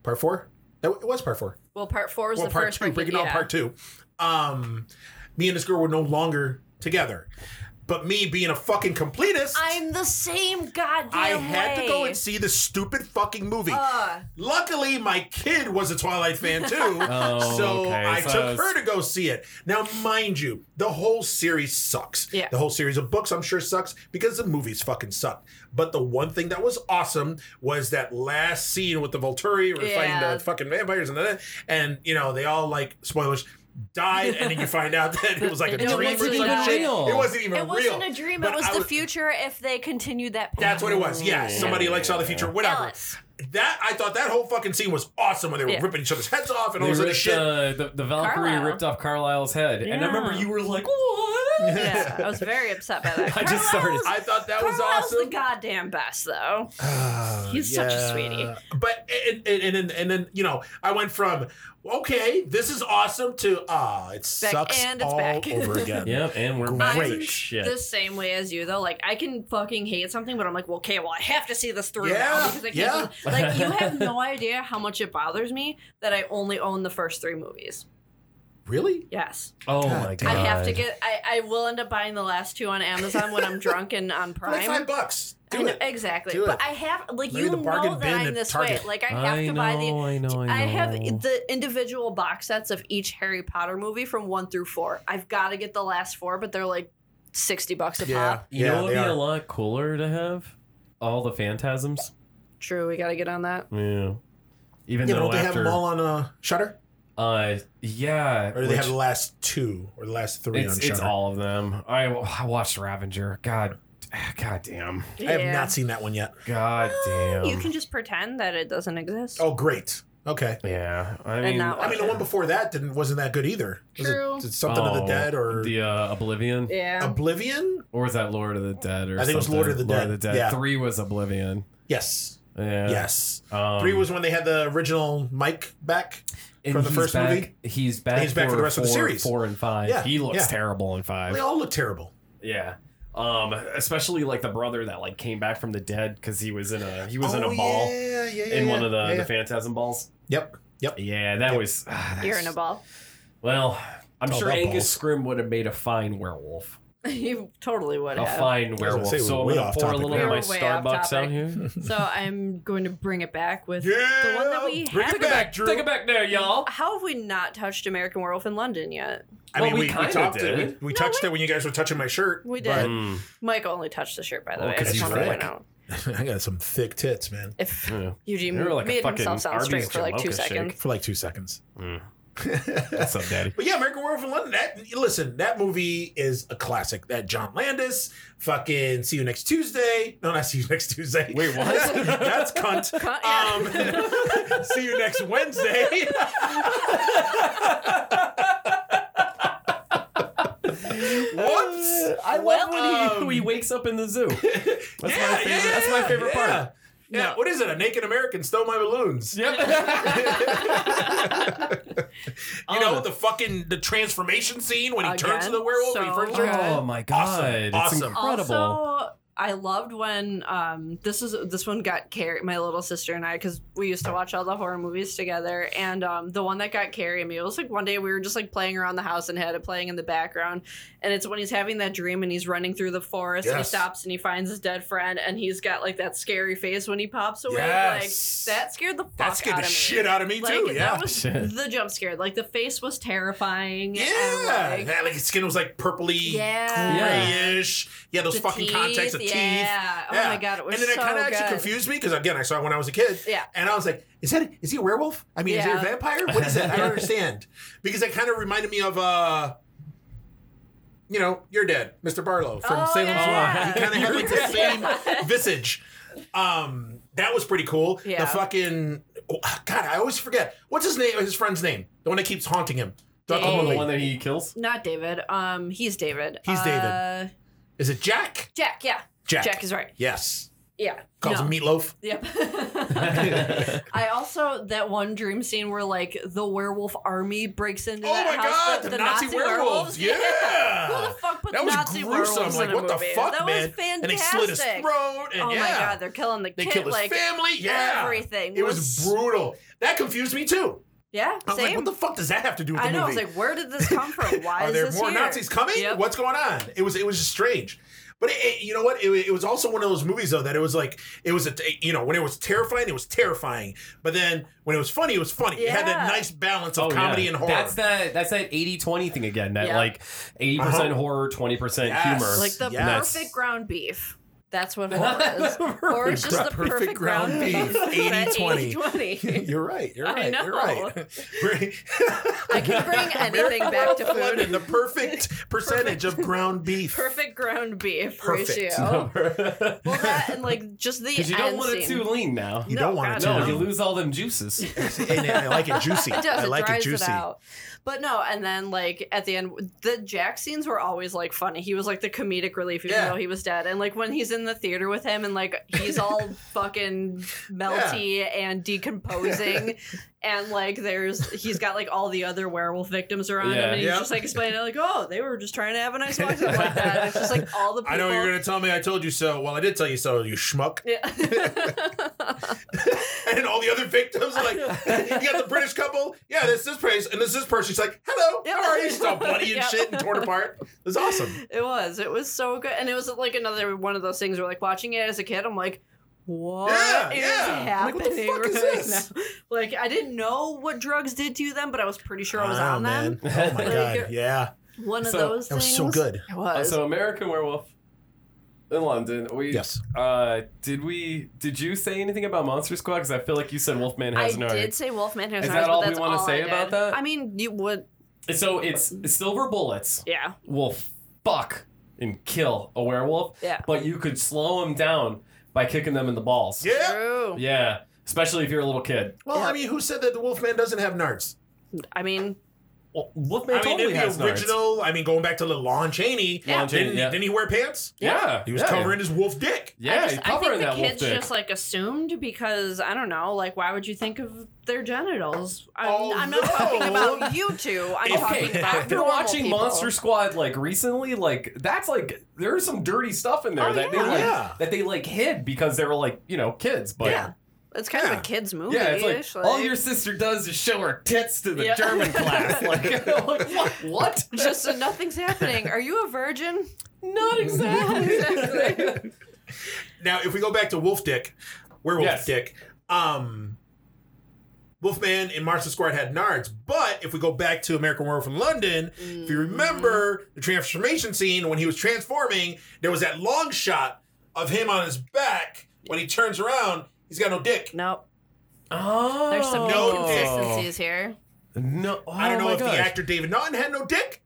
[SPEAKER 4] Part Four, that it was Part Four.
[SPEAKER 3] Well, part four was
[SPEAKER 4] Well,
[SPEAKER 3] the
[SPEAKER 4] Part
[SPEAKER 3] first
[SPEAKER 4] Two, Breaking Dawn
[SPEAKER 3] yeah.
[SPEAKER 4] Part Two. Um, me and this girl were no longer together. But me being a fucking completist,
[SPEAKER 3] I'm the same goddamn
[SPEAKER 4] I had to go
[SPEAKER 3] way.
[SPEAKER 4] and see this stupid fucking movie.
[SPEAKER 3] Ugh.
[SPEAKER 4] Luckily, my kid was a Twilight fan too,
[SPEAKER 2] Oh,
[SPEAKER 4] so
[SPEAKER 2] okay.
[SPEAKER 4] I
[SPEAKER 2] So
[SPEAKER 4] took
[SPEAKER 2] it's-
[SPEAKER 4] her to go see it. Now, mind you, the whole series sucks.
[SPEAKER 3] Yeah.
[SPEAKER 4] The whole series of books, I'm sure, sucks because the movies fucking suck. But the one thing that was awesome was that last scene with the Volturi were fighting
[SPEAKER 3] Yeah.
[SPEAKER 4] the fucking vampires and that, and you know they all like spoilers. Died, and then you find out that it was like a
[SPEAKER 3] It
[SPEAKER 4] dream.
[SPEAKER 3] wasn't
[SPEAKER 4] or some
[SPEAKER 3] even
[SPEAKER 4] shit.
[SPEAKER 2] real.
[SPEAKER 4] It wasn't even
[SPEAKER 1] It wasn't
[SPEAKER 4] real.
[SPEAKER 1] a dream.
[SPEAKER 4] But
[SPEAKER 1] it was
[SPEAKER 4] I
[SPEAKER 1] the future if they continued that. Path.
[SPEAKER 4] That's what it was. Yeah,
[SPEAKER 2] Mm.
[SPEAKER 4] somebody like saw the future. Whatever.
[SPEAKER 1] Alice.
[SPEAKER 4] That I thought that whole fucking scene was awesome when they were
[SPEAKER 3] Yeah.
[SPEAKER 4] ripping each other's heads off and all
[SPEAKER 2] They
[SPEAKER 4] this other
[SPEAKER 2] ripped,
[SPEAKER 4] shit.
[SPEAKER 2] uh, the, the Valkyrie
[SPEAKER 1] Carlisle.
[SPEAKER 2] ripped off Carlisle's head. And I remember
[SPEAKER 1] Yeah.
[SPEAKER 2] you were like, what?
[SPEAKER 3] Yeah, I was very upset by that.
[SPEAKER 2] I just started.
[SPEAKER 4] I thought that was
[SPEAKER 3] Carlisle's
[SPEAKER 4] awesome.
[SPEAKER 3] the goddamn best, though. He's such a sweetie.
[SPEAKER 4] But and and, and then and then you know I went from okay this is awesome to ah it sucks
[SPEAKER 3] and it's
[SPEAKER 4] all
[SPEAKER 3] back.
[SPEAKER 4] over again.
[SPEAKER 2] Yep, and we're back.
[SPEAKER 4] Great
[SPEAKER 2] to shit.
[SPEAKER 3] The same way as you, though. Like, I can fucking hate something, but I'm like, well, okay, well, I have to see this through
[SPEAKER 4] Yeah,
[SPEAKER 3] now because I can't.
[SPEAKER 4] yeah.
[SPEAKER 3] do- Like, you have no idea how much it bothers me that I only own the first three movies.
[SPEAKER 4] Really?
[SPEAKER 3] Yes,
[SPEAKER 2] oh
[SPEAKER 4] God
[SPEAKER 2] my
[SPEAKER 4] damn.
[SPEAKER 2] god.
[SPEAKER 3] I have to get. I, I will end up buying the last two on Amazon when I'm drunk and on
[SPEAKER 4] For like
[SPEAKER 3] Prime.
[SPEAKER 4] five bucks.
[SPEAKER 3] I
[SPEAKER 4] Do
[SPEAKER 3] know-
[SPEAKER 4] it.
[SPEAKER 3] Exactly.
[SPEAKER 4] Do
[SPEAKER 3] but
[SPEAKER 4] it.
[SPEAKER 3] I have like
[SPEAKER 4] Maybe
[SPEAKER 3] you
[SPEAKER 4] the bargain
[SPEAKER 3] know that
[SPEAKER 4] bin
[SPEAKER 3] I'm
[SPEAKER 4] at
[SPEAKER 3] this
[SPEAKER 4] Target.
[SPEAKER 3] way. Like I have
[SPEAKER 2] I
[SPEAKER 3] to
[SPEAKER 2] know,
[SPEAKER 3] buy the
[SPEAKER 2] I know, I know.
[SPEAKER 3] I have the individual box sets of each Harry Potter movie from one through four. I've got to get the last four, but they're like sixty bucks a
[SPEAKER 4] Yeah.
[SPEAKER 3] pop.
[SPEAKER 2] You know what would
[SPEAKER 4] they
[SPEAKER 2] be
[SPEAKER 4] are.
[SPEAKER 2] a lot cooler to have? All the phantasms.
[SPEAKER 3] True, we got to get on that.
[SPEAKER 2] Yeah. Even
[SPEAKER 4] You know
[SPEAKER 2] though
[SPEAKER 4] they have
[SPEAKER 2] after,
[SPEAKER 4] them all on uh, Shutter,
[SPEAKER 2] uh, yeah,
[SPEAKER 4] or do they
[SPEAKER 2] which-
[SPEAKER 4] have the last two or the last three
[SPEAKER 2] it's,
[SPEAKER 4] on Shutter.
[SPEAKER 2] it's all of them. I, I watched Ravenger. God, god damn,
[SPEAKER 4] I have not seen that one yet.
[SPEAKER 2] god damn.
[SPEAKER 3] You can just pretend that it doesn't exist.
[SPEAKER 4] Oh, great. Okay.
[SPEAKER 2] yeah, I
[SPEAKER 3] And
[SPEAKER 2] mean,
[SPEAKER 3] not
[SPEAKER 4] I mean, the one before that didn't wasn't that good either. Was it-
[SPEAKER 3] True.
[SPEAKER 4] is it something of the
[SPEAKER 2] oh,
[SPEAKER 4] Dead or
[SPEAKER 2] the uh, Oblivion,
[SPEAKER 3] Yeah.
[SPEAKER 4] Oblivion?
[SPEAKER 2] or was that Lord of the Dead? Or
[SPEAKER 4] I think it was
[SPEAKER 2] something?
[SPEAKER 4] Lord of the Dead, yeah.
[SPEAKER 2] Three was Oblivion.
[SPEAKER 4] Yes.
[SPEAKER 2] Yeah.
[SPEAKER 4] Yes.
[SPEAKER 2] Um,
[SPEAKER 4] Three was when they had the original Mike back.
[SPEAKER 2] and
[SPEAKER 4] from the
[SPEAKER 2] he's
[SPEAKER 4] first
[SPEAKER 2] back,
[SPEAKER 4] movie.
[SPEAKER 2] He's back.
[SPEAKER 4] He's back for the rest of the
[SPEAKER 2] four-
[SPEAKER 4] series.
[SPEAKER 2] Four and five.
[SPEAKER 4] Yeah,
[SPEAKER 2] He looks
[SPEAKER 4] yeah.
[SPEAKER 2] terrible in five.
[SPEAKER 4] They all look terrible.
[SPEAKER 2] Yeah. Um, especially like the brother that like came back from the dead because he was in a he was in
[SPEAKER 4] Oh,
[SPEAKER 2] a ball
[SPEAKER 4] Yeah, yeah, yeah,
[SPEAKER 2] in one
[SPEAKER 4] yeah,
[SPEAKER 2] of the,
[SPEAKER 4] yeah,
[SPEAKER 2] the
[SPEAKER 4] yeah.
[SPEAKER 2] phantasm balls.
[SPEAKER 4] Yep. Yep.
[SPEAKER 2] Yeah, that
[SPEAKER 4] Yep.
[SPEAKER 2] was ah, that's-
[SPEAKER 3] You're in a ball.
[SPEAKER 2] Well, I'm
[SPEAKER 4] It's all
[SPEAKER 2] sure
[SPEAKER 4] about
[SPEAKER 2] Angus
[SPEAKER 4] balls.
[SPEAKER 2] Scrim would have made a fine werewolf.
[SPEAKER 3] you totally would
[SPEAKER 2] A
[SPEAKER 3] have.
[SPEAKER 2] fine
[SPEAKER 4] gonna
[SPEAKER 2] werewolf.
[SPEAKER 4] say,
[SPEAKER 2] so
[SPEAKER 4] we're
[SPEAKER 2] I'm gonna
[SPEAKER 4] way
[SPEAKER 2] pour
[SPEAKER 4] off
[SPEAKER 2] a little
[SPEAKER 4] topic
[SPEAKER 2] of my
[SPEAKER 3] there. We're way off
[SPEAKER 2] Starbucks out
[SPEAKER 3] topic.
[SPEAKER 2] here.
[SPEAKER 3] So I'm going to bring it back with the one that we
[SPEAKER 4] Yeah. Bring
[SPEAKER 3] had.
[SPEAKER 4] it back, Drew.
[SPEAKER 2] Take it back there, y'all.
[SPEAKER 3] How have we not touched American Werewolf in London yet?
[SPEAKER 4] I
[SPEAKER 2] Well,
[SPEAKER 4] mean,
[SPEAKER 2] we
[SPEAKER 4] we, we,
[SPEAKER 2] kinda
[SPEAKER 4] talked
[SPEAKER 2] did.
[SPEAKER 4] it. We, we touched it when you guys were touching my shirt.
[SPEAKER 3] We
[SPEAKER 4] but-
[SPEAKER 3] did.
[SPEAKER 2] Mm,
[SPEAKER 3] Mike only touched the shirt, by the
[SPEAKER 2] Well,
[SPEAKER 3] way. I
[SPEAKER 2] 'cause
[SPEAKER 3] just
[SPEAKER 4] he's
[SPEAKER 3] want to
[SPEAKER 4] Rick.
[SPEAKER 3] point out.
[SPEAKER 4] I got some thick tits, man.
[SPEAKER 3] If
[SPEAKER 2] Yeah.
[SPEAKER 3] Eugene
[SPEAKER 2] They were like a
[SPEAKER 3] made
[SPEAKER 2] fucking
[SPEAKER 3] himself sound
[SPEAKER 2] Arby's
[SPEAKER 3] straight for like two
[SPEAKER 2] Jaloka shake.
[SPEAKER 3] seconds.
[SPEAKER 4] For like two seconds.
[SPEAKER 2] Mm. What's up, Daddy?
[SPEAKER 4] But yeah, American Werewolf in London. That listen, that movie is a classic. That John Landis, fucking see you next Tuesday. No, not see you next Tuesday.
[SPEAKER 2] Wait, what?
[SPEAKER 4] That's cunt.
[SPEAKER 3] Cunt,
[SPEAKER 4] Um, see you next Wednesday. Whoops.
[SPEAKER 2] Uh, I
[SPEAKER 3] Well,
[SPEAKER 2] love when he,
[SPEAKER 4] um,
[SPEAKER 2] he wakes up in the zoo. That's my
[SPEAKER 4] Yeah,
[SPEAKER 2] favorite.
[SPEAKER 4] yeah,
[SPEAKER 2] that's my favorite
[SPEAKER 4] yeah.
[SPEAKER 2] part.
[SPEAKER 4] Yeah, what is it? A naked American stole my balloons. You know the fucking the transformation scene when he turns to
[SPEAKER 3] Oh. Again,
[SPEAKER 4] the werewolf and he
[SPEAKER 3] so
[SPEAKER 4] turns
[SPEAKER 3] good.
[SPEAKER 4] her.
[SPEAKER 2] Oh my god, it's
[SPEAKER 4] Awesome.
[SPEAKER 2] incredible.
[SPEAKER 3] Also, I loved when um, this is this one got carried my little sister and I because we used to watch all the horror movies together and um, the one that got carried me it was like one day we were just like playing around the house and had it playing in the background and it's when he's having that dream and he's running through the forest and he
[SPEAKER 4] Yes.
[SPEAKER 3] stops and he finds his dead friend and he's got like that scary face when he pops away
[SPEAKER 4] Yes.
[SPEAKER 3] like that scared the fuck
[SPEAKER 4] That scared
[SPEAKER 3] out
[SPEAKER 4] the
[SPEAKER 3] of me.
[SPEAKER 4] shit out of me
[SPEAKER 3] like,
[SPEAKER 4] too. Yeah.
[SPEAKER 3] That was
[SPEAKER 2] Shit.
[SPEAKER 3] the jump scare. Like the face was terrifying.
[SPEAKER 4] Yeah,
[SPEAKER 3] And, like,
[SPEAKER 4] yeah, like his skin was like purpley,
[SPEAKER 3] Yeah.
[SPEAKER 4] grayish. Yeah, those
[SPEAKER 3] the
[SPEAKER 4] fucking
[SPEAKER 3] teeth,
[SPEAKER 4] contacts of
[SPEAKER 3] yeah.
[SPEAKER 4] teeth.
[SPEAKER 3] Oh
[SPEAKER 4] Yeah.
[SPEAKER 3] my god, it was
[SPEAKER 4] And then
[SPEAKER 3] so
[SPEAKER 4] it kind of actually
[SPEAKER 3] good.
[SPEAKER 4] confused me because again, I saw it when I was a kid.
[SPEAKER 3] Yeah.
[SPEAKER 4] And I was like, is that is he a werewolf? I mean, is he a
[SPEAKER 3] Yeah.
[SPEAKER 4] vampire? What is that? I don't understand. Because it kind of reminded me of uh you know, you're dead, Mr. Barlow from
[SPEAKER 3] Oh,
[SPEAKER 4] Salem's
[SPEAKER 3] yeah.
[SPEAKER 4] Lot. He kind of had like the same visage. Um, that was pretty cool.
[SPEAKER 3] Yeah.
[SPEAKER 4] The fucking oh, God, I always forget what's his name. His friend's name, the one that keeps haunting him. throughout the
[SPEAKER 3] Dave.
[SPEAKER 2] Oh,
[SPEAKER 4] movie.
[SPEAKER 2] the one that he kills.
[SPEAKER 3] Not David. Um, he's David.
[SPEAKER 4] He's David.
[SPEAKER 3] Uh,
[SPEAKER 4] Is it Jack?
[SPEAKER 3] Jack. Yeah.
[SPEAKER 4] Jack.
[SPEAKER 3] Jack is right.
[SPEAKER 4] Yes.
[SPEAKER 3] Yeah.
[SPEAKER 4] Calls
[SPEAKER 3] No.
[SPEAKER 4] him Meatloaf.
[SPEAKER 3] Yep. I also that one dream scene where like the werewolf army breaks into
[SPEAKER 4] Oh
[SPEAKER 3] that
[SPEAKER 4] my
[SPEAKER 3] house,
[SPEAKER 4] God,
[SPEAKER 3] but
[SPEAKER 4] the Nazi werewolves, yeah.
[SPEAKER 3] Who the fuck put
[SPEAKER 4] That was
[SPEAKER 3] Nazi
[SPEAKER 4] gruesome.
[SPEAKER 3] werewolves
[SPEAKER 4] Like,
[SPEAKER 3] in a
[SPEAKER 4] what the
[SPEAKER 3] movie?
[SPEAKER 4] fuck,
[SPEAKER 3] that
[SPEAKER 4] man?
[SPEAKER 3] was fantastic.
[SPEAKER 4] And they slit his throat. And
[SPEAKER 3] oh
[SPEAKER 4] yeah,
[SPEAKER 3] my god, they're killing the
[SPEAKER 4] they
[SPEAKER 3] kid.
[SPEAKER 4] killed his
[SPEAKER 3] like
[SPEAKER 4] family. Yeah,
[SPEAKER 3] everything
[SPEAKER 4] It was, brutal. That confused me too.
[SPEAKER 3] Yeah,
[SPEAKER 4] I was like,
[SPEAKER 3] same.
[SPEAKER 4] what the fuck does that have to do with the
[SPEAKER 3] I know. I was
[SPEAKER 4] movie?
[SPEAKER 3] like, where did this come from? Why
[SPEAKER 4] Are
[SPEAKER 3] is
[SPEAKER 4] there
[SPEAKER 3] this
[SPEAKER 4] more
[SPEAKER 3] here?
[SPEAKER 4] Nazis coming?
[SPEAKER 3] Yep.
[SPEAKER 4] What's going on? It was it was just strange. But it, it- you know what? It, wa- it was also one of those movies though that it was like it was a t- you know when it was terrifying it was terrifying, but then when it was funny it was funny. It had that
[SPEAKER 3] Yeah.
[SPEAKER 4] nice balance of comedy
[SPEAKER 2] Oh, yeah.
[SPEAKER 4] and horror.
[SPEAKER 2] That's that that's that 80-20 thing again. That
[SPEAKER 3] Yeah.
[SPEAKER 2] like 80%
[SPEAKER 4] Uh-huh.
[SPEAKER 2] horror, 20%
[SPEAKER 4] Yes.
[SPEAKER 2] humor.
[SPEAKER 3] Like the
[SPEAKER 4] Yes.
[SPEAKER 3] perfect ground beef. That's what horror is. Horror is just the
[SPEAKER 4] Perfect
[SPEAKER 3] perfect,
[SPEAKER 4] ground
[SPEAKER 3] ground,
[SPEAKER 4] beef.
[SPEAKER 3] beef.
[SPEAKER 4] 80-20.
[SPEAKER 3] 20
[SPEAKER 4] you're right. You're
[SPEAKER 3] I
[SPEAKER 4] right. You're right.
[SPEAKER 3] I can bring anything Oh. back to
[SPEAKER 4] Flynn
[SPEAKER 3] food.
[SPEAKER 4] and the perfect percentage of ground beef.
[SPEAKER 3] Perfect ground beef
[SPEAKER 4] Perfect.
[SPEAKER 3] ratio. Well, that and like just the
[SPEAKER 2] Because you don't
[SPEAKER 3] end
[SPEAKER 2] Oh. want it
[SPEAKER 3] scene.
[SPEAKER 2] too lean now.
[SPEAKER 4] You
[SPEAKER 3] No,
[SPEAKER 4] don't want it
[SPEAKER 3] God,
[SPEAKER 4] to.
[SPEAKER 2] No,
[SPEAKER 3] No.
[SPEAKER 2] you lose all them juices.
[SPEAKER 4] And I like it juicy.
[SPEAKER 3] It does.
[SPEAKER 4] I
[SPEAKER 3] it
[SPEAKER 4] like
[SPEAKER 3] dries
[SPEAKER 4] it juicy.
[SPEAKER 3] it out. But no, and then like at the end, the Jack scenes were always like funny. He was like the comedic relief, even
[SPEAKER 4] Yeah.
[SPEAKER 3] though he was dead. And like when he's in the theater with him, and like he's all fucking melty and decomposing, and like there's he's got like all the other werewolf victims around
[SPEAKER 2] Yeah.
[SPEAKER 3] him, and he's
[SPEAKER 4] Yeah.
[SPEAKER 3] just like explaining like, oh, they were just trying to have a nice walk up like that. And it's just like all the people.
[SPEAKER 4] I know you're gonna tell me I told you so. Well, I did tell you so. You schmuck.
[SPEAKER 3] Yeah.
[SPEAKER 4] And then all the other victims are like, you got the British couple. Yeah, this this person and this this person. She's like, hello,
[SPEAKER 3] Yeah.
[SPEAKER 4] how are you? She's all bloody and
[SPEAKER 3] Yep.
[SPEAKER 4] shit and torn apart. It's awesome.
[SPEAKER 3] It was. It was so good. And it was like another one of those things where like watching it as a kid, I'm like, what
[SPEAKER 4] Yeah,
[SPEAKER 3] is
[SPEAKER 4] yeah. I'm like,
[SPEAKER 3] happening
[SPEAKER 4] what the fuck is
[SPEAKER 3] right
[SPEAKER 4] this?
[SPEAKER 3] now? Like I didn't know what drugs did to them, but I was pretty sure I was
[SPEAKER 4] Wow,
[SPEAKER 3] on
[SPEAKER 4] man.
[SPEAKER 3] them.
[SPEAKER 4] Oh my
[SPEAKER 3] Like,
[SPEAKER 4] god, yeah,
[SPEAKER 3] One of
[SPEAKER 2] So-
[SPEAKER 3] those
[SPEAKER 4] that
[SPEAKER 3] things.
[SPEAKER 4] was so good.
[SPEAKER 3] It
[SPEAKER 2] Uh,
[SPEAKER 3] was.
[SPEAKER 2] so American Werewolf in London. We
[SPEAKER 4] Yes.
[SPEAKER 2] Uh, did we? Did you say anything about Monster Squad? Because I feel like you said Wolfman
[SPEAKER 3] I
[SPEAKER 2] has no.
[SPEAKER 3] did say Wolfman has
[SPEAKER 2] Is
[SPEAKER 3] an
[SPEAKER 2] that
[SPEAKER 3] eyes,
[SPEAKER 2] all
[SPEAKER 3] but
[SPEAKER 2] we
[SPEAKER 3] that's
[SPEAKER 2] wanna
[SPEAKER 3] all I
[SPEAKER 2] say
[SPEAKER 3] did.
[SPEAKER 2] about that?
[SPEAKER 3] I mean, you would.
[SPEAKER 2] So it's silver bullets
[SPEAKER 3] Yeah.
[SPEAKER 2] will fuck and kill a werewolf.
[SPEAKER 3] Yeah.
[SPEAKER 2] But you could slow them down by kicking them in the balls.
[SPEAKER 4] Yeah.
[SPEAKER 3] True.
[SPEAKER 2] Yeah. Especially if you're a little kid.
[SPEAKER 4] Well, I mean, who said that the Wolfman doesn't have nards?
[SPEAKER 3] I mean,
[SPEAKER 2] Well, Wolfman
[SPEAKER 4] I mean, in
[SPEAKER 2] totally
[SPEAKER 4] the
[SPEAKER 2] has nards.
[SPEAKER 4] original. I mean, going back to the Lon Chaney.
[SPEAKER 3] Yeah. Lon
[SPEAKER 2] Chaney,
[SPEAKER 4] didn't,
[SPEAKER 2] yeah.
[SPEAKER 4] didn't he wear pants?
[SPEAKER 2] Yeah.
[SPEAKER 4] He was
[SPEAKER 2] yeah.
[SPEAKER 4] covering his wolf dick.
[SPEAKER 2] Yeah,
[SPEAKER 3] I, just,
[SPEAKER 2] he's
[SPEAKER 3] I
[SPEAKER 2] covering
[SPEAKER 3] think the
[SPEAKER 2] that wolf
[SPEAKER 3] kids
[SPEAKER 2] dick.
[SPEAKER 3] just like assumed because I don't know, like why would you think of their genitals? I'm,
[SPEAKER 2] Oh,
[SPEAKER 3] I'm not
[SPEAKER 4] Although-
[SPEAKER 3] talking about you two. I'm talking
[SPEAKER 2] Okay,
[SPEAKER 3] about
[SPEAKER 2] after
[SPEAKER 3] normal
[SPEAKER 2] watching
[SPEAKER 3] people.
[SPEAKER 2] Monster Squad like recently, like that's like there's some dirty stuff in there
[SPEAKER 3] Oh,
[SPEAKER 2] that
[SPEAKER 3] yeah.
[SPEAKER 2] they like
[SPEAKER 4] Yeah.
[SPEAKER 2] that they like hid because they were like you know kids, but
[SPEAKER 3] Yeah. It's kind of
[SPEAKER 4] Yeah.
[SPEAKER 3] a kids movie.
[SPEAKER 2] Yeah, it's like, all your sister does is show her tits to the
[SPEAKER 3] Yeah.
[SPEAKER 2] German class. Like, like, what? what?
[SPEAKER 3] just so nothing's happening. Are you a virgin?
[SPEAKER 2] Not exactly.
[SPEAKER 4] Now, if we go back to Wolf Dick, werewolf
[SPEAKER 2] Yes.
[SPEAKER 4] Dick, um, Wolfman and Monster Squad had nards. But if we go back to American Werewolf in London,
[SPEAKER 3] Mm-hmm.
[SPEAKER 4] if you remember the transformation scene when he was transforming, there was that long shot of him on his back when he turns around. He's got no dick.
[SPEAKER 3] No.
[SPEAKER 2] oh,
[SPEAKER 3] There's some
[SPEAKER 4] No
[SPEAKER 3] inconsistencies here.
[SPEAKER 2] No,
[SPEAKER 4] I don't
[SPEAKER 2] oh
[SPEAKER 4] know
[SPEAKER 2] my
[SPEAKER 4] if
[SPEAKER 2] gosh.
[SPEAKER 4] the actor David Naughton had no dick,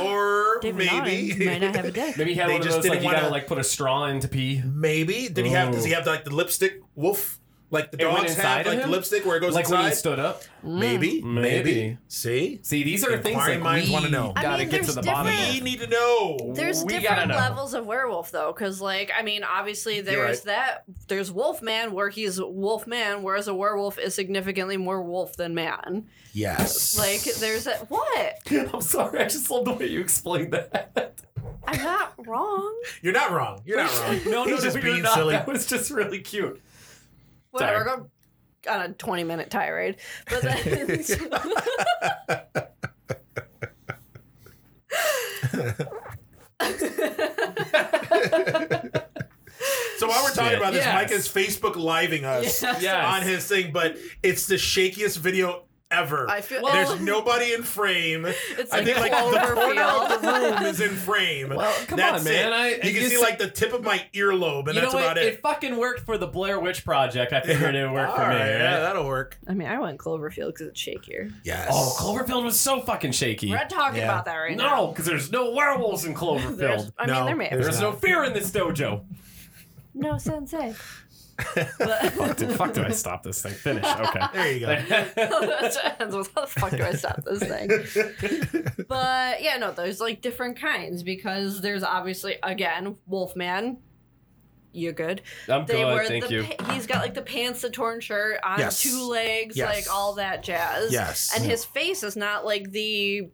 [SPEAKER 4] or
[SPEAKER 3] David
[SPEAKER 4] maybe
[SPEAKER 3] Naughton might not have a dick.
[SPEAKER 2] Maybe he had
[SPEAKER 4] They
[SPEAKER 2] one of
[SPEAKER 4] just
[SPEAKER 2] those like
[SPEAKER 4] didn't
[SPEAKER 2] you gotta
[SPEAKER 4] wanna-
[SPEAKER 2] like put a straw in to pee.
[SPEAKER 4] maybe did he have?
[SPEAKER 2] Ooh.
[SPEAKER 4] Does he have like the lipstick wolf? Like the
[SPEAKER 2] It went
[SPEAKER 4] dogs
[SPEAKER 2] inside
[SPEAKER 4] have
[SPEAKER 2] of
[SPEAKER 4] like the
[SPEAKER 2] him?
[SPEAKER 4] lipstick where it goes
[SPEAKER 2] Like when he
[SPEAKER 4] inside.
[SPEAKER 2] stood up.
[SPEAKER 4] Maybe,
[SPEAKER 2] Maybe.
[SPEAKER 4] Mm, maybe. See,
[SPEAKER 2] See, these are things
[SPEAKER 4] Inquiring
[SPEAKER 2] like
[SPEAKER 4] minds
[SPEAKER 2] we
[SPEAKER 4] wanna know.
[SPEAKER 2] Gotta
[SPEAKER 3] I mean,
[SPEAKER 2] get to
[SPEAKER 3] there's
[SPEAKER 2] the bottom.
[SPEAKER 4] we
[SPEAKER 2] of.
[SPEAKER 4] need to know.
[SPEAKER 3] There's
[SPEAKER 2] We gotta
[SPEAKER 3] different
[SPEAKER 2] know.
[SPEAKER 3] levels of werewolf though, because like I mean, obviously there's
[SPEAKER 4] right.
[SPEAKER 3] that there's Wolfman where he's Wolfman, whereas a werewolf is significantly more wolf than man.
[SPEAKER 4] Yes.
[SPEAKER 3] Like there's that what?
[SPEAKER 2] I'm sorry, I just love the way you explained that.
[SPEAKER 3] I'm not wrong.
[SPEAKER 4] you're not wrong. You're not wrong.
[SPEAKER 2] No, no,
[SPEAKER 4] He's just
[SPEAKER 2] no,
[SPEAKER 4] being
[SPEAKER 2] you're not.
[SPEAKER 4] silly.
[SPEAKER 2] That was just really cute.
[SPEAKER 3] Whatever.
[SPEAKER 2] Sorry.
[SPEAKER 3] Go on a 20 minute tirade, but then
[SPEAKER 4] So while we're talking
[SPEAKER 2] Shit.
[SPEAKER 4] about this,
[SPEAKER 2] Yes.
[SPEAKER 4] Mike is Facebook living us
[SPEAKER 3] Yeah.
[SPEAKER 2] Yes.
[SPEAKER 4] on his thing, but it's the shakiest video ever.
[SPEAKER 3] I feel-
[SPEAKER 4] There's
[SPEAKER 3] Well-
[SPEAKER 4] nobody in frame.
[SPEAKER 3] it's
[SPEAKER 4] I
[SPEAKER 3] like,
[SPEAKER 4] think like the
[SPEAKER 3] Cloverfield.
[SPEAKER 4] corner of the room is in frame.
[SPEAKER 2] Well, come
[SPEAKER 4] That's
[SPEAKER 2] on, man.
[SPEAKER 4] it.
[SPEAKER 2] I-
[SPEAKER 4] you can
[SPEAKER 2] you
[SPEAKER 4] see
[SPEAKER 2] s-
[SPEAKER 4] like the tip of my earlobe, and
[SPEAKER 2] You know
[SPEAKER 4] that's about
[SPEAKER 2] what?
[SPEAKER 4] it.
[SPEAKER 2] It fucking worked for the Blair Witch Project. I figured it would work
[SPEAKER 4] All
[SPEAKER 2] for me.
[SPEAKER 4] right, yeah,
[SPEAKER 2] right?
[SPEAKER 4] that'll work.
[SPEAKER 3] I mean, I went Cloverfield because it's shakier.
[SPEAKER 4] Yes.
[SPEAKER 2] Oh, Cloverfield was so fucking shaky.
[SPEAKER 3] We're not talking
[SPEAKER 4] Yeah.
[SPEAKER 3] about that right now.
[SPEAKER 2] no, because there's no werewolves in Cloverfield.
[SPEAKER 3] There's,
[SPEAKER 2] There's,
[SPEAKER 3] I
[SPEAKER 4] No,
[SPEAKER 3] mean, there may
[SPEAKER 4] there's
[SPEAKER 3] have
[SPEAKER 2] no fear in this dojo.
[SPEAKER 3] no sensei. But
[SPEAKER 2] Did, fuck, did I stop this thing? Finish. Okay.
[SPEAKER 4] There you go.
[SPEAKER 3] how the fuck do I stop this thing? But yeah, no, there's like different kinds because there's obviously again Wolfman. You're good.
[SPEAKER 2] I'm
[SPEAKER 3] They
[SPEAKER 2] good.
[SPEAKER 3] wear
[SPEAKER 2] Thank
[SPEAKER 3] the
[SPEAKER 2] you.
[SPEAKER 3] Pa- he's got like the pants, the torn shirt on
[SPEAKER 4] Yes.
[SPEAKER 3] two legs,
[SPEAKER 4] Yes.
[SPEAKER 3] like all that jazz.
[SPEAKER 4] Yes.
[SPEAKER 3] And his face is not like the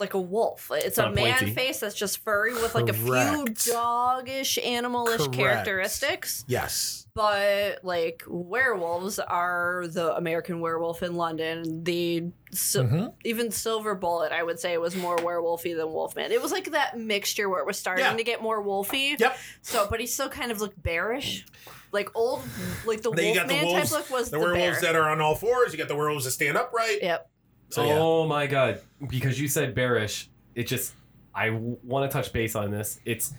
[SPEAKER 3] like a wolf. It's, a
[SPEAKER 2] not a
[SPEAKER 3] man
[SPEAKER 2] pointy.
[SPEAKER 3] face that's just furry with like a few
[SPEAKER 4] Correct.
[SPEAKER 3] dogish animalish
[SPEAKER 4] Correct.
[SPEAKER 3] characteristics.
[SPEAKER 4] Yes.
[SPEAKER 3] But like werewolves are the American werewolf in London. The si-
[SPEAKER 4] Mhm.
[SPEAKER 3] even Silver Bullet, I would say, was more werewolfy than Wolfman. It was like that mixture where it was starting
[SPEAKER 4] Yeah.
[SPEAKER 3] to get more wolfy.
[SPEAKER 4] Yep.
[SPEAKER 3] So, but he still kind of looked bearish, like old, like the
[SPEAKER 4] Then you got the
[SPEAKER 3] Wolfman type
[SPEAKER 4] wolves-
[SPEAKER 3] look was
[SPEAKER 4] The
[SPEAKER 3] the,
[SPEAKER 4] werewolves
[SPEAKER 3] bear.
[SPEAKER 4] that are on all fours. You got the werewolves that stand upright.
[SPEAKER 3] yep.
[SPEAKER 4] So, yeah.
[SPEAKER 2] oh my god! Because you said bearish, it just I want to touch base on this. It's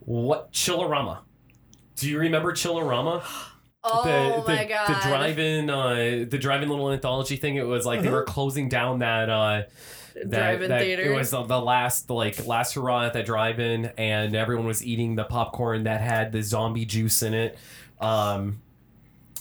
[SPEAKER 2] what Chillerama. Do you remember Chillerama?
[SPEAKER 3] Oh
[SPEAKER 2] the, the,
[SPEAKER 3] my god.
[SPEAKER 2] The drive-in, uh, the drive-in little anthology thing. It was like they
[SPEAKER 3] Mm-hmm.
[SPEAKER 2] were closing down that uh, that,
[SPEAKER 3] Drive-in
[SPEAKER 2] that-
[SPEAKER 3] theater.
[SPEAKER 2] It was the, the last, like last hurrah at that drive-in, and everyone was eating the popcorn that had the zombie juice in it. Um,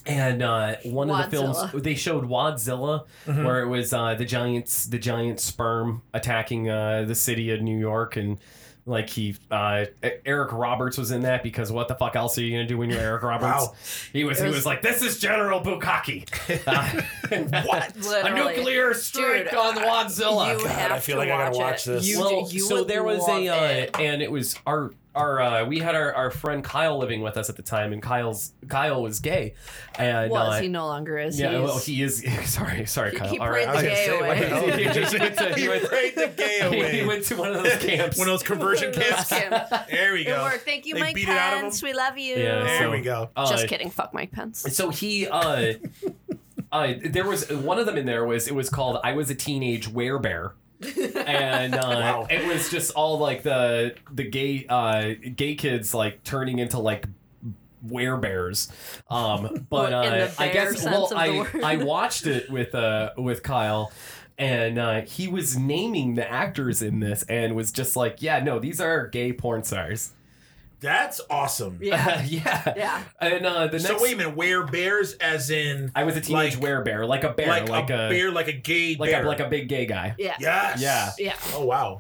[SPEAKER 2] and uh, one of the films
[SPEAKER 3] Wadzilla.
[SPEAKER 2] they showed Wadzilla,
[SPEAKER 4] Mhm.
[SPEAKER 2] where it was uh, the giants, the giant sperm attacking uh, the city of New York, and like he uh, Eric Roberts was in that because what the fuck else are you gonna do when you're Eric Roberts?
[SPEAKER 4] Wow.
[SPEAKER 2] He was,
[SPEAKER 3] It
[SPEAKER 2] he
[SPEAKER 3] was-
[SPEAKER 2] was like, this is General Bukaki. Uh,
[SPEAKER 4] What?
[SPEAKER 2] a
[SPEAKER 3] Literally.
[SPEAKER 2] nuclear strike
[SPEAKER 3] Dude,
[SPEAKER 2] on Wadzilla.
[SPEAKER 3] You
[SPEAKER 4] God,
[SPEAKER 3] have
[SPEAKER 4] I feel
[SPEAKER 3] to
[SPEAKER 4] like I gotta watch
[SPEAKER 3] it.
[SPEAKER 4] this.
[SPEAKER 3] You,
[SPEAKER 2] well,
[SPEAKER 3] you
[SPEAKER 2] so
[SPEAKER 3] would
[SPEAKER 2] there was
[SPEAKER 3] love
[SPEAKER 2] a, uh,
[SPEAKER 3] it.
[SPEAKER 2] and it was our, our, uh, we had our, our friend Kyle living with us at the time, and Kyle's, Kyle was gay. And,
[SPEAKER 3] was
[SPEAKER 2] uh,
[SPEAKER 3] he no longer is.
[SPEAKER 2] yeah,
[SPEAKER 3] He's-
[SPEAKER 2] well, he is. Sorry, sorry,
[SPEAKER 3] He-
[SPEAKER 2] Kyle.
[SPEAKER 3] he
[SPEAKER 2] All
[SPEAKER 3] prayed
[SPEAKER 2] right.
[SPEAKER 4] I was
[SPEAKER 3] the
[SPEAKER 4] gonna
[SPEAKER 3] gay
[SPEAKER 4] say, what the hell
[SPEAKER 2] away.
[SPEAKER 4] did you just say?
[SPEAKER 2] He
[SPEAKER 4] He
[SPEAKER 2] went-
[SPEAKER 4] prayed the gay away.
[SPEAKER 2] He went to one of those camps.
[SPEAKER 4] One of those conversion camps. There we
[SPEAKER 3] It
[SPEAKER 4] go.
[SPEAKER 3] worked. Thank you,
[SPEAKER 4] They
[SPEAKER 3] Mike
[SPEAKER 4] beat it out of him.
[SPEAKER 3] Pence. We love you.
[SPEAKER 2] Yeah,
[SPEAKER 4] There
[SPEAKER 2] So-
[SPEAKER 4] we go.
[SPEAKER 2] Uh,
[SPEAKER 3] Just kidding. Fuck Mike Pence.
[SPEAKER 2] So he, uh, uh, there was one of them in there was it was called "I Was a Teenage Werebear," and uh,
[SPEAKER 4] Wow.
[SPEAKER 2] it was just all like the the gay uh, gay kids like turning into like werebears. Um, but
[SPEAKER 3] Well, in
[SPEAKER 2] uh,
[SPEAKER 3] the
[SPEAKER 2] I
[SPEAKER 3] bear
[SPEAKER 2] guess
[SPEAKER 3] sense
[SPEAKER 2] well,
[SPEAKER 3] of the
[SPEAKER 2] I
[SPEAKER 3] word.
[SPEAKER 2] I watched it with uh with Kyle. And uh, he was naming the actors in this, and was just like, "Yeah, no, these are gay porn stars."
[SPEAKER 4] That's awesome.
[SPEAKER 3] yeah.
[SPEAKER 2] yeah,
[SPEAKER 3] Yeah.
[SPEAKER 2] And uh, the
[SPEAKER 4] So
[SPEAKER 2] next,
[SPEAKER 4] wait a minute, where bears as in
[SPEAKER 2] I was a teenage
[SPEAKER 4] Like-
[SPEAKER 2] werebear, like a bear,
[SPEAKER 4] like,
[SPEAKER 2] like,
[SPEAKER 4] a,
[SPEAKER 2] a,
[SPEAKER 4] bear, like a gay
[SPEAKER 2] like
[SPEAKER 4] bear,
[SPEAKER 2] a like a big gay guy.
[SPEAKER 3] Yeah.
[SPEAKER 4] yes,
[SPEAKER 2] Yeah.
[SPEAKER 3] Yeah.
[SPEAKER 4] Oh wow,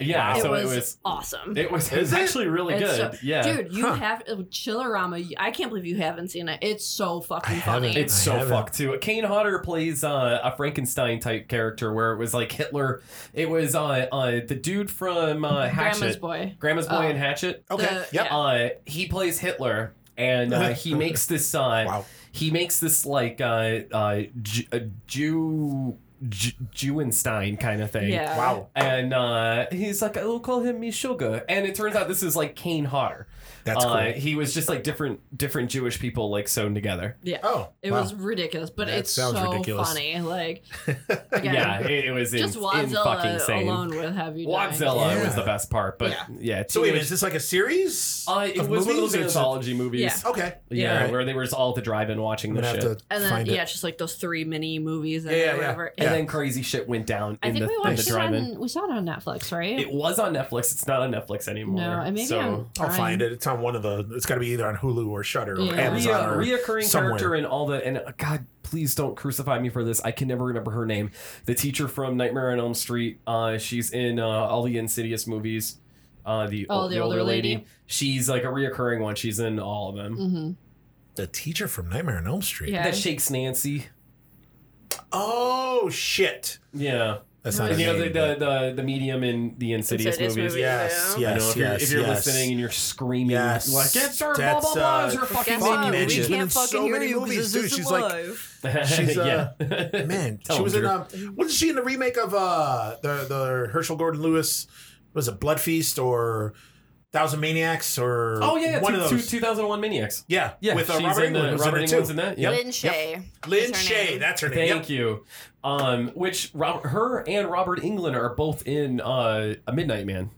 [SPEAKER 2] Yeah,
[SPEAKER 4] Wow.
[SPEAKER 3] It,
[SPEAKER 2] so
[SPEAKER 3] was
[SPEAKER 2] it was
[SPEAKER 3] awesome.
[SPEAKER 2] it was,
[SPEAKER 4] Is
[SPEAKER 2] it was
[SPEAKER 4] it?
[SPEAKER 2] actually really
[SPEAKER 3] It's
[SPEAKER 2] good.
[SPEAKER 3] so-
[SPEAKER 2] yeah.
[SPEAKER 3] Dude, you
[SPEAKER 4] Huh.
[SPEAKER 3] have uh, Chillerama. I can't believe you haven't seen it. It's so fucking
[SPEAKER 4] I haven't.
[SPEAKER 3] funny.
[SPEAKER 2] it's
[SPEAKER 4] I
[SPEAKER 2] so
[SPEAKER 4] haven't.
[SPEAKER 2] fucked too. Kane Hodder plays uh, a Frankenstein type character where it was like Hitler. It was uh, uh, the dude from uh, Hatchet,
[SPEAKER 3] Grandma's boy.
[SPEAKER 2] Grandma's Boy
[SPEAKER 3] Oh.
[SPEAKER 2] and Hatchet.
[SPEAKER 4] okay,
[SPEAKER 3] The-
[SPEAKER 4] yep,
[SPEAKER 3] yeah.
[SPEAKER 2] Uh, he plays Hitler, and uh, he makes this. Uh,
[SPEAKER 4] wow,
[SPEAKER 2] He makes this like uh, uh, Ju- uh, Jew, Jew Jewenstein kind of thing.
[SPEAKER 3] Yeah.
[SPEAKER 4] wow,
[SPEAKER 2] And uh, he's like, I will call him Mishuga. And it turns out this is like Kane Hodder.
[SPEAKER 4] that's
[SPEAKER 2] uh,
[SPEAKER 4] cool.
[SPEAKER 2] He was just like different different Jewish people like sewn together.
[SPEAKER 3] Yeah.
[SPEAKER 4] Oh,
[SPEAKER 3] It
[SPEAKER 4] wow.
[SPEAKER 3] was ridiculous, but
[SPEAKER 4] That
[SPEAKER 3] it's
[SPEAKER 4] sounds
[SPEAKER 3] so
[SPEAKER 4] ridiculous.
[SPEAKER 3] funny. Like, again,
[SPEAKER 2] Yeah, it, it was in,
[SPEAKER 3] just
[SPEAKER 2] in fucking
[SPEAKER 3] Wadzilla
[SPEAKER 2] sane.
[SPEAKER 3] alone would have you. dying.
[SPEAKER 2] Wadzilla
[SPEAKER 4] Yeah.
[SPEAKER 2] was the best part, but
[SPEAKER 3] Yeah.
[SPEAKER 2] yeah.
[SPEAKER 4] So wait a
[SPEAKER 2] teenage-
[SPEAKER 4] minute, is this like a series?
[SPEAKER 2] uh, it
[SPEAKER 4] of
[SPEAKER 2] was one of
[SPEAKER 4] movies
[SPEAKER 2] those
[SPEAKER 4] or is it-
[SPEAKER 2] anthology movies.
[SPEAKER 3] Yeah.
[SPEAKER 4] Okay,
[SPEAKER 2] Yeah,
[SPEAKER 4] Alright.
[SPEAKER 2] where they were just all at the drive-in watching
[SPEAKER 4] I'm
[SPEAKER 2] the
[SPEAKER 4] gonna
[SPEAKER 2] shit.
[SPEAKER 4] have to
[SPEAKER 3] And then
[SPEAKER 4] find
[SPEAKER 3] yeah,
[SPEAKER 4] it.
[SPEAKER 3] just like those three mini movies and
[SPEAKER 4] Yeah, yeah, yeah.
[SPEAKER 3] whatever.
[SPEAKER 4] Yeah.
[SPEAKER 2] And then crazy shit went down
[SPEAKER 3] I
[SPEAKER 2] in
[SPEAKER 3] think
[SPEAKER 2] the,
[SPEAKER 3] we
[SPEAKER 2] in the
[SPEAKER 3] watched it
[SPEAKER 2] drive-in.
[SPEAKER 3] on we saw it on Netflix, right?
[SPEAKER 2] It was on Netflix. It's not on Netflix anymore.
[SPEAKER 3] no, I maybe
[SPEAKER 2] so.
[SPEAKER 3] I'm
[SPEAKER 4] I'll find
[SPEAKER 3] blind.
[SPEAKER 4] it. It's on one of the. It's got to be either on Hulu or Shutter
[SPEAKER 3] Yeah.
[SPEAKER 4] or
[SPEAKER 3] Rhea-
[SPEAKER 2] Rea,
[SPEAKER 4] Amazon or
[SPEAKER 2] reoccurring
[SPEAKER 4] somewhere.
[SPEAKER 2] character in all the and uh, God, please don't crucify me for this. I can never remember her name. The teacher from Nightmare on Elm Street. Uh, she's in uh, all the Insidious movies. Uh, the
[SPEAKER 3] Oh, the older lady.
[SPEAKER 2] She's like a reoccurring one. She's in all of them.
[SPEAKER 3] Mhm.
[SPEAKER 4] the teacher from Nightmare on Elm Street.
[SPEAKER 3] Yeah.
[SPEAKER 2] That shakes Nancy.
[SPEAKER 4] Oh shit.
[SPEAKER 2] Yeah,
[SPEAKER 4] That's not. his
[SPEAKER 2] and you know the
[SPEAKER 4] name,
[SPEAKER 2] the, the the medium in the Insidious,
[SPEAKER 3] Insidious
[SPEAKER 2] movies.
[SPEAKER 4] but-
[SPEAKER 3] movie.
[SPEAKER 4] Yes,
[SPEAKER 2] You know,
[SPEAKER 4] yes,
[SPEAKER 2] if you're,
[SPEAKER 4] yes,
[SPEAKER 2] if you're
[SPEAKER 4] yes.
[SPEAKER 2] listening and you're screaming
[SPEAKER 4] Yes.
[SPEAKER 2] like it's her blah
[SPEAKER 4] That's,
[SPEAKER 2] blah blah,
[SPEAKER 4] uh,
[SPEAKER 2] it's her fucking
[SPEAKER 4] Fucking
[SPEAKER 3] Guess what?
[SPEAKER 2] mom,
[SPEAKER 4] man,
[SPEAKER 3] We
[SPEAKER 4] she's
[SPEAKER 2] bitch.
[SPEAKER 4] been in
[SPEAKER 3] can't fucking
[SPEAKER 4] so
[SPEAKER 3] hear
[SPEAKER 4] many
[SPEAKER 3] you
[SPEAKER 4] movies,
[SPEAKER 3] because
[SPEAKER 4] dude.
[SPEAKER 3] this is
[SPEAKER 4] She's like-
[SPEAKER 3] live.
[SPEAKER 4] She's, uh,
[SPEAKER 2] yeah.
[SPEAKER 4] Man,
[SPEAKER 2] Tell
[SPEAKER 4] she
[SPEAKER 2] him,
[SPEAKER 4] was in
[SPEAKER 2] Drew.
[SPEAKER 4] um, wasn't she in the remake of uh the the Herschel Gordon Lewis was it Blood Feast or Thousand Maniacs or
[SPEAKER 2] Oh yeah,
[SPEAKER 4] one
[SPEAKER 2] two,
[SPEAKER 4] of
[SPEAKER 2] two-
[SPEAKER 4] those
[SPEAKER 2] 2001 Maniacs.
[SPEAKER 4] yeah
[SPEAKER 2] Yeah,
[SPEAKER 4] with uh,
[SPEAKER 2] she's
[SPEAKER 4] Robert
[SPEAKER 2] in the-
[SPEAKER 4] Englund was
[SPEAKER 2] Robert
[SPEAKER 4] in it
[SPEAKER 2] Englund's
[SPEAKER 4] too
[SPEAKER 2] in that. Yep.
[SPEAKER 3] Lynn Shay.
[SPEAKER 4] Lynn
[SPEAKER 3] her
[SPEAKER 4] Shay
[SPEAKER 3] name.
[SPEAKER 4] that's her name
[SPEAKER 2] Thank you. Um, which Robert, her and Robert England are both in uh, a Midnight Man,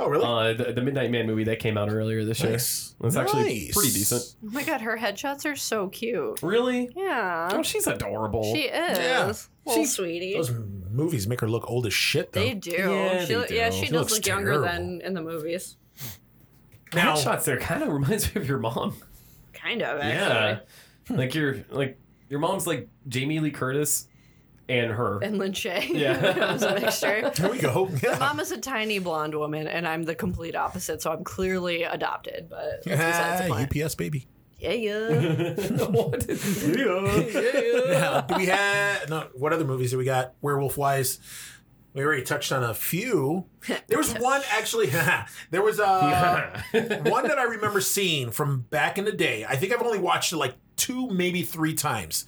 [SPEAKER 4] oh really
[SPEAKER 2] uh, the, the Midnight Man movie that came out earlier this year.
[SPEAKER 4] nice
[SPEAKER 2] That's actually
[SPEAKER 4] Nice.
[SPEAKER 2] pretty decent.
[SPEAKER 3] Oh my god, her headshots are so cute.
[SPEAKER 2] Really? Oh,
[SPEAKER 3] Yeah.
[SPEAKER 2] she's adorable.
[SPEAKER 3] She is.
[SPEAKER 4] Yeah.
[SPEAKER 3] Little sweetie.
[SPEAKER 4] those m- movies make her look old as shit though
[SPEAKER 3] They do.
[SPEAKER 2] Yeah,
[SPEAKER 3] she,
[SPEAKER 2] they do.
[SPEAKER 3] yeah, she,
[SPEAKER 4] She
[SPEAKER 3] does
[SPEAKER 4] looks
[SPEAKER 3] look younger
[SPEAKER 4] terrible.
[SPEAKER 3] than in the movies.
[SPEAKER 4] now
[SPEAKER 2] shots there kind of reminds me of your mom.
[SPEAKER 3] Kind of,
[SPEAKER 2] Yeah,
[SPEAKER 3] actually.
[SPEAKER 2] like your like your mom's like Jamie Lee Curtis and her.
[SPEAKER 3] And Lynn Shay.
[SPEAKER 2] Yeah.
[SPEAKER 3] it was a mixture.
[SPEAKER 4] there we go yeah.
[SPEAKER 3] Mom is a tiny blonde woman, and I'm the complete opposite, so I'm clearly adopted, but that's besides the
[SPEAKER 4] Ah,
[SPEAKER 3] point.
[SPEAKER 4] UPS baby
[SPEAKER 3] Yeah, yeah.
[SPEAKER 2] What is-
[SPEAKER 4] yeah. do we have no what other movies do we got werewolf wise We already touched on a few. There was one actually. there was uh, a one that I remember seeing from back in the day. I think I've only watched it like two, maybe three times.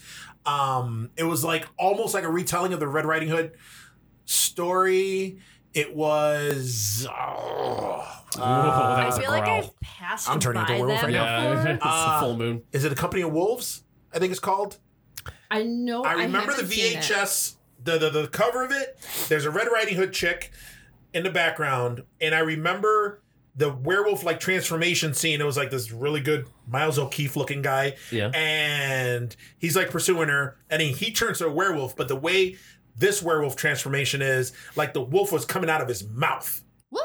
[SPEAKER 4] Um, it was like almost like a retelling of the Red Riding Hood story. It was. oh, uh,
[SPEAKER 2] that
[SPEAKER 1] I
[SPEAKER 2] was a
[SPEAKER 1] feel like
[SPEAKER 2] growl.
[SPEAKER 1] I've passed
[SPEAKER 4] I'm turning into
[SPEAKER 1] by
[SPEAKER 4] a werewolf
[SPEAKER 1] them
[SPEAKER 4] right
[SPEAKER 2] yeah,
[SPEAKER 1] before.
[SPEAKER 2] it's a full moon.
[SPEAKER 4] is it a company of wolves? I think it's called.
[SPEAKER 3] Oh, I know.
[SPEAKER 4] I remember the
[SPEAKER 3] haven't seen it.
[SPEAKER 4] VHS, the, the the cover of it. There's a Red Riding Hood chick in the background, and I remember the werewolf like transformation scene. It was like this really good Miles O'Keefe looking guy,
[SPEAKER 2] Yeah.
[SPEAKER 4] and he's like pursuing her, and he, he turns to a werewolf. But the way this werewolf transformation is, like the wolf was coming out of his mouth.
[SPEAKER 3] What?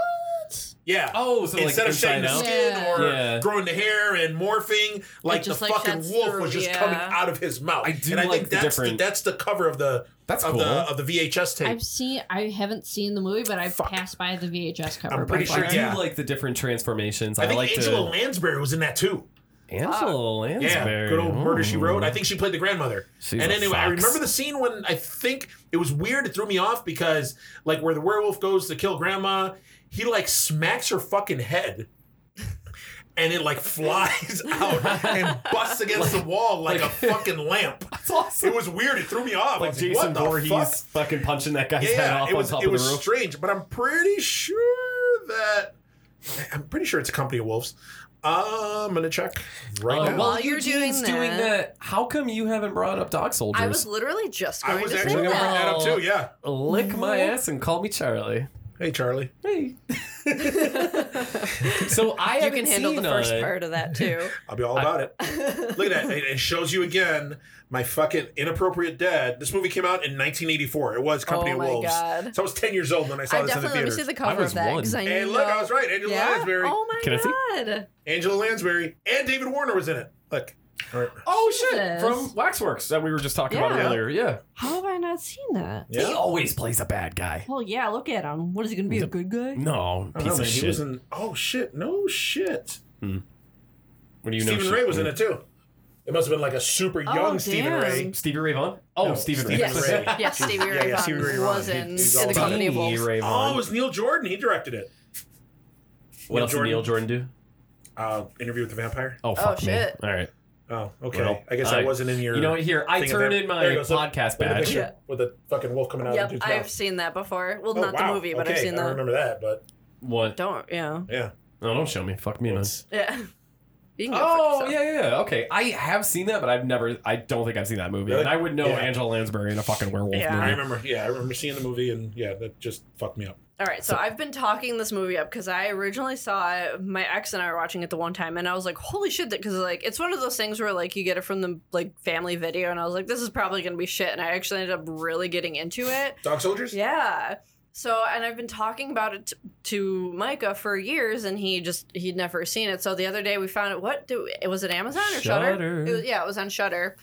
[SPEAKER 4] Yeah.
[SPEAKER 2] Oh, so
[SPEAKER 4] Instead
[SPEAKER 2] like
[SPEAKER 4] of shedding
[SPEAKER 2] inside
[SPEAKER 4] the
[SPEAKER 2] out.
[SPEAKER 4] skin
[SPEAKER 3] Yeah.
[SPEAKER 4] or
[SPEAKER 2] Yeah.
[SPEAKER 4] growing the hair and morphing, like
[SPEAKER 3] just,
[SPEAKER 4] the
[SPEAKER 3] like,
[SPEAKER 4] fucking
[SPEAKER 3] sheds
[SPEAKER 4] wolf
[SPEAKER 3] through,
[SPEAKER 4] was just
[SPEAKER 3] yeah.
[SPEAKER 4] coming out of his mouth.
[SPEAKER 2] I do
[SPEAKER 4] and I
[SPEAKER 2] like
[SPEAKER 4] think
[SPEAKER 2] the
[SPEAKER 4] that's
[SPEAKER 2] different-
[SPEAKER 4] the that's the cover of the
[SPEAKER 2] That's
[SPEAKER 4] of
[SPEAKER 2] cool.
[SPEAKER 4] the of the VHS tape.
[SPEAKER 5] I've seen. I haven't seen the movie, but I've
[SPEAKER 4] Fuck.
[SPEAKER 5] passed by the VHS cover.
[SPEAKER 4] I'm pretty
[SPEAKER 5] before.
[SPEAKER 4] sure,
[SPEAKER 2] I do
[SPEAKER 4] yeah.
[SPEAKER 2] like the different transformations.
[SPEAKER 4] I
[SPEAKER 2] I,
[SPEAKER 4] think
[SPEAKER 2] like
[SPEAKER 4] Angela
[SPEAKER 2] to
[SPEAKER 4] Lansbury was in that too.
[SPEAKER 2] Angela Lansbury.
[SPEAKER 4] Yeah, good old Murder She
[SPEAKER 2] Ooh.
[SPEAKER 4] Wrote. I think she played the grandmother.
[SPEAKER 2] She's
[SPEAKER 4] and
[SPEAKER 2] a
[SPEAKER 4] anyway, I
[SPEAKER 2] fox.
[SPEAKER 4] remember the scene when I think it was weird. It threw me off because like where the werewolf goes to kill grandma, he like smacks her fucking head. And it like flies out and busts against the wall like,
[SPEAKER 2] like-
[SPEAKER 4] a fucking lamp.
[SPEAKER 2] That's awesome.
[SPEAKER 4] It was weird. It threw me off.
[SPEAKER 2] like
[SPEAKER 4] I was
[SPEAKER 2] Jason
[SPEAKER 4] what the
[SPEAKER 2] Voorhees
[SPEAKER 4] fuck?
[SPEAKER 2] fucking punching that guy's
[SPEAKER 4] Yeah,
[SPEAKER 2] head
[SPEAKER 4] yeah,
[SPEAKER 2] off
[SPEAKER 4] it was
[SPEAKER 2] on top
[SPEAKER 4] it
[SPEAKER 2] of
[SPEAKER 4] was
[SPEAKER 2] the roof.
[SPEAKER 4] strange, but I'm pretty sure that I'm pretty sure it's a company of wolves. I'm gonna check right
[SPEAKER 2] Uh,
[SPEAKER 4] now.
[SPEAKER 3] well, While
[SPEAKER 2] you're
[SPEAKER 3] you're doing
[SPEAKER 2] doing that,
[SPEAKER 3] that-
[SPEAKER 2] how come you haven't brought up Dog Soldiers?
[SPEAKER 3] I was literally just going
[SPEAKER 4] I was
[SPEAKER 3] to
[SPEAKER 4] actually
[SPEAKER 3] say
[SPEAKER 4] gonna bring
[SPEAKER 3] that.
[SPEAKER 4] that up
[SPEAKER 2] Oh.
[SPEAKER 4] too. Yeah.
[SPEAKER 2] Lick my ass and call me Charlie.
[SPEAKER 4] Hey, Charlie.
[SPEAKER 2] Hey. so I
[SPEAKER 3] You
[SPEAKER 2] haven't
[SPEAKER 3] can handle the
[SPEAKER 2] seen
[SPEAKER 3] first
[SPEAKER 2] a-
[SPEAKER 3] part of that too.
[SPEAKER 4] I'll be all about it. Look at that. It, it shows you again my fucking inappropriate dad. This movie came out in 1984. It was Company
[SPEAKER 3] Oh
[SPEAKER 4] of
[SPEAKER 3] my
[SPEAKER 4] Wolves.
[SPEAKER 3] God.
[SPEAKER 4] So I was 10 years old when I saw
[SPEAKER 3] I
[SPEAKER 4] this in the
[SPEAKER 3] definitely let me
[SPEAKER 4] theater.
[SPEAKER 3] see the cover
[SPEAKER 2] was
[SPEAKER 3] of that
[SPEAKER 2] one.
[SPEAKER 3] because I
[SPEAKER 4] Hey,
[SPEAKER 3] know.
[SPEAKER 4] look, I was right. Angela
[SPEAKER 3] yeah.
[SPEAKER 4] Lansbury.
[SPEAKER 3] Oh my
[SPEAKER 2] Can I see?
[SPEAKER 3] god.
[SPEAKER 4] Angela Lansbury and David Warner was in it. Look. All right.
[SPEAKER 2] Oh shit!
[SPEAKER 5] Jesus.
[SPEAKER 2] From Waxworks that we were just talking about
[SPEAKER 3] Yeah.
[SPEAKER 2] earlier. Yeah.
[SPEAKER 5] How have I not seen that?
[SPEAKER 2] He always plays a bad guy.
[SPEAKER 5] Well, yeah. Look at him. What is he going to be? A good guy?
[SPEAKER 2] No,
[SPEAKER 4] I don't
[SPEAKER 2] piece
[SPEAKER 4] know,
[SPEAKER 2] of
[SPEAKER 4] man. He
[SPEAKER 2] shit.
[SPEAKER 4] was in. Oh shit! No shit.
[SPEAKER 2] what do you know?
[SPEAKER 4] Stephen
[SPEAKER 2] shit?
[SPEAKER 4] Ray was in it too. It must have been like a super
[SPEAKER 3] Oh,
[SPEAKER 4] young Stephen
[SPEAKER 3] damn.
[SPEAKER 4] Ray.
[SPEAKER 2] Stevie Ray Vaughan? Oh,
[SPEAKER 4] No,
[SPEAKER 2] Stevie
[SPEAKER 4] Stevie
[SPEAKER 2] Ray.
[SPEAKER 3] Yes.
[SPEAKER 4] Ray.
[SPEAKER 3] Yes, Stevie Ray
[SPEAKER 4] yeah,
[SPEAKER 3] Vaughan
[SPEAKER 4] Stevie Ray Vaughan.
[SPEAKER 3] was in,
[SPEAKER 4] He's
[SPEAKER 3] in
[SPEAKER 4] all
[SPEAKER 3] the company of
[SPEAKER 2] Stevie
[SPEAKER 3] wolves.
[SPEAKER 2] Ray
[SPEAKER 4] Oh,
[SPEAKER 2] Vaughan.
[SPEAKER 4] it was Neil Jordan. He directed it.
[SPEAKER 2] what else did
[SPEAKER 4] Jordan.
[SPEAKER 2] Neil Jordan do?
[SPEAKER 4] Uh, Interview with the Vampire.
[SPEAKER 2] Oh, fuck
[SPEAKER 3] shit.
[SPEAKER 2] me. All right.
[SPEAKER 4] Oh, okay.
[SPEAKER 2] Well,
[SPEAKER 4] I guess I
[SPEAKER 2] I-
[SPEAKER 4] wasn't in your.
[SPEAKER 2] You know what? Here, I
[SPEAKER 4] thing of
[SPEAKER 2] turn
[SPEAKER 4] that-
[SPEAKER 2] in my
[SPEAKER 4] there it goes. Look,
[SPEAKER 2] podcast
[SPEAKER 4] look at the
[SPEAKER 2] badge.
[SPEAKER 4] picture with the fucking wolf coming out of the
[SPEAKER 3] Yep,
[SPEAKER 4] dude's
[SPEAKER 3] I've
[SPEAKER 4] mouth.
[SPEAKER 3] seen that before. Well,
[SPEAKER 4] Oh,
[SPEAKER 3] not
[SPEAKER 4] wow.
[SPEAKER 3] the movie, but I've
[SPEAKER 4] Okay,
[SPEAKER 3] seen
[SPEAKER 4] I
[SPEAKER 3] that.
[SPEAKER 4] remember that, but
[SPEAKER 2] What?
[SPEAKER 3] Don't, yeah.
[SPEAKER 4] yeah.
[SPEAKER 2] No, don't show me. Fuck me. No.
[SPEAKER 3] Yeah. You can go
[SPEAKER 2] Oh,
[SPEAKER 3] fuck yourself.
[SPEAKER 2] yeah, yeah, yeah. Okay. I have seen that, but I've never, I don't think I've seen that movie.
[SPEAKER 4] Really?
[SPEAKER 2] And I would know
[SPEAKER 4] Yeah.
[SPEAKER 2] Angela Lansbury in a fucking werewolf
[SPEAKER 3] Yeah.
[SPEAKER 4] I
[SPEAKER 2] movie.
[SPEAKER 4] remember. Yeah, I remember seeing the movie, and yeah, that just fucked me up.
[SPEAKER 3] All right, so, I've been talking this movie up because I originally saw it. My ex and I were watching it the one time, and I was like, "Holy shit!" Because like it's one of those things where like you get it from the like family video, and I was like, "This is probably gonna be shit," and I actually ended up really getting into it.
[SPEAKER 4] Dog Soldiers.
[SPEAKER 3] Yeah. So, and I've been talking about it t- to Micah for years, and he just he'd never seen it. So the other day we found it. What do it was it Amazon or Shutter?
[SPEAKER 2] Shudder.
[SPEAKER 3] yeah, it was on Shutter.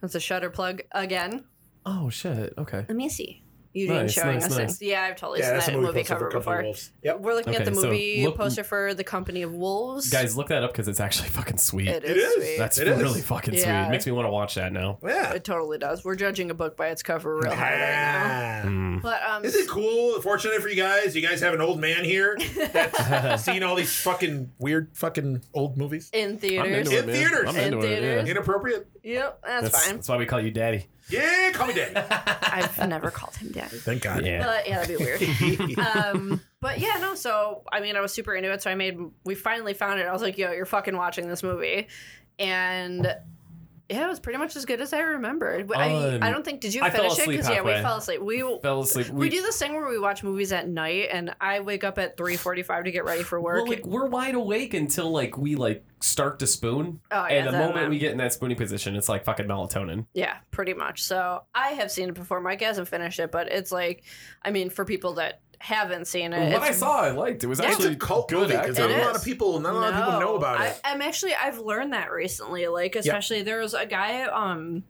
[SPEAKER 3] That's a Shutter plug again.
[SPEAKER 2] Oh, shit. Okay.
[SPEAKER 3] Let me see. Eugene
[SPEAKER 2] Nice,
[SPEAKER 3] showing
[SPEAKER 2] nice,
[SPEAKER 3] us
[SPEAKER 2] nice.
[SPEAKER 3] things. Yeah, I've totally
[SPEAKER 4] yeah, that's
[SPEAKER 3] seen
[SPEAKER 4] the
[SPEAKER 3] that
[SPEAKER 4] movie,
[SPEAKER 3] movie
[SPEAKER 4] poster for
[SPEAKER 3] cover
[SPEAKER 4] Company of
[SPEAKER 3] before.
[SPEAKER 4] Wolves. Yep.
[SPEAKER 3] We're looking at
[SPEAKER 2] Okay,
[SPEAKER 3] the
[SPEAKER 2] so
[SPEAKER 3] movie
[SPEAKER 2] look-
[SPEAKER 3] poster for The Company of Wolves.
[SPEAKER 2] Guys, look that up because it's actually fucking sweet.
[SPEAKER 3] it
[SPEAKER 4] It
[SPEAKER 3] is.
[SPEAKER 4] is.
[SPEAKER 3] Sweet.
[SPEAKER 2] That's
[SPEAKER 4] It is.
[SPEAKER 2] really fucking
[SPEAKER 3] Yeah.
[SPEAKER 2] sweet. Makes me want to watch that now.
[SPEAKER 4] Yeah.
[SPEAKER 3] it totally does. We're judging a book by its cover real hard right now.
[SPEAKER 4] Ah.
[SPEAKER 2] Hmm.
[SPEAKER 3] But um,
[SPEAKER 4] Is it cool? Fortunate for you guys, you guys have an old man here that's seen all these fucking weird fucking old movies
[SPEAKER 3] in
[SPEAKER 2] I'm
[SPEAKER 3] theaters.
[SPEAKER 2] into it,
[SPEAKER 4] In
[SPEAKER 2] man.
[SPEAKER 4] theaters.
[SPEAKER 2] I'm
[SPEAKER 3] In
[SPEAKER 2] into it, yeah.
[SPEAKER 3] theaters.
[SPEAKER 4] Inappropriate.
[SPEAKER 3] Yep, that's,
[SPEAKER 2] That's,
[SPEAKER 3] fine.
[SPEAKER 2] that's why we call you daddy.
[SPEAKER 4] Yeah, call me daddy.
[SPEAKER 3] I've never called him daddy.
[SPEAKER 4] Thank God.
[SPEAKER 2] Yeah.
[SPEAKER 3] But yeah, that'd be weird. um, but yeah, no. So I mean, I was super into it. So I made. We finally found it. I was like, "Yo, you're fucking watching this movie," and yeah, it was pretty much as good as I remembered. I,
[SPEAKER 2] Um,
[SPEAKER 3] I don't think did you
[SPEAKER 2] I fell
[SPEAKER 3] finish it?
[SPEAKER 2] asleep
[SPEAKER 3] yeah, we
[SPEAKER 2] halfway.
[SPEAKER 3] fell asleep. We
[SPEAKER 2] Fell asleep.
[SPEAKER 3] we, do this thing where we watch movies at night, and I wake up at three forty-five to get ready for work.
[SPEAKER 2] Well, like we're wide awake until like we like start to spoon,
[SPEAKER 3] Oh, yeah, Uh,
[SPEAKER 2] and the
[SPEAKER 3] that
[SPEAKER 2] moment
[SPEAKER 3] amount.
[SPEAKER 2] we get in that spooning position, it's like fucking melatonin.
[SPEAKER 3] Yeah, pretty much. So I have seen it before. Mike hasn't finished it, but it's like, I mean, for people that haven't seen it,
[SPEAKER 2] what
[SPEAKER 3] it's
[SPEAKER 2] I saw, I liked. It was
[SPEAKER 4] It's
[SPEAKER 2] actually
[SPEAKER 4] a cult
[SPEAKER 2] good.
[SPEAKER 4] movie because not
[SPEAKER 3] acting.
[SPEAKER 4] a
[SPEAKER 3] It
[SPEAKER 4] lot
[SPEAKER 3] is.
[SPEAKER 4] of people, not a lot of people know about it.
[SPEAKER 3] I, I'm actually I've learned that recently. Like especially there was a guy, um,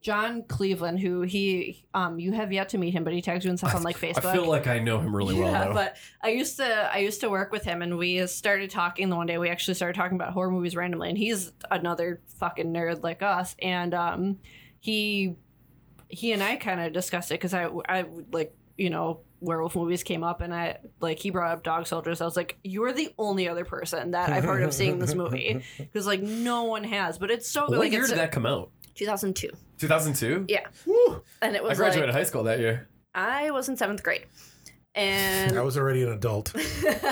[SPEAKER 3] John Cleveland, who he um you have yet to meet him, but he tags you and stuff on like
[SPEAKER 2] I
[SPEAKER 3] Facebook.
[SPEAKER 2] feel like I know him really well.
[SPEAKER 3] yeah,
[SPEAKER 2] Though.
[SPEAKER 3] but I used to I used to work with him, and we started talking the one day. We actually started talking about horror movies randomly, and he's another fucking nerd like us. And um, he he and I kind of discussed it because I I like you know werewolf movies came up and i like he brought up dog soldiers i was like you're the only other person that i've heard of seeing this movie because like no one has but it's so good
[SPEAKER 2] What
[SPEAKER 3] like
[SPEAKER 2] year
[SPEAKER 3] it's
[SPEAKER 2] did that come out?
[SPEAKER 3] 2002
[SPEAKER 2] 2002.
[SPEAKER 3] Yeah. and it
[SPEAKER 2] I
[SPEAKER 3] was
[SPEAKER 2] graduated
[SPEAKER 3] like
[SPEAKER 2] high school that year.
[SPEAKER 3] i was in seventh grade
[SPEAKER 4] I
[SPEAKER 3] and
[SPEAKER 4] was already an adult.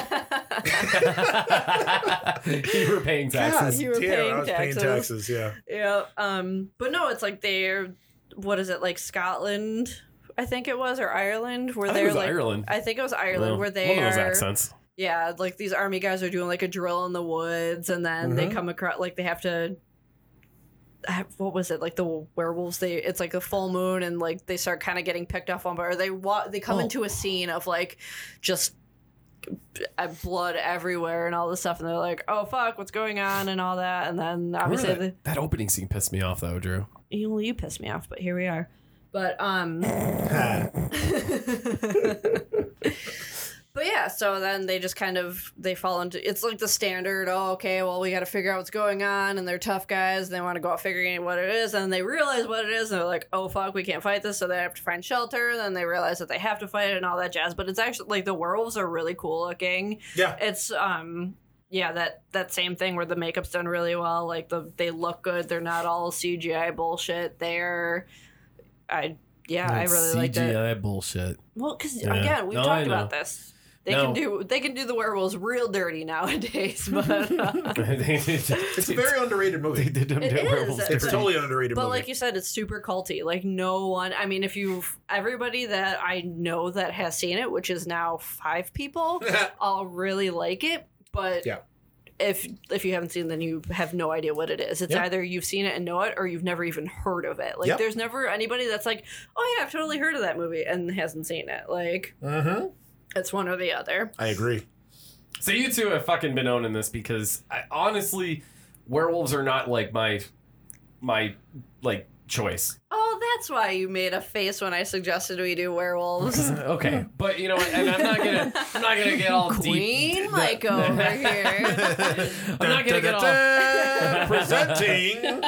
[SPEAKER 2] you were paying taxes.
[SPEAKER 3] you were
[SPEAKER 4] Damn,
[SPEAKER 3] paying
[SPEAKER 4] I was paying
[SPEAKER 3] taxes.
[SPEAKER 4] taxes. Yeah.
[SPEAKER 3] yeah um but no it's like they're what is it like scotland i think it was or ireland where
[SPEAKER 2] I think it
[SPEAKER 3] they're
[SPEAKER 2] was
[SPEAKER 3] like
[SPEAKER 2] Ireland.
[SPEAKER 3] I think it was Ireland
[SPEAKER 2] Well,
[SPEAKER 3] where they
[SPEAKER 2] one of those
[SPEAKER 3] are.
[SPEAKER 2] accents.
[SPEAKER 3] Yeah, like these army guys are doing like a drill in the woods, and then they
[SPEAKER 2] Mm-hmm.
[SPEAKER 3] come across like they have to. I- What was it like the werewolves? They it's like the full moon, and like they start kind of getting picked off on, or they wa- they come
[SPEAKER 2] Oh.
[SPEAKER 3] into a scene of like just uh, blood everywhere and all this stuff, and they're like, "Oh fuck, what's going on?" and all that, and then
[SPEAKER 2] I remember
[SPEAKER 3] obviously the,
[SPEAKER 2] that, that opening scene pissed me off though, Drew.
[SPEAKER 3] you well, you pissed me off, but here we are. But um. But yeah, so then they just kind of they fall into it's like the standard. Oh, okay, well we got to figure out what's going on, and they're tough guys, and they want to go out figuring out what it is, and they realize what it is, and they're like, oh fuck, we can't fight this, so they have to find shelter. And then they realize that they have to fight it and all that jazz. But it's actually like the werewolves are really cool looking.
[SPEAKER 4] Yeah.
[SPEAKER 3] It's um yeah that that same thing where the makeup's done really well. Like the they look good. They're not all CGI bullshit. They're I yeah I really liked it.
[SPEAKER 2] CGI bullshit.
[SPEAKER 3] Well, because
[SPEAKER 2] Yeah.
[SPEAKER 3] again, we've
[SPEAKER 2] No, I
[SPEAKER 3] talked about
[SPEAKER 2] know.
[SPEAKER 3] this. They
[SPEAKER 2] No.
[SPEAKER 3] can do they can do the werewolves real dirty nowadays, but uh,
[SPEAKER 4] It's
[SPEAKER 2] it's
[SPEAKER 4] a very underrated
[SPEAKER 2] They
[SPEAKER 4] movie.
[SPEAKER 2] did them
[SPEAKER 3] It
[SPEAKER 2] to
[SPEAKER 3] is.
[SPEAKER 2] werewolves
[SPEAKER 3] It's
[SPEAKER 4] It's
[SPEAKER 2] dirty.
[SPEAKER 4] totally an underrated
[SPEAKER 3] but
[SPEAKER 4] movie.
[SPEAKER 3] like you said, it's super culty. Like no one, I mean, if you everybody that I know that has seen it, which is now five people, all really like it. But
[SPEAKER 4] Yeah.
[SPEAKER 3] if if you haven't seen, it, then you have no idea what it is. It's
[SPEAKER 4] Yeah.
[SPEAKER 3] either you've seen it and know it, or you've never even heard of it. Like
[SPEAKER 4] Yep.
[SPEAKER 3] there's never anybody that's like, oh yeah, I've totally heard of that movie and hasn't seen it. Like
[SPEAKER 4] Mhm.
[SPEAKER 3] it's one or the other.
[SPEAKER 4] I agree.
[SPEAKER 2] So you two have fucking been owning this because I, honestly, werewolves are not like my my like choice.
[SPEAKER 3] Oh, that's why you made a face when I suggested we do werewolves.
[SPEAKER 2] okay, but you know, what, and I'm not gonna I'm not gonna get all deep.
[SPEAKER 3] Queen Mike over here.
[SPEAKER 2] I'm not gonna get all.
[SPEAKER 4] Da-da-da-da, Presenting.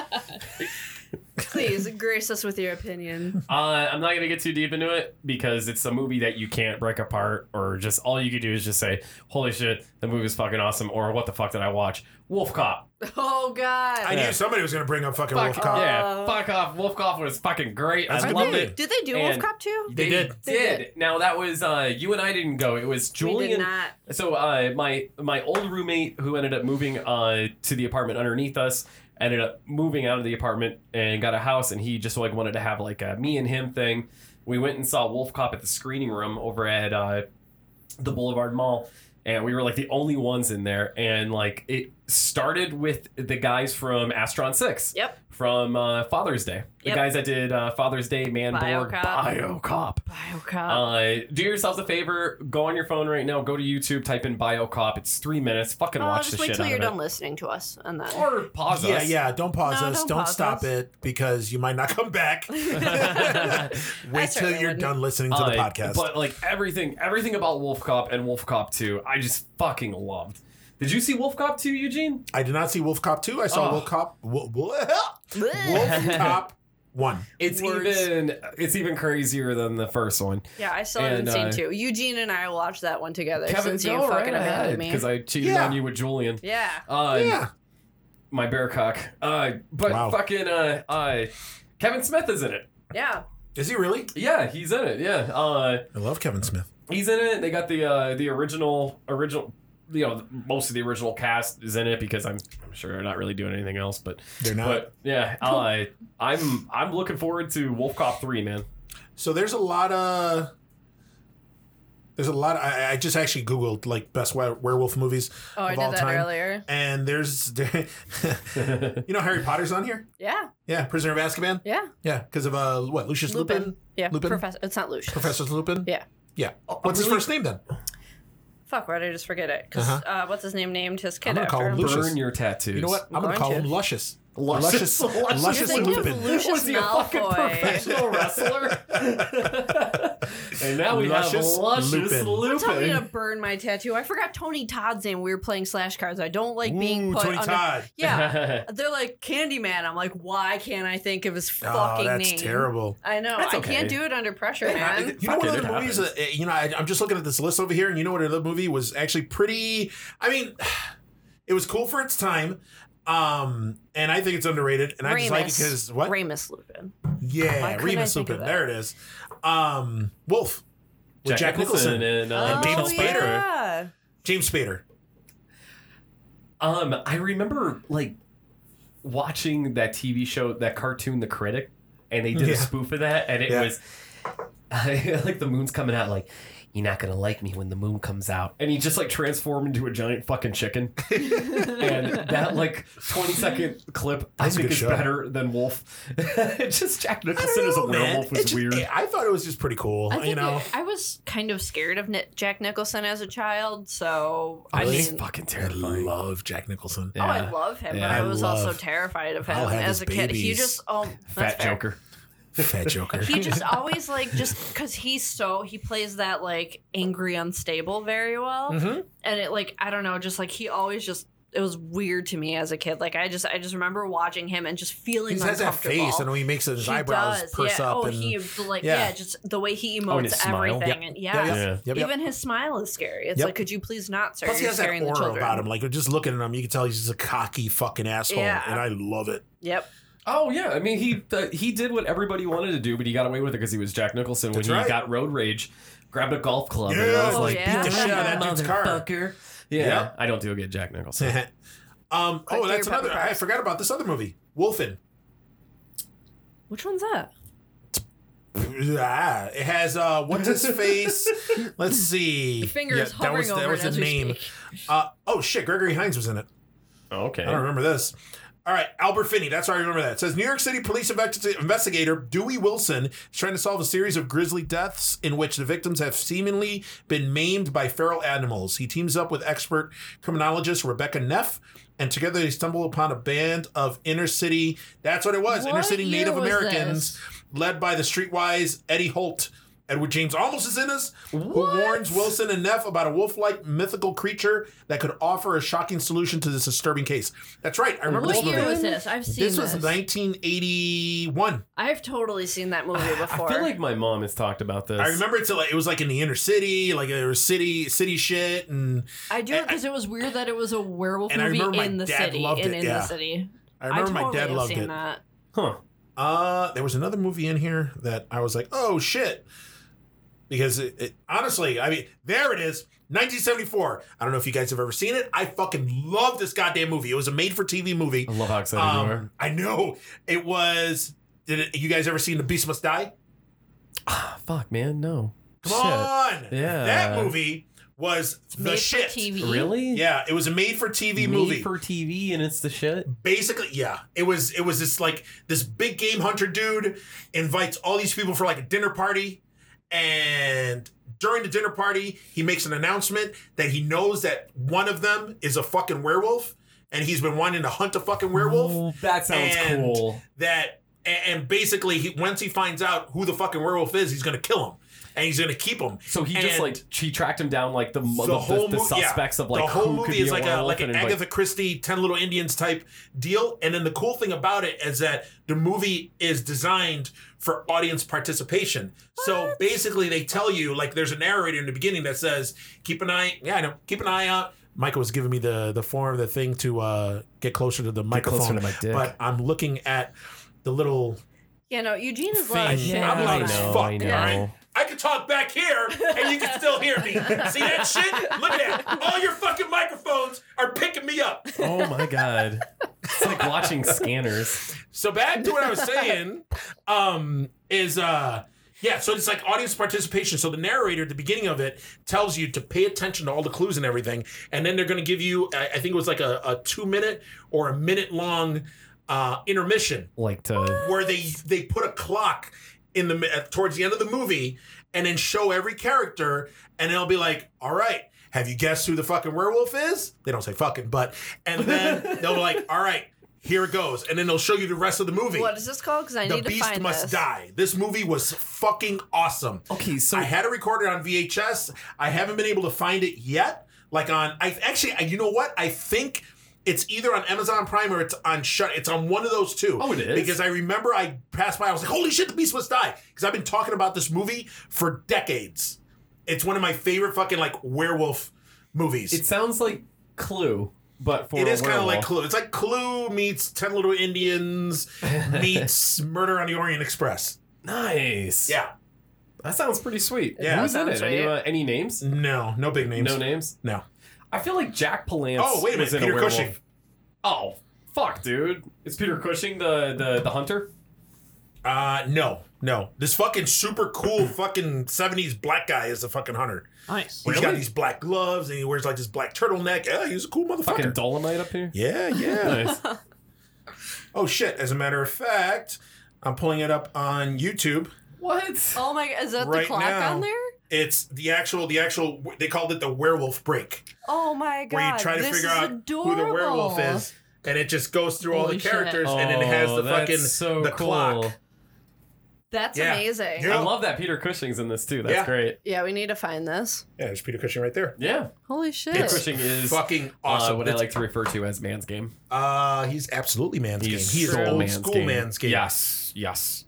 [SPEAKER 3] Please grace us with your opinion.
[SPEAKER 2] Uh, I'm not gonna get too deep into it because it's a movie that you can't break apart, or just all you could do is just say, "Holy shit, the movie is fucking awesome," or "What the fuck did I watch?" Wolf Cop.
[SPEAKER 3] Oh God.
[SPEAKER 4] I
[SPEAKER 2] Yeah.
[SPEAKER 4] knew somebody was gonna bring up fucking
[SPEAKER 2] Fuck
[SPEAKER 4] Wolf Cop.
[SPEAKER 2] yeah, fuck off. Wolf Cop was fucking great.
[SPEAKER 4] That's
[SPEAKER 2] I
[SPEAKER 4] a good
[SPEAKER 2] loved
[SPEAKER 4] movie.
[SPEAKER 2] it.
[SPEAKER 3] Did they do
[SPEAKER 2] And-
[SPEAKER 3] Wolf Cop too?
[SPEAKER 2] They,
[SPEAKER 4] They did.
[SPEAKER 2] Did.
[SPEAKER 3] They
[SPEAKER 2] Now that was uh, you and I didn't go. It was
[SPEAKER 3] We did
[SPEAKER 2] Julian.
[SPEAKER 3] not.
[SPEAKER 2] So uh, my my old roommate who ended up moving uh, to the apartment underneath us ended up moving out of the apartment and got a house and he just like wanted to have like a me and him thing. We went and saw Wolf Cop at the screening room over at uh, the Boulevard Mall and we were like the only ones in there and like it started with the guys from Astron 6
[SPEAKER 3] Yep.
[SPEAKER 2] from uh, Father's Day. The
[SPEAKER 3] Yep.
[SPEAKER 2] guys that did uh, Father's Day, Manborg,
[SPEAKER 3] Biocop.
[SPEAKER 2] Biocop.
[SPEAKER 3] Biocop.
[SPEAKER 2] Uh, do yourselves a favor. Go on your phone right now. Go to YouTube. Type in BioCop. It's three minutes. Fucking
[SPEAKER 3] oh,
[SPEAKER 2] watch
[SPEAKER 3] just
[SPEAKER 2] the
[SPEAKER 3] wait
[SPEAKER 2] shit
[SPEAKER 3] till
[SPEAKER 2] out
[SPEAKER 3] you're
[SPEAKER 2] of
[SPEAKER 3] done listening to us, and then.
[SPEAKER 2] it. Or pause
[SPEAKER 4] yeah,
[SPEAKER 2] us.
[SPEAKER 4] yeah. Don't pause
[SPEAKER 3] No,
[SPEAKER 4] us.
[SPEAKER 3] don't
[SPEAKER 4] Don't,
[SPEAKER 3] pause
[SPEAKER 4] stop
[SPEAKER 3] us.
[SPEAKER 4] it because you might not come back. Wait till
[SPEAKER 3] certainly
[SPEAKER 4] you're
[SPEAKER 3] wouldn't.
[SPEAKER 4] done listening to the
[SPEAKER 2] Uh,
[SPEAKER 4] podcast.
[SPEAKER 2] But like everything, everything about Wolf Cop and Wolf Cop Two, I just fucking loved. Did you see Wolf Cop Two, Eugene?
[SPEAKER 4] I did not see Wolf Cop two. I saw
[SPEAKER 2] Oh.
[SPEAKER 4] Wolf Cop. Wo- wo- Wolf Cop one.
[SPEAKER 2] It's
[SPEAKER 3] Words.
[SPEAKER 2] even it's even crazier than the first one.
[SPEAKER 3] yeah, I still
[SPEAKER 2] and,
[SPEAKER 3] haven't seen
[SPEAKER 2] uh,
[SPEAKER 3] two. Eugene and I watched that one together
[SPEAKER 2] Kevin,
[SPEAKER 3] since you
[SPEAKER 2] go right
[SPEAKER 3] fucking
[SPEAKER 2] ahead
[SPEAKER 3] abandoned me.
[SPEAKER 2] because I cheated
[SPEAKER 4] Yeah.
[SPEAKER 2] on you with Julian.
[SPEAKER 3] yeah.
[SPEAKER 2] Uh,
[SPEAKER 4] yeah,
[SPEAKER 2] my bear cock. Uh, but
[SPEAKER 4] Wow.
[SPEAKER 2] fucking uh, uh, Kevin Smith is in it.
[SPEAKER 3] Yeah.
[SPEAKER 4] is he really?
[SPEAKER 2] Yeah, he's in it. Yeah. Uh,
[SPEAKER 4] I love Kevin Smith.
[SPEAKER 2] he's in it. They got the uh, the original original. You know, most of the original cast is in it because I'm I'm sure they're not really doing anything else. But
[SPEAKER 4] They're not.
[SPEAKER 2] but yeah, I I'm I'm looking forward to Wolf Cop Three, man.
[SPEAKER 4] So there's a lot of there's a lot. I, I just actually googled like best were- werewolf movies
[SPEAKER 3] Oh,
[SPEAKER 4] of
[SPEAKER 3] I
[SPEAKER 4] all
[SPEAKER 3] did that
[SPEAKER 4] time,
[SPEAKER 3] earlier.
[SPEAKER 4] and there's you know Harry Potter's on here.
[SPEAKER 3] Yeah.
[SPEAKER 4] Yeah, Prisoner of Azkaban.
[SPEAKER 3] Yeah.
[SPEAKER 4] Yeah, because of uh what Lucius Lupin,
[SPEAKER 3] Lupin. Yeah.
[SPEAKER 4] Lupin?
[SPEAKER 3] Professor. It's not Lucius.
[SPEAKER 4] Professor Lupin.
[SPEAKER 3] Yeah.
[SPEAKER 4] Yeah.
[SPEAKER 2] Oh,
[SPEAKER 4] What's his first name then?
[SPEAKER 3] Fuck, why did I just forget it? Because uh
[SPEAKER 4] Uh-huh.
[SPEAKER 3] what's his name named his kid
[SPEAKER 4] I'm gonna
[SPEAKER 3] after
[SPEAKER 4] call him
[SPEAKER 3] him?
[SPEAKER 4] Lucius.
[SPEAKER 2] Burn your tattoos.
[SPEAKER 4] You know what? I'm gonna
[SPEAKER 3] Aren't
[SPEAKER 4] call
[SPEAKER 3] you?
[SPEAKER 4] him Luscious.
[SPEAKER 6] Luscious-
[SPEAKER 2] Luscious, luscious,
[SPEAKER 6] Luscious
[SPEAKER 2] Lupin.
[SPEAKER 6] Lupin.
[SPEAKER 1] Lucius
[SPEAKER 2] Was he a fucking
[SPEAKER 1] Malfoy.
[SPEAKER 2] professional wrestler? and now we
[SPEAKER 6] Luscious
[SPEAKER 2] have luscious
[SPEAKER 6] Lupin.
[SPEAKER 2] Lupin.
[SPEAKER 3] Don't tell me to burn my tattoo. I forgot Tony Todd's name. We were playing slash cards. I don't like being
[SPEAKER 4] Ooh,
[SPEAKER 3] put
[SPEAKER 4] Tony
[SPEAKER 3] under.
[SPEAKER 4] Todd.
[SPEAKER 3] Yeah, they're like Candyman. I'm like, why can't I think of his
[SPEAKER 4] Oh,
[SPEAKER 3] fucking
[SPEAKER 4] that's
[SPEAKER 3] name?
[SPEAKER 4] terrible.
[SPEAKER 3] I know.
[SPEAKER 2] That's
[SPEAKER 3] I
[SPEAKER 2] okay.
[SPEAKER 3] can't do it under pressure,
[SPEAKER 4] Yeah,
[SPEAKER 3] man.
[SPEAKER 4] I- you know
[SPEAKER 2] Fuck
[SPEAKER 4] what
[SPEAKER 2] it,
[SPEAKER 4] other
[SPEAKER 2] it
[SPEAKER 4] movies? Uh, you know, I, I'm just looking at this list over here, and you know what other movie was actually pretty. I mean, it was cool for its time, um, and I think it's underrated. And I just like it because what?
[SPEAKER 3] Ramus Lupin. Why
[SPEAKER 4] yeah,
[SPEAKER 3] couldn't I
[SPEAKER 4] Remus
[SPEAKER 3] think of
[SPEAKER 4] Lupin.
[SPEAKER 3] that?
[SPEAKER 4] There it is. Um, Wolf with Jack, Nicholson,
[SPEAKER 2] and, uh,
[SPEAKER 4] And Daniel Spader.
[SPEAKER 3] Oh, Yeah.
[SPEAKER 4] James Spader.
[SPEAKER 2] Um, I remember like watching that TV show, that cartoon, The Critic, and they did
[SPEAKER 4] Yeah.
[SPEAKER 2] a spoof of that, and it
[SPEAKER 4] Yeah.
[SPEAKER 2] was like the moon's coming out, like you're not gonna like me when the moon comes out, and he just like transformed into a giant fucking chicken, and that like 20 second clip I
[SPEAKER 4] That's a
[SPEAKER 2] think
[SPEAKER 4] good
[SPEAKER 2] is
[SPEAKER 4] show.
[SPEAKER 2] better than Wolf. just Jack Nicholson as a werewolf
[SPEAKER 4] It
[SPEAKER 2] was
[SPEAKER 4] just-
[SPEAKER 2] weird.
[SPEAKER 4] I thought it was just pretty cool.
[SPEAKER 3] I think
[SPEAKER 4] you know,
[SPEAKER 3] I was kind of scared of Ni- Jack Nicholson as a child, so I
[SPEAKER 4] Really?
[SPEAKER 2] He's
[SPEAKER 3] mean,
[SPEAKER 2] fucking
[SPEAKER 4] I
[SPEAKER 2] terrifying.
[SPEAKER 4] love Jack Nicholson.
[SPEAKER 3] oh,
[SPEAKER 2] Yeah.
[SPEAKER 3] I love him,
[SPEAKER 2] Yeah.
[SPEAKER 3] but I
[SPEAKER 4] I
[SPEAKER 3] was also
[SPEAKER 4] love-
[SPEAKER 3] terrified of
[SPEAKER 4] I'll
[SPEAKER 3] him
[SPEAKER 4] have
[SPEAKER 3] as
[SPEAKER 4] his
[SPEAKER 3] a kid. He
[SPEAKER 4] babies.
[SPEAKER 3] just oh, that's
[SPEAKER 2] Fat
[SPEAKER 3] fair.
[SPEAKER 2] Joker.
[SPEAKER 4] Fat Joker.
[SPEAKER 3] He just always like just because he's so he plays that like angry unstable very well,
[SPEAKER 2] Mm-hmm.
[SPEAKER 4] Mhm.
[SPEAKER 3] and it like I don't know, just like he always just it was weird to me as a kid. Like I just I just remember watching him and just feeling
[SPEAKER 4] He has that
[SPEAKER 3] uncomfortable.
[SPEAKER 4] face, and when he makes his
[SPEAKER 3] He
[SPEAKER 4] eyebrows
[SPEAKER 3] does,
[SPEAKER 4] purse
[SPEAKER 3] yeah.
[SPEAKER 4] up,
[SPEAKER 3] oh,
[SPEAKER 4] and
[SPEAKER 3] he like yeah.
[SPEAKER 4] Yeah.
[SPEAKER 3] just the way he
[SPEAKER 2] Oh, and
[SPEAKER 3] emotes
[SPEAKER 2] his smile.
[SPEAKER 3] everything,
[SPEAKER 2] Yep.
[SPEAKER 3] and
[SPEAKER 4] Yep,
[SPEAKER 3] yeah,
[SPEAKER 4] yep, yep, yep.
[SPEAKER 3] even his smile is scary. It's
[SPEAKER 4] Yep.
[SPEAKER 3] like, could you please not, sir?
[SPEAKER 4] Plus, he
[SPEAKER 3] You're
[SPEAKER 4] has that
[SPEAKER 3] scaring the
[SPEAKER 4] aura
[SPEAKER 3] children.
[SPEAKER 4] about him. Like, you're just looking at him, you can tell he's just a cocky fucking asshole,
[SPEAKER 3] Yeah.
[SPEAKER 4] and I love it.
[SPEAKER 3] Yep.
[SPEAKER 2] Oh yeah, I mean he uh, he did what everybody wanted to do, but he got away with it because he was Jack Nicholson.
[SPEAKER 4] That's
[SPEAKER 2] when
[SPEAKER 4] right.
[SPEAKER 2] he got road rage, grabbed a golf club. and
[SPEAKER 4] Yeah.
[SPEAKER 2] was
[SPEAKER 4] Oh,
[SPEAKER 2] like,
[SPEAKER 3] yeah.
[SPEAKER 4] Beat the shit out of that dude's car.
[SPEAKER 2] motherfucker. Yeah,
[SPEAKER 4] Yeah.
[SPEAKER 2] I don't do a good Jack Nicholson.
[SPEAKER 4] um,
[SPEAKER 3] Click
[SPEAKER 4] oh,
[SPEAKER 3] to
[SPEAKER 4] that's
[SPEAKER 3] your pepper
[SPEAKER 4] another. I
[SPEAKER 3] fries.
[SPEAKER 4] forgot about this other movie, Wolfen.
[SPEAKER 3] Which one's that?
[SPEAKER 4] Ah, It has uh, what's his face? Let's see.
[SPEAKER 3] The finger is hovering over it as we speak.
[SPEAKER 4] Uh, oh shit, Gregory Hines was in it. I don't
[SPEAKER 2] Oh, okay.
[SPEAKER 4] remember this. All right, Albert Finney. That's why I remember that. It says New York City police investi- investigator Dewey Wilson is trying to solve a series of grisly deaths in which the victims have seemingly been maimed by feral animals. He teams up with expert criminologist Rebecca Neff, and together they stumble upon a band of inner city. That's what it was. inner
[SPEAKER 5] What
[SPEAKER 4] city
[SPEAKER 5] year
[SPEAKER 4] Native
[SPEAKER 5] was
[SPEAKER 4] Americans, led by the streetwise Eddie Holt. Edward James almost is in us, who warns Wilson and Neff about a wolf-like mythical creature that could offer a shocking solution to this disturbing case. That's right. I remember
[SPEAKER 5] What
[SPEAKER 4] this
[SPEAKER 5] year
[SPEAKER 4] movie.
[SPEAKER 5] was this? I've seen
[SPEAKER 4] This
[SPEAKER 5] this.
[SPEAKER 4] was 1981.
[SPEAKER 3] I've totally seen that movie before.
[SPEAKER 2] I feel like my mom has talked about this.
[SPEAKER 4] I remember it's like it was like in the inner city, like there was city city shit, and
[SPEAKER 5] I do it because it was weird that it was a werewolf
[SPEAKER 4] And I
[SPEAKER 5] movie
[SPEAKER 4] remember my
[SPEAKER 5] in the
[SPEAKER 4] dad
[SPEAKER 5] city.
[SPEAKER 4] loved
[SPEAKER 5] and
[SPEAKER 4] it,
[SPEAKER 5] in
[SPEAKER 4] yeah.
[SPEAKER 5] the city.
[SPEAKER 4] I remember my
[SPEAKER 5] totally
[SPEAKER 4] dad
[SPEAKER 5] have
[SPEAKER 4] loved
[SPEAKER 5] seen
[SPEAKER 4] it.
[SPEAKER 5] that.
[SPEAKER 2] Huh.
[SPEAKER 4] Uh, there was another movie in here that I was like, oh shit. Because it, it, honestly, I mean, there it is, 1974. I don't know if you guys have ever seen it. I fucking love this goddamn movie. It was a made-for-TV movie.
[SPEAKER 2] I love how excited you are.
[SPEAKER 4] Um, I know it was. Did it, you guys ever seen The Beast Must Die?
[SPEAKER 2] Ah, fuck, man, no.
[SPEAKER 4] Come on,
[SPEAKER 2] Yeah.
[SPEAKER 4] that movie was the
[SPEAKER 5] Made
[SPEAKER 4] shit.
[SPEAKER 5] for TV.
[SPEAKER 2] Really?
[SPEAKER 4] Yeah, it was a made-for-TV
[SPEAKER 2] Made
[SPEAKER 4] movie.
[SPEAKER 2] for TV, and it's the shit.
[SPEAKER 4] basically yeah it was it was this like this big game hunter dude invites all these people for like a dinner party and during the dinner party he makes an announcement that he knows that one of them is a fucking werewolf and he's been wanting to hunt a fucking werewolf
[SPEAKER 2] Ooh, that sounds
[SPEAKER 4] and
[SPEAKER 2] cool.
[SPEAKER 4] that a- and basically he once he finds out who the fucking werewolf is he's gonna kill him and he's gonna keep him
[SPEAKER 2] So he just
[SPEAKER 4] and-
[SPEAKER 2] like she tracked him down like the the, the, the,
[SPEAKER 4] mo- yeah.
[SPEAKER 2] suspects of like
[SPEAKER 4] the whole
[SPEAKER 2] who could
[SPEAKER 4] movie
[SPEAKER 2] be
[SPEAKER 4] is
[SPEAKER 2] a
[SPEAKER 4] like a
[SPEAKER 2] werewolf
[SPEAKER 4] like an
[SPEAKER 2] and invite-
[SPEAKER 4] Agatha Christie Ten Little Indians type deal. And then the cool thing about it is that the movie is designed for audience participation. So basically, they tell you like there's a narrator in the beginning that says, "Keep an eye, yeah, I know, keep an eye out." Michael was giving me the the form, the thing to uh, get closer to the microphone,
[SPEAKER 2] closer to my dick.
[SPEAKER 4] but I'm looking at the little
[SPEAKER 3] you know, Eugene is loud.
[SPEAKER 4] Thing.
[SPEAKER 3] as shit.
[SPEAKER 2] Yeah,
[SPEAKER 4] I'm loud
[SPEAKER 2] I
[SPEAKER 4] as
[SPEAKER 2] know,
[SPEAKER 4] fuck.
[SPEAKER 2] I know.
[SPEAKER 4] all right? I can talk back here and you can still hear me. See that shit? Look at that. All your fucking microphones are picking me up.
[SPEAKER 2] Oh my god. It's like watching scanners.
[SPEAKER 4] So back to what I was saying, um, is uh yeah, so it's like audience participation. So the narrator at the beginning of it tells you to pay attention to all the clues and everything, and then they're going to give you, I, I think it was like a, a two minute or a minute long uh, intermission
[SPEAKER 2] Like to
[SPEAKER 4] where they they put a clock in the mi- uh, towards the end of the movie and then show every character and it'll be like all right have you guessed who the fucking werewolf is they don't say fucking but and then they'll be like all right Here it goes, and then they'll show you the rest of the movie.
[SPEAKER 3] What is this called? Because I
[SPEAKER 4] the
[SPEAKER 3] need to
[SPEAKER 4] Beast
[SPEAKER 3] find
[SPEAKER 4] Must
[SPEAKER 3] this.
[SPEAKER 4] Die. This movie was fucking awesome.
[SPEAKER 2] Okay, so
[SPEAKER 4] I had it recorded on VHS. I haven't been able to find it yet. Like on, I actually, I- you know what? I think it's either on Amazon Prime or it's on Shut. It's on one of those two.
[SPEAKER 2] Oh, it is?
[SPEAKER 4] Because I remember I passed by. I was like, "Holy shit, The Beast Must Die!" Because I've been talking about this movie for decades. It's one of my favorite fucking like werewolf movies.
[SPEAKER 2] it sounds like Clue, but for
[SPEAKER 4] It
[SPEAKER 2] a
[SPEAKER 4] is kind of like
[SPEAKER 2] werewolf.
[SPEAKER 4] Clue. It's like Clue meets Ten Little Indians meets Murder on the Orient Express.
[SPEAKER 2] Nice.
[SPEAKER 4] Yeah.
[SPEAKER 2] that sounds pretty sweet.
[SPEAKER 4] Yeah.
[SPEAKER 2] who's in
[SPEAKER 3] Sounds
[SPEAKER 2] it? Any,
[SPEAKER 3] right.
[SPEAKER 2] uh, any names?
[SPEAKER 4] No, no big names.
[SPEAKER 2] No names.
[SPEAKER 4] No.
[SPEAKER 2] I feel like Jack Palance.
[SPEAKER 4] Oh, wait a
[SPEAKER 2] was
[SPEAKER 4] minute,
[SPEAKER 2] in
[SPEAKER 4] Peter
[SPEAKER 2] werewolf.
[SPEAKER 4] Cushing.
[SPEAKER 2] Oh, fuck, dude. It's Peter Cushing, the the the hunter.
[SPEAKER 4] Uh, no, no. This fucking super cool fucking seventies black guy is a fucking hunter.
[SPEAKER 5] Nice.
[SPEAKER 4] He's got
[SPEAKER 2] Really?
[SPEAKER 4] these black gloves and he wears like this black turtleneck. Yeah, he's a cool
[SPEAKER 2] Fucking
[SPEAKER 4] motherfucker.
[SPEAKER 2] Dolomite up here.
[SPEAKER 4] Yeah, yeah.
[SPEAKER 2] Nice.
[SPEAKER 4] oh shit! As a matter of fact, I'm pulling it up on YouTube.
[SPEAKER 2] what?
[SPEAKER 3] Oh my! Is that
[SPEAKER 4] Right
[SPEAKER 3] the clock
[SPEAKER 4] now.
[SPEAKER 3] on there?
[SPEAKER 4] It's the actual, the actual. They called it the werewolf break,
[SPEAKER 3] Oh my god!
[SPEAKER 4] where you try to
[SPEAKER 3] this
[SPEAKER 4] figure
[SPEAKER 3] is
[SPEAKER 4] out who the werewolf
[SPEAKER 3] adorable.
[SPEAKER 4] is, and it just goes through all
[SPEAKER 5] Holy
[SPEAKER 4] the
[SPEAKER 5] shit.
[SPEAKER 4] characters, and then it has
[SPEAKER 2] Oh,
[SPEAKER 4] the
[SPEAKER 2] that's
[SPEAKER 4] fucking
[SPEAKER 2] so
[SPEAKER 4] the
[SPEAKER 2] cool.
[SPEAKER 4] clock.
[SPEAKER 3] That's
[SPEAKER 4] Yeah.
[SPEAKER 3] amazing.
[SPEAKER 4] Yeah.
[SPEAKER 2] I love that Peter Cushing's in this too. That's
[SPEAKER 4] Yeah.
[SPEAKER 2] great.
[SPEAKER 3] Yeah, we need to find this.
[SPEAKER 4] Yeah, there's Peter Cushing right there.
[SPEAKER 2] Yeah,
[SPEAKER 3] Holy shit!
[SPEAKER 2] Peter Cushing is
[SPEAKER 4] Fucking
[SPEAKER 2] awesome.
[SPEAKER 4] awesome.
[SPEAKER 2] Uh, what I
[SPEAKER 4] That's-
[SPEAKER 2] like to refer to as man's game.
[SPEAKER 4] Uh, he's absolutely man's
[SPEAKER 2] He's
[SPEAKER 4] game. He is
[SPEAKER 3] so
[SPEAKER 4] old
[SPEAKER 2] man's
[SPEAKER 4] school
[SPEAKER 2] game.
[SPEAKER 4] man's game.
[SPEAKER 2] Yes, yes.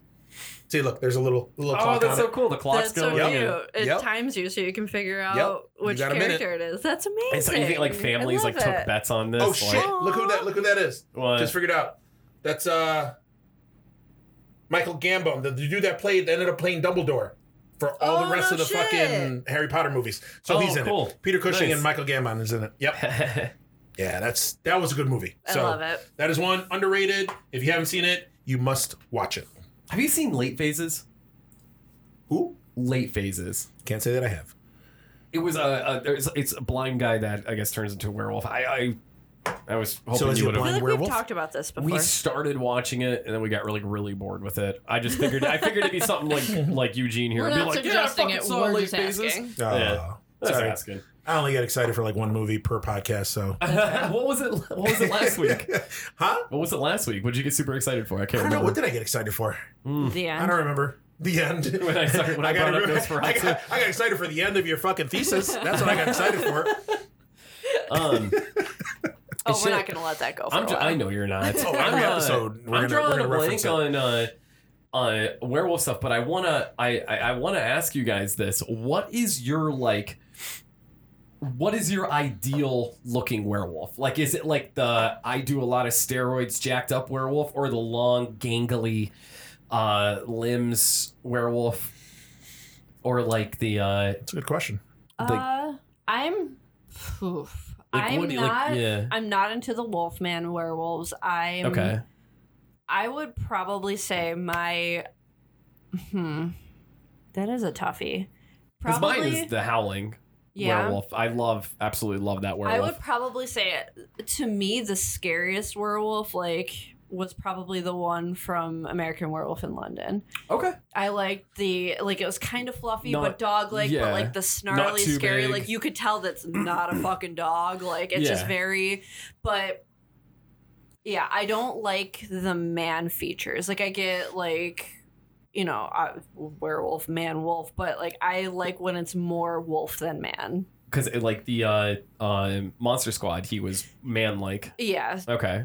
[SPEAKER 4] See, look, there's a little little
[SPEAKER 2] Oh,
[SPEAKER 4] clock
[SPEAKER 2] that's
[SPEAKER 4] on
[SPEAKER 2] so
[SPEAKER 4] it.
[SPEAKER 2] cool. The clock's
[SPEAKER 3] That's so
[SPEAKER 2] going.
[SPEAKER 4] Yep.
[SPEAKER 2] in.
[SPEAKER 3] cute. It
[SPEAKER 4] Yep.
[SPEAKER 3] times you so you can figure out
[SPEAKER 4] You
[SPEAKER 3] which
[SPEAKER 4] got a minute.
[SPEAKER 3] character it is. That's amazing.
[SPEAKER 2] And so you think like families
[SPEAKER 3] I
[SPEAKER 2] like
[SPEAKER 3] love
[SPEAKER 2] took
[SPEAKER 3] it.
[SPEAKER 2] bets on this?
[SPEAKER 4] Oh shit!
[SPEAKER 2] Like,
[SPEAKER 4] Look who that look who that is.
[SPEAKER 2] what?
[SPEAKER 4] Just figured out. That's uh Michael Gambon, the the dude that played that ended up playing Dumbledore for all
[SPEAKER 3] Oh,
[SPEAKER 4] the rest
[SPEAKER 3] no
[SPEAKER 4] of the
[SPEAKER 3] shit.
[SPEAKER 4] fucking Harry Potter movies. So
[SPEAKER 2] Oh,
[SPEAKER 4] he's in
[SPEAKER 2] cool.
[SPEAKER 4] it. Peter Cushing
[SPEAKER 2] Nice.
[SPEAKER 4] and Michael Gambon is in it. Yep. Yeah, that's that was a good movie.
[SPEAKER 3] I
[SPEAKER 4] So
[SPEAKER 3] love it.
[SPEAKER 4] that is one underrated. If you haven't seen it, you must watch it.
[SPEAKER 2] Have you seen Late Phases?
[SPEAKER 4] Who?
[SPEAKER 2] Late Phases.
[SPEAKER 4] Can't say that I have.
[SPEAKER 2] It was a, a there's- it's a blind guy that I guess turns into a werewolf. I I, I was hoping
[SPEAKER 4] is
[SPEAKER 2] you
[SPEAKER 4] he
[SPEAKER 2] would have
[SPEAKER 4] blind?
[SPEAKER 3] I feel like
[SPEAKER 4] werewolf?
[SPEAKER 3] we've talked about this before.
[SPEAKER 2] We started watching it and then we got really, really bored with it. I just figured I figured it'd be something like like Eugene here.
[SPEAKER 5] We're
[SPEAKER 2] and be
[SPEAKER 5] not
[SPEAKER 2] like,
[SPEAKER 5] suggesting
[SPEAKER 2] yeah, I
[SPEAKER 5] it,
[SPEAKER 2] fucking saw
[SPEAKER 5] we're
[SPEAKER 2] Late
[SPEAKER 5] just
[SPEAKER 2] Phases.
[SPEAKER 5] asking.
[SPEAKER 4] Uh,
[SPEAKER 2] Yeah. That's
[SPEAKER 4] Sorry.
[SPEAKER 2] asking.
[SPEAKER 4] I only get excited for like one movie per podcast, so
[SPEAKER 2] what was it? What was it last week?
[SPEAKER 4] Huh?
[SPEAKER 2] What was it last week? What did you get super excited for? I
[SPEAKER 4] I
[SPEAKER 2] can't
[SPEAKER 4] don't know.
[SPEAKER 2] remember.
[SPEAKER 4] What did I get excited for?
[SPEAKER 1] The
[SPEAKER 4] I
[SPEAKER 1] end.
[SPEAKER 4] don't remember. The end.
[SPEAKER 2] When I- sorry, when I
[SPEAKER 4] got,
[SPEAKER 2] brought up
[SPEAKER 4] I,
[SPEAKER 2] Nosferatu.
[SPEAKER 4] got, I got excited for the end of your fucking thesis. That's what I got excited for. Oh,
[SPEAKER 2] um,
[SPEAKER 3] oh,
[SPEAKER 2] Shit.
[SPEAKER 3] we're not gonna let that go. For
[SPEAKER 2] I'm
[SPEAKER 3] a
[SPEAKER 2] dr-
[SPEAKER 3] while.
[SPEAKER 2] I know you're not.
[SPEAKER 4] Oh,
[SPEAKER 2] I'm
[SPEAKER 4] every
[SPEAKER 2] not.
[SPEAKER 4] episode, we're gonna-
[SPEAKER 2] I'm
[SPEAKER 4] we're
[SPEAKER 2] drawing
[SPEAKER 4] gonna
[SPEAKER 2] a
[SPEAKER 4] reference
[SPEAKER 2] blank on uh, uh, werewolf stuff, but I wanna I I, I wanna ask you guys this: What is your like? What is your ideal looking werewolf? Like, is it like the I do a lot of steroids jacked up werewolf, or the long gangly uh, limbs werewolf, or like the uh,
[SPEAKER 4] That's a good question.
[SPEAKER 2] Like-
[SPEAKER 5] uh, I'm. oof.
[SPEAKER 2] like
[SPEAKER 5] I'm
[SPEAKER 2] what do you-
[SPEAKER 5] not.
[SPEAKER 2] like yeah
[SPEAKER 5] I'm not into the Wolfman werewolves. I'm.
[SPEAKER 2] okay
[SPEAKER 5] I would probably say my. Hmm. That is a toughie.
[SPEAKER 2] because
[SPEAKER 5] Probably.
[SPEAKER 2] mine is the howling
[SPEAKER 5] yeah.
[SPEAKER 2] werewolf. I love absolutely love that werewolf.
[SPEAKER 5] I would probably say uh, to me the scariest werewolf like was probably the one from American Werewolf in London.
[SPEAKER 2] Okay.
[SPEAKER 5] I liked the like it was kind of fluffy
[SPEAKER 2] Not-
[SPEAKER 5] but dog like
[SPEAKER 2] yeah.
[SPEAKER 5] but like the snarly
[SPEAKER 2] too
[SPEAKER 5] scary
[SPEAKER 2] big.
[SPEAKER 5] like you could tell that's not a fucking dog like it's just
[SPEAKER 2] Yeah.
[SPEAKER 5] very but yeah, I don't like the man features. Like I get like you know, uh, werewolf, man, wolf, but like I like when it's more wolf than man.
[SPEAKER 2] Because like the uh, uh, Monster Squad, he was man like.
[SPEAKER 5] Yeah,
[SPEAKER 2] Okay.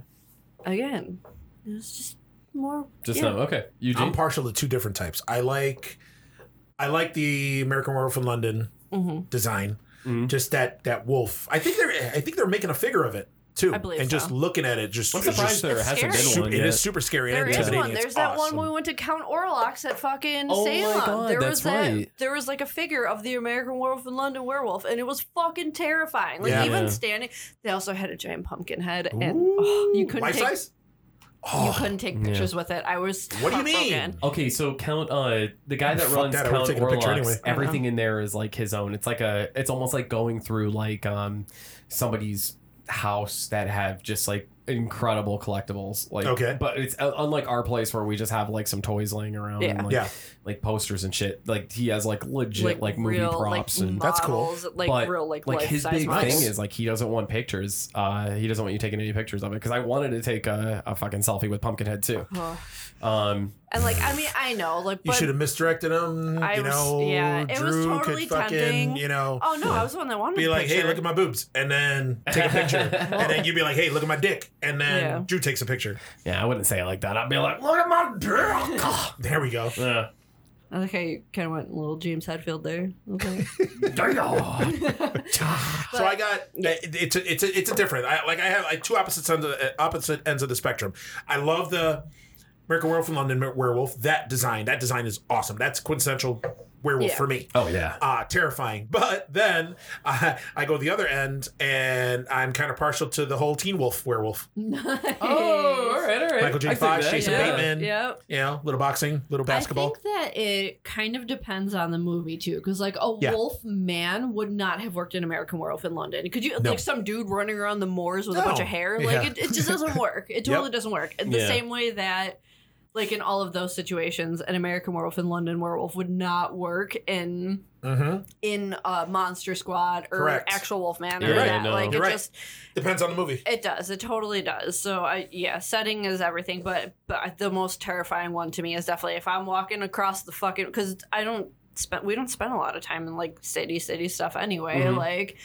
[SPEAKER 5] again, it was just more.
[SPEAKER 2] Just
[SPEAKER 5] yeah.
[SPEAKER 2] now. Okay.
[SPEAKER 4] I'm
[SPEAKER 2] Eugene.
[SPEAKER 4] partial to two different types. I like, I like the American Werewolf in London
[SPEAKER 5] Mhm.
[SPEAKER 4] design.
[SPEAKER 2] Mhm.
[SPEAKER 4] Just that that wolf. I think they're I think they're making a figure of it too.
[SPEAKER 5] I believe
[SPEAKER 4] and just
[SPEAKER 5] so.
[SPEAKER 4] looking at it, just
[SPEAKER 2] I'm
[SPEAKER 4] it's
[SPEAKER 2] surprised
[SPEAKER 4] just-
[SPEAKER 2] there
[SPEAKER 5] It's
[SPEAKER 2] hasn't
[SPEAKER 5] scary.
[SPEAKER 4] it's
[SPEAKER 2] been
[SPEAKER 4] super,
[SPEAKER 2] one.
[SPEAKER 4] it
[SPEAKER 2] yet.
[SPEAKER 4] is super scary
[SPEAKER 3] There
[SPEAKER 4] and
[SPEAKER 3] is
[SPEAKER 4] intimidating.
[SPEAKER 3] one.
[SPEAKER 4] It's
[SPEAKER 3] There's that
[SPEAKER 4] awesome.
[SPEAKER 3] one when we went to Count Orlok's at fucking
[SPEAKER 2] Oh my
[SPEAKER 3] Salem.
[SPEAKER 2] God,
[SPEAKER 5] There
[SPEAKER 2] that's
[SPEAKER 5] was that.
[SPEAKER 2] right.
[SPEAKER 5] There was like a figure of the American Werewolf in London werewolf, and it was fucking terrifying. Like
[SPEAKER 4] Yeah.
[SPEAKER 5] even
[SPEAKER 2] Yeah.
[SPEAKER 5] standing, they also had a giant pumpkin head, and
[SPEAKER 4] Ooh,
[SPEAKER 5] oh, you couldn't
[SPEAKER 4] life
[SPEAKER 5] take
[SPEAKER 4] size.
[SPEAKER 5] you
[SPEAKER 4] Oh,
[SPEAKER 5] couldn't take pictures with it. I was.
[SPEAKER 4] What do you mean?
[SPEAKER 5] heartbroken.
[SPEAKER 2] Okay, so count uh the guy that
[SPEAKER 4] Fuck
[SPEAKER 2] runs
[SPEAKER 4] that, I would've
[SPEAKER 2] Count
[SPEAKER 4] taken a
[SPEAKER 2] Orlok's.
[SPEAKER 4] picture anyway.
[SPEAKER 3] Uh-huh.
[SPEAKER 2] Everything in there is like his own. It's like a. It's almost like going through like um somebody's house that have just like incredible collectibles. Like,
[SPEAKER 4] Okay.
[SPEAKER 2] but it's uh, unlike our place where we just have like some toys laying around and
[SPEAKER 3] Yeah.
[SPEAKER 2] like,
[SPEAKER 4] Yeah.
[SPEAKER 2] like posters and shit. Like he has like legit like, movie props
[SPEAKER 3] like,
[SPEAKER 2] and
[SPEAKER 4] That's cool.
[SPEAKER 3] models, Like
[SPEAKER 2] But,
[SPEAKER 3] real, like,
[SPEAKER 2] like his
[SPEAKER 3] life-size
[SPEAKER 2] big
[SPEAKER 3] models.
[SPEAKER 2] thing is like he doesn't want pictures. Uh, he doesn't want you taking any pictures of it because I wanted to take a, a fucking selfie with Pumpkinhead too.
[SPEAKER 3] Ugh.
[SPEAKER 2] Um,
[SPEAKER 3] and like I mean, I know, like,
[SPEAKER 4] You
[SPEAKER 3] but
[SPEAKER 4] should have misdirected him.
[SPEAKER 3] I
[SPEAKER 4] you
[SPEAKER 3] was-
[SPEAKER 4] know,
[SPEAKER 3] yeah, it was
[SPEAKER 4] Drew
[SPEAKER 3] totally
[SPEAKER 4] could fucking,
[SPEAKER 3] tempting.
[SPEAKER 4] you know,
[SPEAKER 3] oh no, I was the one that wanted
[SPEAKER 4] be
[SPEAKER 3] the
[SPEAKER 4] like, hey,
[SPEAKER 3] picture.
[SPEAKER 4] look at my boobs, and then take a picture, and then you'd be like, hey, look at my dick, and then
[SPEAKER 3] Yeah.
[SPEAKER 4] Drew takes a picture.
[SPEAKER 2] yeah, I wouldn't say it like that. I'd be like, look at my dick.
[SPEAKER 4] There we go.
[SPEAKER 2] Yeah.
[SPEAKER 3] I like how you kind of went little James Hetfield there. Okay.
[SPEAKER 4] so I got it- it's a, it's a, it's a different. I like I have like two opposite ends of the, opposite ends of the spectrum. I love the American Werewolf in London Werewolf. That design, that design is awesome. That's quintessential werewolf
[SPEAKER 7] Yeah.
[SPEAKER 4] for me.
[SPEAKER 2] Oh yeah.
[SPEAKER 4] uh, terrifying. But then I, I go the other end, and I'm kind of partial to the whole Teen Wolf werewolf.
[SPEAKER 2] Oh, all right, all right.
[SPEAKER 4] Michael J.
[SPEAKER 2] I take
[SPEAKER 4] Fox,
[SPEAKER 2] that,
[SPEAKER 4] Jason
[SPEAKER 2] yeah.
[SPEAKER 4] Bateman,
[SPEAKER 3] Yep.
[SPEAKER 4] you know, little boxing, little
[SPEAKER 3] I
[SPEAKER 4] basketball.
[SPEAKER 3] think that it kind of depends on the movie too, because like a
[SPEAKER 4] Yeah.
[SPEAKER 3] wolf man would not have worked in American Werewolf in London. Could you
[SPEAKER 4] No.
[SPEAKER 3] like some dude running around the moors with a bunch
[SPEAKER 4] No.
[SPEAKER 3] of hair?
[SPEAKER 4] Yeah.
[SPEAKER 3] Like it, it just doesn't work. It totally doesn't work. In the
[SPEAKER 2] Yeah.
[SPEAKER 3] same way that like in all of those situations, an American Werewolf in London Werewolf would not work in
[SPEAKER 4] Mhm.
[SPEAKER 3] in uh, Monster Squad or
[SPEAKER 4] Correct.
[SPEAKER 3] actual Wolfman
[SPEAKER 2] You're
[SPEAKER 3] or
[SPEAKER 2] right.
[SPEAKER 3] that.
[SPEAKER 2] No.
[SPEAKER 3] Like
[SPEAKER 4] You're
[SPEAKER 3] it
[SPEAKER 4] right.
[SPEAKER 3] just
[SPEAKER 4] Depends on the movie.
[SPEAKER 3] It does. It totally does. So I yeah, setting is everything, but but the most terrifying one to me is definitely if I'm walking across the fucking because I don't spend we don't spend a lot of time in like city city stuff anyway.
[SPEAKER 2] Mhm.
[SPEAKER 3] Like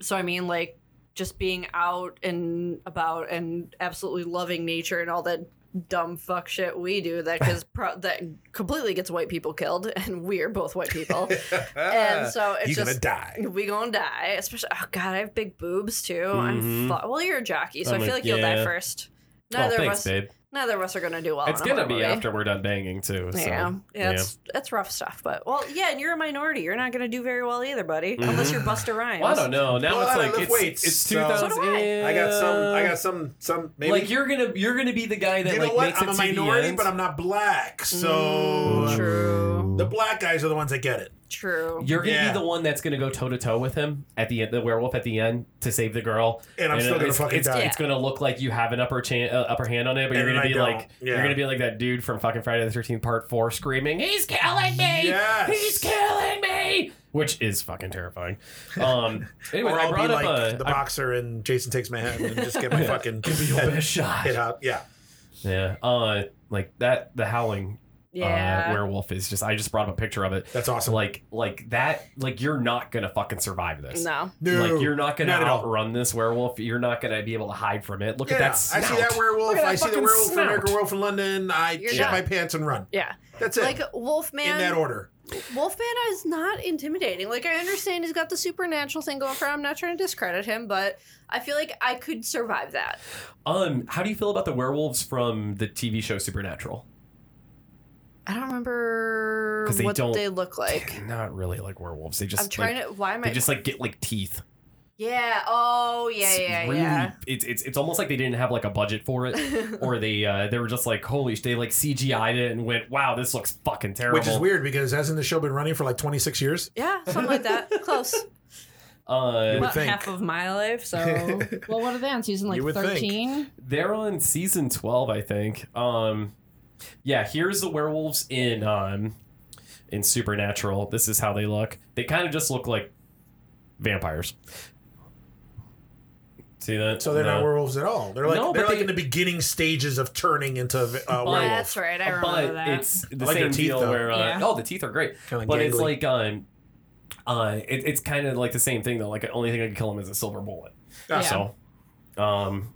[SPEAKER 3] so I mean like just being out and about and absolutely loving nature and all that dumb fuck shit we do that cause pro- that completely gets white people killed and we're both white people and so it's
[SPEAKER 4] You're
[SPEAKER 3] just
[SPEAKER 4] gonna die.
[SPEAKER 3] we gonna die. Especially, oh god, I have big boobs too. I'm
[SPEAKER 2] Mhm.
[SPEAKER 3] fu- well, you're a jockey, so
[SPEAKER 2] I'm
[SPEAKER 3] i feel
[SPEAKER 2] a-
[SPEAKER 3] like you'll die
[SPEAKER 2] yeah.
[SPEAKER 3] first.
[SPEAKER 2] Oh,
[SPEAKER 3] Neither of
[SPEAKER 2] thanks,
[SPEAKER 3] us,
[SPEAKER 2] babe.
[SPEAKER 3] neither of us are gonna do well.
[SPEAKER 2] It's
[SPEAKER 3] in a
[SPEAKER 2] gonna be
[SPEAKER 3] horror movie.
[SPEAKER 2] after we're done banging too. So.
[SPEAKER 3] Yeah, yeah, it's it's rough stuff, but well, yeah, and you're a minority. You're not gonna do very well either, buddy,
[SPEAKER 2] Mm-hmm.
[SPEAKER 3] unless you're Buster Rhymes.
[SPEAKER 2] Well, I don't know. Now
[SPEAKER 4] Well,
[SPEAKER 2] it's
[SPEAKER 4] I
[SPEAKER 2] like
[SPEAKER 4] lift
[SPEAKER 2] it's,
[SPEAKER 4] weights,
[SPEAKER 2] it's
[SPEAKER 4] so-
[SPEAKER 2] 2000.
[SPEAKER 3] So do I.
[SPEAKER 4] I got some. I got some. Some maybe.
[SPEAKER 2] Like you're gonna you're gonna be the guy that
[SPEAKER 4] you know
[SPEAKER 2] like
[SPEAKER 4] what?
[SPEAKER 2] makes
[SPEAKER 4] I'm
[SPEAKER 2] it
[SPEAKER 4] a
[SPEAKER 2] to the
[SPEAKER 4] minority,
[SPEAKER 2] end. Mm,
[SPEAKER 4] but I'm not black, so
[SPEAKER 3] True,
[SPEAKER 4] the black guys are the ones that get it.
[SPEAKER 3] true.
[SPEAKER 2] You're gonna
[SPEAKER 4] Yeah.
[SPEAKER 2] be the one that's gonna go toe to toe with him at the end, the werewolf at the end to save the girl.
[SPEAKER 4] And I'm still gonna
[SPEAKER 2] it's,
[SPEAKER 4] fucking
[SPEAKER 2] it's,
[SPEAKER 4] die.
[SPEAKER 2] It's gonna look like you have an upper chan- uh, upper hand on it, but
[SPEAKER 4] And
[SPEAKER 2] you're gonna
[SPEAKER 4] I
[SPEAKER 2] be
[SPEAKER 4] don't.
[SPEAKER 2] like
[SPEAKER 4] Yeah.
[SPEAKER 2] you're gonna be like that dude from fucking Friday the Thirteenth Part Four screaming, "He's killing me!
[SPEAKER 4] Yes.
[SPEAKER 2] He's killing me!" Which is fucking terrifying. Um, anyway,
[SPEAKER 4] or
[SPEAKER 2] I
[SPEAKER 4] I'll
[SPEAKER 2] brought
[SPEAKER 4] be
[SPEAKER 2] up
[SPEAKER 4] like
[SPEAKER 2] a
[SPEAKER 4] the
[SPEAKER 2] I-
[SPEAKER 4] boxer and Jason takes my head and just get my fucking head
[SPEAKER 2] best shot.
[SPEAKER 4] hit out. Yeah.
[SPEAKER 2] Yeah, uh, like that the howling uh,
[SPEAKER 3] Yeah,
[SPEAKER 2] werewolf is just I just brought up a picture of it.
[SPEAKER 4] That's awesome.
[SPEAKER 2] Like like that like you're not gonna fucking survive this.
[SPEAKER 3] no,
[SPEAKER 4] No,
[SPEAKER 2] like you're not gonna
[SPEAKER 4] not at all.
[SPEAKER 2] outrun this werewolf. You're not gonna be able to hide from it. Look
[SPEAKER 4] Yeah,
[SPEAKER 2] at that
[SPEAKER 4] I
[SPEAKER 2] snout.
[SPEAKER 4] see that werewolf.
[SPEAKER 2] Look at that
[SPEAKER 4] I see the
[SPEAKER 2] fucking
[SPEAKER 4] werewolf from
[SPEAKER 2] snout.
[SPEAKER 4] American Werewolf in London. I
[SPEAKER 3] You're
[SPEAKER 4] shit
[SPEAKER 2] not-
[SPEAKER 4] my pants and run.
[SPEAKER 3] yeah.
[SPEAKER 4] That's it.
[SPEAKER 3] Like
[SPEAKER 4] in
[SPEAKER 3] Wolfman,
[SPEAKER 4] that order.
[SPEAKER 3] Wolfman is not intimidating. Like I understand he's got the supernatural thing going for him. I'm not trying to discredit him, but I feel like I could survive that.
[SPEAKER 2] Um, how do you feel about the werewolves from the TV show Supernatural?
[SPEAKER 3] I don't remember
[SPEAKER 2] 'Cause they
[SPEAKER 3] what
[SPEAKER 2] don't-
[SPEAKER 3] they look like.
[SPEAKER 2] not really like werewolves. They just
[SPEAKER 3] I'm trying
[SPEAKER 2] like,
[SPEAKER 3] to. Why am I?
[SPEAKER 2] they just like get like teeth.
[SPEAKER 3] yeah. Oh, yeah,
[SPEAKER 2] It's
[SPEAKER 3] yeah,
[SPEAKER 2] really,
[SPEAKER 3] yeah.
[SPEAKER 2] It's it's it's almost like they didn't have like a budget for it. Or they uh, they were just like holy sh- they like CGI'd it and went wow this looks fucking terrible
[SPEAKER 4] Which is weird because hasn't the show been running for like 26 years?
[SPEAKER 3] Yeah, something like that. Close.
[SPEAKER 2] Uh,
[SPEAKER 4] would think.
[SPEAKER 3] of my life, so. well, what are they on season
[SPEAKER 4] You would think.
[SPEAKER 2] they're on season 12 i think um yeah here's the werewolves in um in supernatural this is how they look they kind of just look like vampires see that
[SPEAKER 4] So they're not
[SPEAKER 2] No.
[SPEAKER 4] werewolves at all. They're like
[SPEAKER 2] No,
[SPEAKER 4] they're
[SPEAKER 2] but
[SPEAKER 4] like
[SPEAKER 2] they-
[SPEAKER 4] in the beginning stages of turning into uh, werewolf.
[SPEAKER 3] That's right. I remember
[SPEAKER 2] but
[SPEAKER 3] that.
[SPEAKER 2] it's the
[SPEAKER 4] like their
[SPEAKER 2] same
[SPEAKER 4] teeth,
[SPEAKER 2] deal
[SPEAKER 4] though.
[SPEAKER 2] where uh,
[SPEAKER 3] Yeah.
[SPEAKER 2] oh the teeth are great
[SPEAKER 4] Kinda
[SPEAKER 2] but it's
[SPEAKER 4] gangly.
[SPEAKER 2] like um uh it, it's kind of like the same thing though like the only thing i could kill him is a silver bullet
[SPEAKER 4] Yeah.
[SPEAKER 2] so um
[SPEAKER 4] Ah,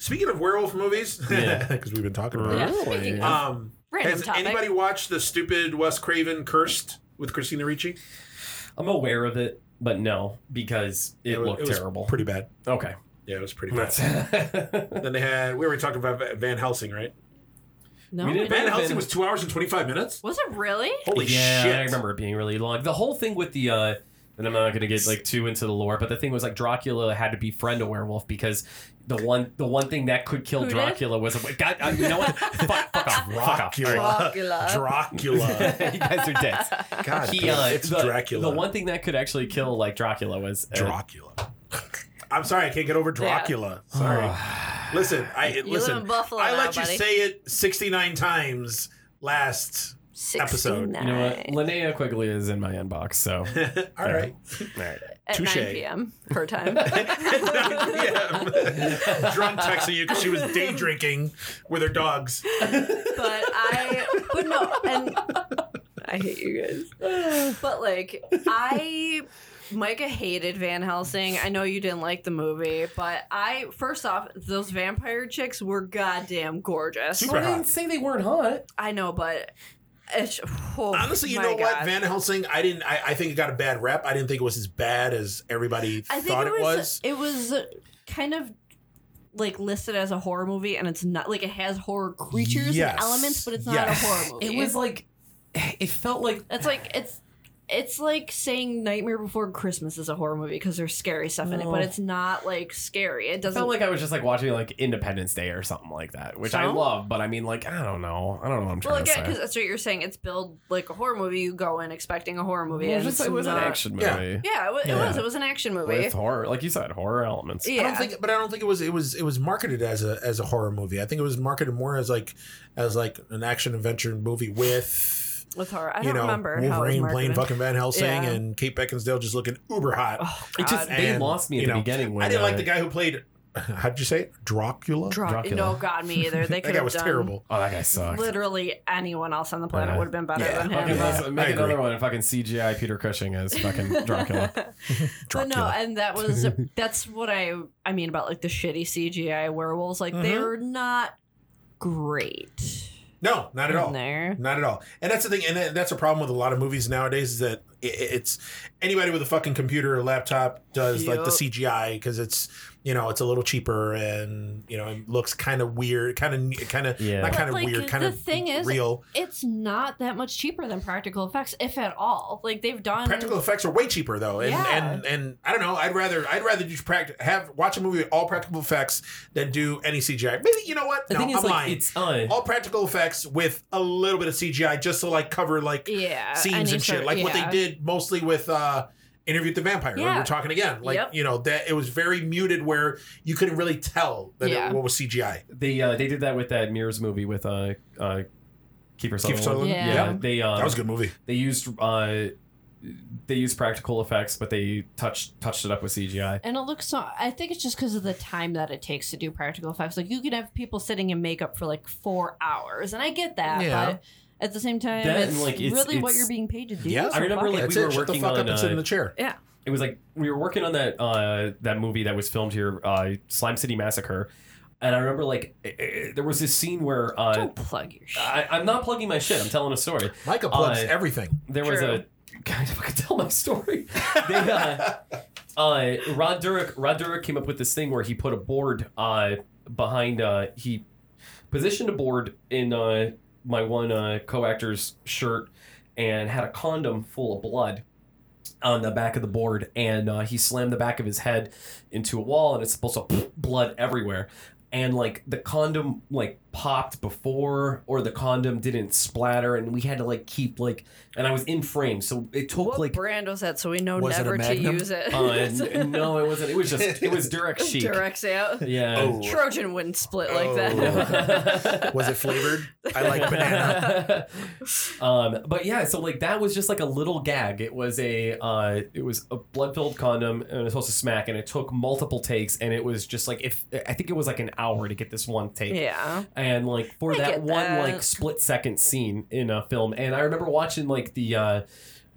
[SPEAKER 4] Speaking of werewolf movies, because
[SPEAKER 2] Yeah.
[SPEAKER 4] we've been talking about
[SPEAKER 3] Yeah.
[SPEAKER 4] it.
[SPEAKER 3] Speaking of-
[SPEAKER 4] Um,
[SPEAKER 3] Random
[SPEAKER 4] has
[SPEAKER 3] topic.
[SPEAKER 4] anybody watched the stupid Wes Craven Cursed with Christina Ricci?
[SPEAKER 2] i'm aware of it but no because it,
[SPEAKER 4] wa-
[SPEAKER 2] looked
[SPEAKER 4] was
[SPEAKER 2] terrible
[SPEAKER 4] Pretty bad.
[SPEAKER 2] okay
[SPEAKER 4] Yeah, it was pretty bad.
[SPEAKER 2] That's-
[SPEAKER 4] then they had we already talked about Van Helsing, right?
[SPEAKER 3] no,
[SPEAKER 2] we didn't-
[SPEAKER 3] it-
[SPEAKER 2] Might
[SPEAKER 4] Van
[SPEAKER 2] have
[SPEAKER 4] Helsing
[SPEAKER 2] been-
[SPEAKER 4] was two hours and 25 minutes.
[SPEAKER 3] was it really?
[SPEAKER 4] Holy
[SPEAKER 2] yeah,
[SPEAKER 4] shit!
[SPEAKER 2] I remember it being really long. The whole thing with the uh and I'm not gonna get like too into the lore, but the thing was like Dracula had to befriend a werewolf because the one the one thing that could kill
[SPEAKER 3] Who did?
[SPEAKER 2] Dracula was a God, uh, you know what? fuck, fuck off. Fuck off. All right.
[SPEAKER 4] Dracula. Dracula.
[SPEAKER 2] you guys are dead.
[SPEAKER 4] God,
[SPEAKER 2] He,
[SPEAKER 4] damn,
[SPEAKER 2] uh,
[SPEAKER 4] it's
[SPEAKER 2] the,
[SPEAKER 4] Dracula.
[SPEAKER 2] The one thing that could actually kill like Dracula was uh,
[SPEAKER 4] Dracula. I'm sorry, I can't get over Dracula. Sorry.
[SPEAKER 2] Ah.
[SPEAKER 4] listen, I
[SPEAKER 8] You
[SPEAKER 4] listen.
[SPEAKER 8] live in Buffalo.
[SPEAKER 4] I
[SPEAKER 8] now,
[SPEAKER 4] let you
[SPEAKER 8] buddy.
[SPEAKER 4] say it 69 times last. Episode.
[SPEAKER 2] You know what? Linnea Quigley is in my inbox, so
[SPEAKER 4] All right.
[SPEAKER 3] at
[SPEAKER 4] Touche.
[SPEAKER 3] 9 p.m. her time.
[SPEAKER 4] yeah. Drunk texting you because she was day drinking with her dogs.
[SPEAKER 3] but I, but no, and I hate you guys. But like, I, Micah hated Van Helsing. I know you didn't like the movie, but I, first off, those vampire chicks were goddamn gorgeous.
[SPEAKER 4] Super
[SPEAKER 2] Well, I
[SPEAKER 4] hot.
[SPEAKER 2] didn't say they weren't hot.
[SPEAKER 3] I know, but it's, oh,
[SPEAKER 4] Honestly, you
[SPEAKER 3] my
[SPEAKER 4] know what?
[SPEAKER 3] God.
[SPEAKER 4] Van Helsing, I didn't. I, I think it got a bad rep. I didn't think it was as bad as everybody
[SPEAKER 3] I think
[SPEAKER 4] thought
[SPEAKER 3] it was, it was kind of like listed as a horror movie, and it's not like it has horror creatures
[SPEAKER 4] Yes.
[SPEAKER 3] and elements, but it's not
[SPEAKER 4] Yes.
[SPEAKER 3] a horror movie.
[SPEAKER 2] It was like it felt like
[SPEAKER 3] It's like it's it's like saying Nightmare Before Christmas is a horror movie because there's scary stuff in it, but
[SPEAKER 2] No.
[SPEAKER 3] it's not like scary. It
[SPEAKER 2] I
[SPEAKER 3] doesn't.
[SPEAKER 2] felt like I was just like watching like Independence Day or something like that, which I
[SPEAKER 3] So?
[SPEAKER 2] love, but I mean like I don't know. I don't know what I'm
[SPEAKER 3] well,
[SPEAKER 2] trying
[SPEAKER 3] again,
[SPEAKER 2] to
[SPEAKER 3] because
[SPEAKER 2] say.
[SPEAKER 3] that's what you're saying. It's billed like a horror movie. You go in expecting a horror movie.
[SPEAKER 2] Well, uh,
[SPEAKER 3] and
[SPEAKER 2] just,
[SPEAKER 3] it's
[SPEAKER 2] it was
[SPEAKER 3] not-
[SPEAKER 2] an action movie
[SPEAKER 4] Yeah.
[SPEAKER 3] Yeah, it was. It
[SPEAKER 4] Yeah.
[SPEAKER 3] was, it was an action movie.
[SPEAKER 2] with horror, like you said, horror elements.
[SPEAKER 3] Yeah.
[SPEAKER 4] I don't think, but I don't think it was. It was. It was marketed as a as a horror movie. I think it was marketed more as like as like an action adventure movie with
[SPEAKER 3] With horror, I
[SPEAKER 4] you
[SPEAKER 3] don't
[SPEAKER 4] know
[SPEAKER 3] remember how it
[SPEAKER 4] Wolverine
[SPEAKER 3] was
[SPEAKER 4] playing
[SPEAKER 3] marketed.
[SPEAKER 4] fucking Van Helsing
[SPEAKER 3] Yeah.
[SPEAKER 4] and Kate Beckinsdale just looking uber hot.
[SPEAKER 3] Oh,
[SPEAKER 2] It just
[SPEAKER 3] God.
[SPEAKER 2] they
[SPEAKER 4] And,
[SPEAKER 2] lost me at
[SPEAKER 4] you
[SPEAKER 2] the
[SPEAKER 4] know,
[SPEAKER 2] beginning. When,
[SPEAKER 4] I didn't like
[SPEAKER 2] uh,
[SPEAKER 4] the guy who played. How'd you say it? Dracula.
[SPEAKER 3] Dra-
[SPEAKER 2] Dracula.
[SPEAKER 3] No, God, me either. They
[SPEAKER 4] that
[SPEAKER 3] could
[SPEAKER 4] guy
[SPEAKER 3] have
[SPEAKER 4] was
[SPEAKER 3] done
[SPEAKER 4] terrible.
[SPEAKER 2] Oh, that guy sucked.
[SPEAKER 3] Literally anyone else on the planet
[SPEAKER 2] Yeah.
[SPEAKER 3] would have been better
[SPEAKER 4] Yeah.
[SPEAKER 3] than
[SPEAKER 2] Fucking
[SPEAKER 3] him.
[SPEAKER 4] Yeah.
[SPEAKER 2] let's make
[SPEAKER 4] I agree.
[SPEAKER 2] another one. and Fucking CGI Peter Cushing as fucking Dracula.
[SPEAKER 3] But no,
[SPEAKER 4] Dracula.
[SPEAKER 3] and that was that's what I I mean about like the shitty CGI werewolves. Like
[SPEAKER 4] Mhm.
[SPEAKER 3] they're not great.
[SPEAKER 4] No, not at all.
[SPEAKER 3] in there.
[SPEAKER 4] Not at all. And that's the thing. And that- that's a problem with a lot of movies nowadays is that i- i- it's anybody with a fucking computer or laptop does like the
[SPEAKER 3] Yep.
[SPEAKER 4] CGI because it's, you know, it's a little cheaper and, you know, it looks kind of weird, kind of, kind of,
[SPEAKER 2] Yeah.
[SPEAKER 4] not kind of
[SPEAKER 3] But, like,
[SPEAKER 4] weird,
[SPEAKER 3] the
[SPEAKER 4] kind of
[SPEAKER 3] thing is,
[SPEAKER 4] real.
[SPEAKER 3] It's not that much cheaper than practical effects, if at all. Like they've done
[SPEAKER 4] Practical effects are way cheaper though, and
[SPEAKER 3] um, Yeah.
[SPEAKER 4] and and I don't know. I'd rather I'd rather just practice have watch a movie with all practical effects than do any CGI. Maybe you know what?
[SPEAKER 2] The
[SPEAKER 4] No,
[SPEAKER 2] thing
[SPEAKER 4] I'm
[SPEAKER 2] is, like,
[SPEAKER 4] lying.
[SPEAKER 2] it's uh,
[SPEAKER 4] all practical effects with a little bit of CGI just to like cover like
[SPEAKER 3] yeah
[SPEAKER 4] scenes
[SPEAKER 3] you
[SPEAKER 4] and
[SPEAKER 3] sort-
[SPEAKER 4] shit, like what they
[SPEAKER 3] yeah.
[SPEAKER 4] did mostly with uh, Interview with the Vampire. when
[SPEAKER 3] Yeah.
[SPEAKER 4] We're talking again, like
[SPEAKER 3] Yep.
[SPEAKER 4] you know that it was very muted, where you couldn't really tell that
[SPEAKER 3] Yeah.
[SPEAKER 4] it, what was CGI.
[SPEAKER 2] they uh, they did that with that Mirrors movie with uh, uh, Keeper Sutherland.
[SPEAKER 4] Sutherland?
[SPEAKER 2] Yeah.
[SPEAKER 3] Yeah.
[SPEAKER 2] they um,
[SPEAKER 4] That was a good movie.
[SPEAKER 2] They used uh, they used practical effects, but they touched touched it up with CGI.
[SPEAKER 3] And it looks so. I think it's just because of the time that it takes to do practical effects. Like you could have people sitting in makeup for like four hours, and I get that.
[SPEAKER 4] Yeah.
[SPEAKER 3] But at the same time,
[SPEAKER 2] That and,
[SPEAKER 3] it's,
[SPEAKER 2] like, it's-
[SPEAKER 3] really what
[SPEAKER 2] it's-
[SPEAKER 3] you're being paid to do.
[SPEAKER 4] Yeah.
[SPEAKER 3] so
[SPEAKER 2] I remember,
[SPEAKER 3] fuck
[SPEAKER 2] like,
[SPEAKER 3] it.
[SPEAKER 4] That's
[SPEAKER 2] we
[SPEAKER 4] it.
[SPEAKER 2] were
[SPEAKER 4] Shut the
[SPEAKER 2] working
[SPEAKER 4] fuck
[SPEAKER 2] on,
[SPEAKER 4] up and sit
[SPEAKER 2] uh,
[SPEAKER 4] in the chair.
[SPEAKER 2] It was like we were working on that uh, that movie that was filmed here, uh, Slime City Massacre, and I remember like eh, eh, there was this scene where uh,
[SPEAKER 3] don't plug your shit.
[SPEAKER 2] I, I'm not plugging my shit. I'm telling a story.
[SPEAKER 4] Micah plugs
[SPEAKER 2] Uh,
[SPEAKER 4] everything.
[SPEAKER 2] There was
[SPEAKER 3] True.
[SPEAKER 2] a God, if I could tell my story. They, uh, uh, Rod Durick, Rod Durick came up with this thing where he put a board uh, behind. Uh, he positioned a board in uh, my one uh, co-actor's shirt and had a condom full of blood on the back of the board, and uh, he slammed the back of his head into a wall, and it's supposed to blood everywhere. And like the condom like popped before, or the condom didn't splatter, and we had to like keep like, and I was in frame, so it took
[SPEAKER 3] What
[SPEAKER 2] like
[SPEAKER 3] brand was that? So we know
[SPEAKER 4] Was it a
[SPEAKER 3] never to
[SPEAKER 4] Magnum?
[SPEAKER 3] use it.
[SPEAKER 2] uh, n- no, it wasn't. It was just it was Durex chic.
[SPEAKER 3] Directs out.
[SPEAKER 2] Yeah.
[SPEAKER 4] Oh.
[SPEAKER 3] Trojan wouldn't split like
[SPEAKER 4] Oh.
[SPEAKER 3] that.
[SPEAKER 4] Was it flavored? I like banana.
[SPEAKER 2] um, but yeah, so like that was just like a little gag. It was a uh, it was a blood filled condom and it was supposed to smack, and it took multiple takes, and it was just like if I think it was like an hour to get this one take.
[SPEAKER 3] yeah.
[SPEAKER 2] And like for
[SPEAKER 3] I
[SPEAKER 2] that
[SPEAKER 3] get
[SPEAKER 2] one
[SPEAKER 3] that.
[SPEAKER 2] like split second scene in a film, and I remember watching like the uh,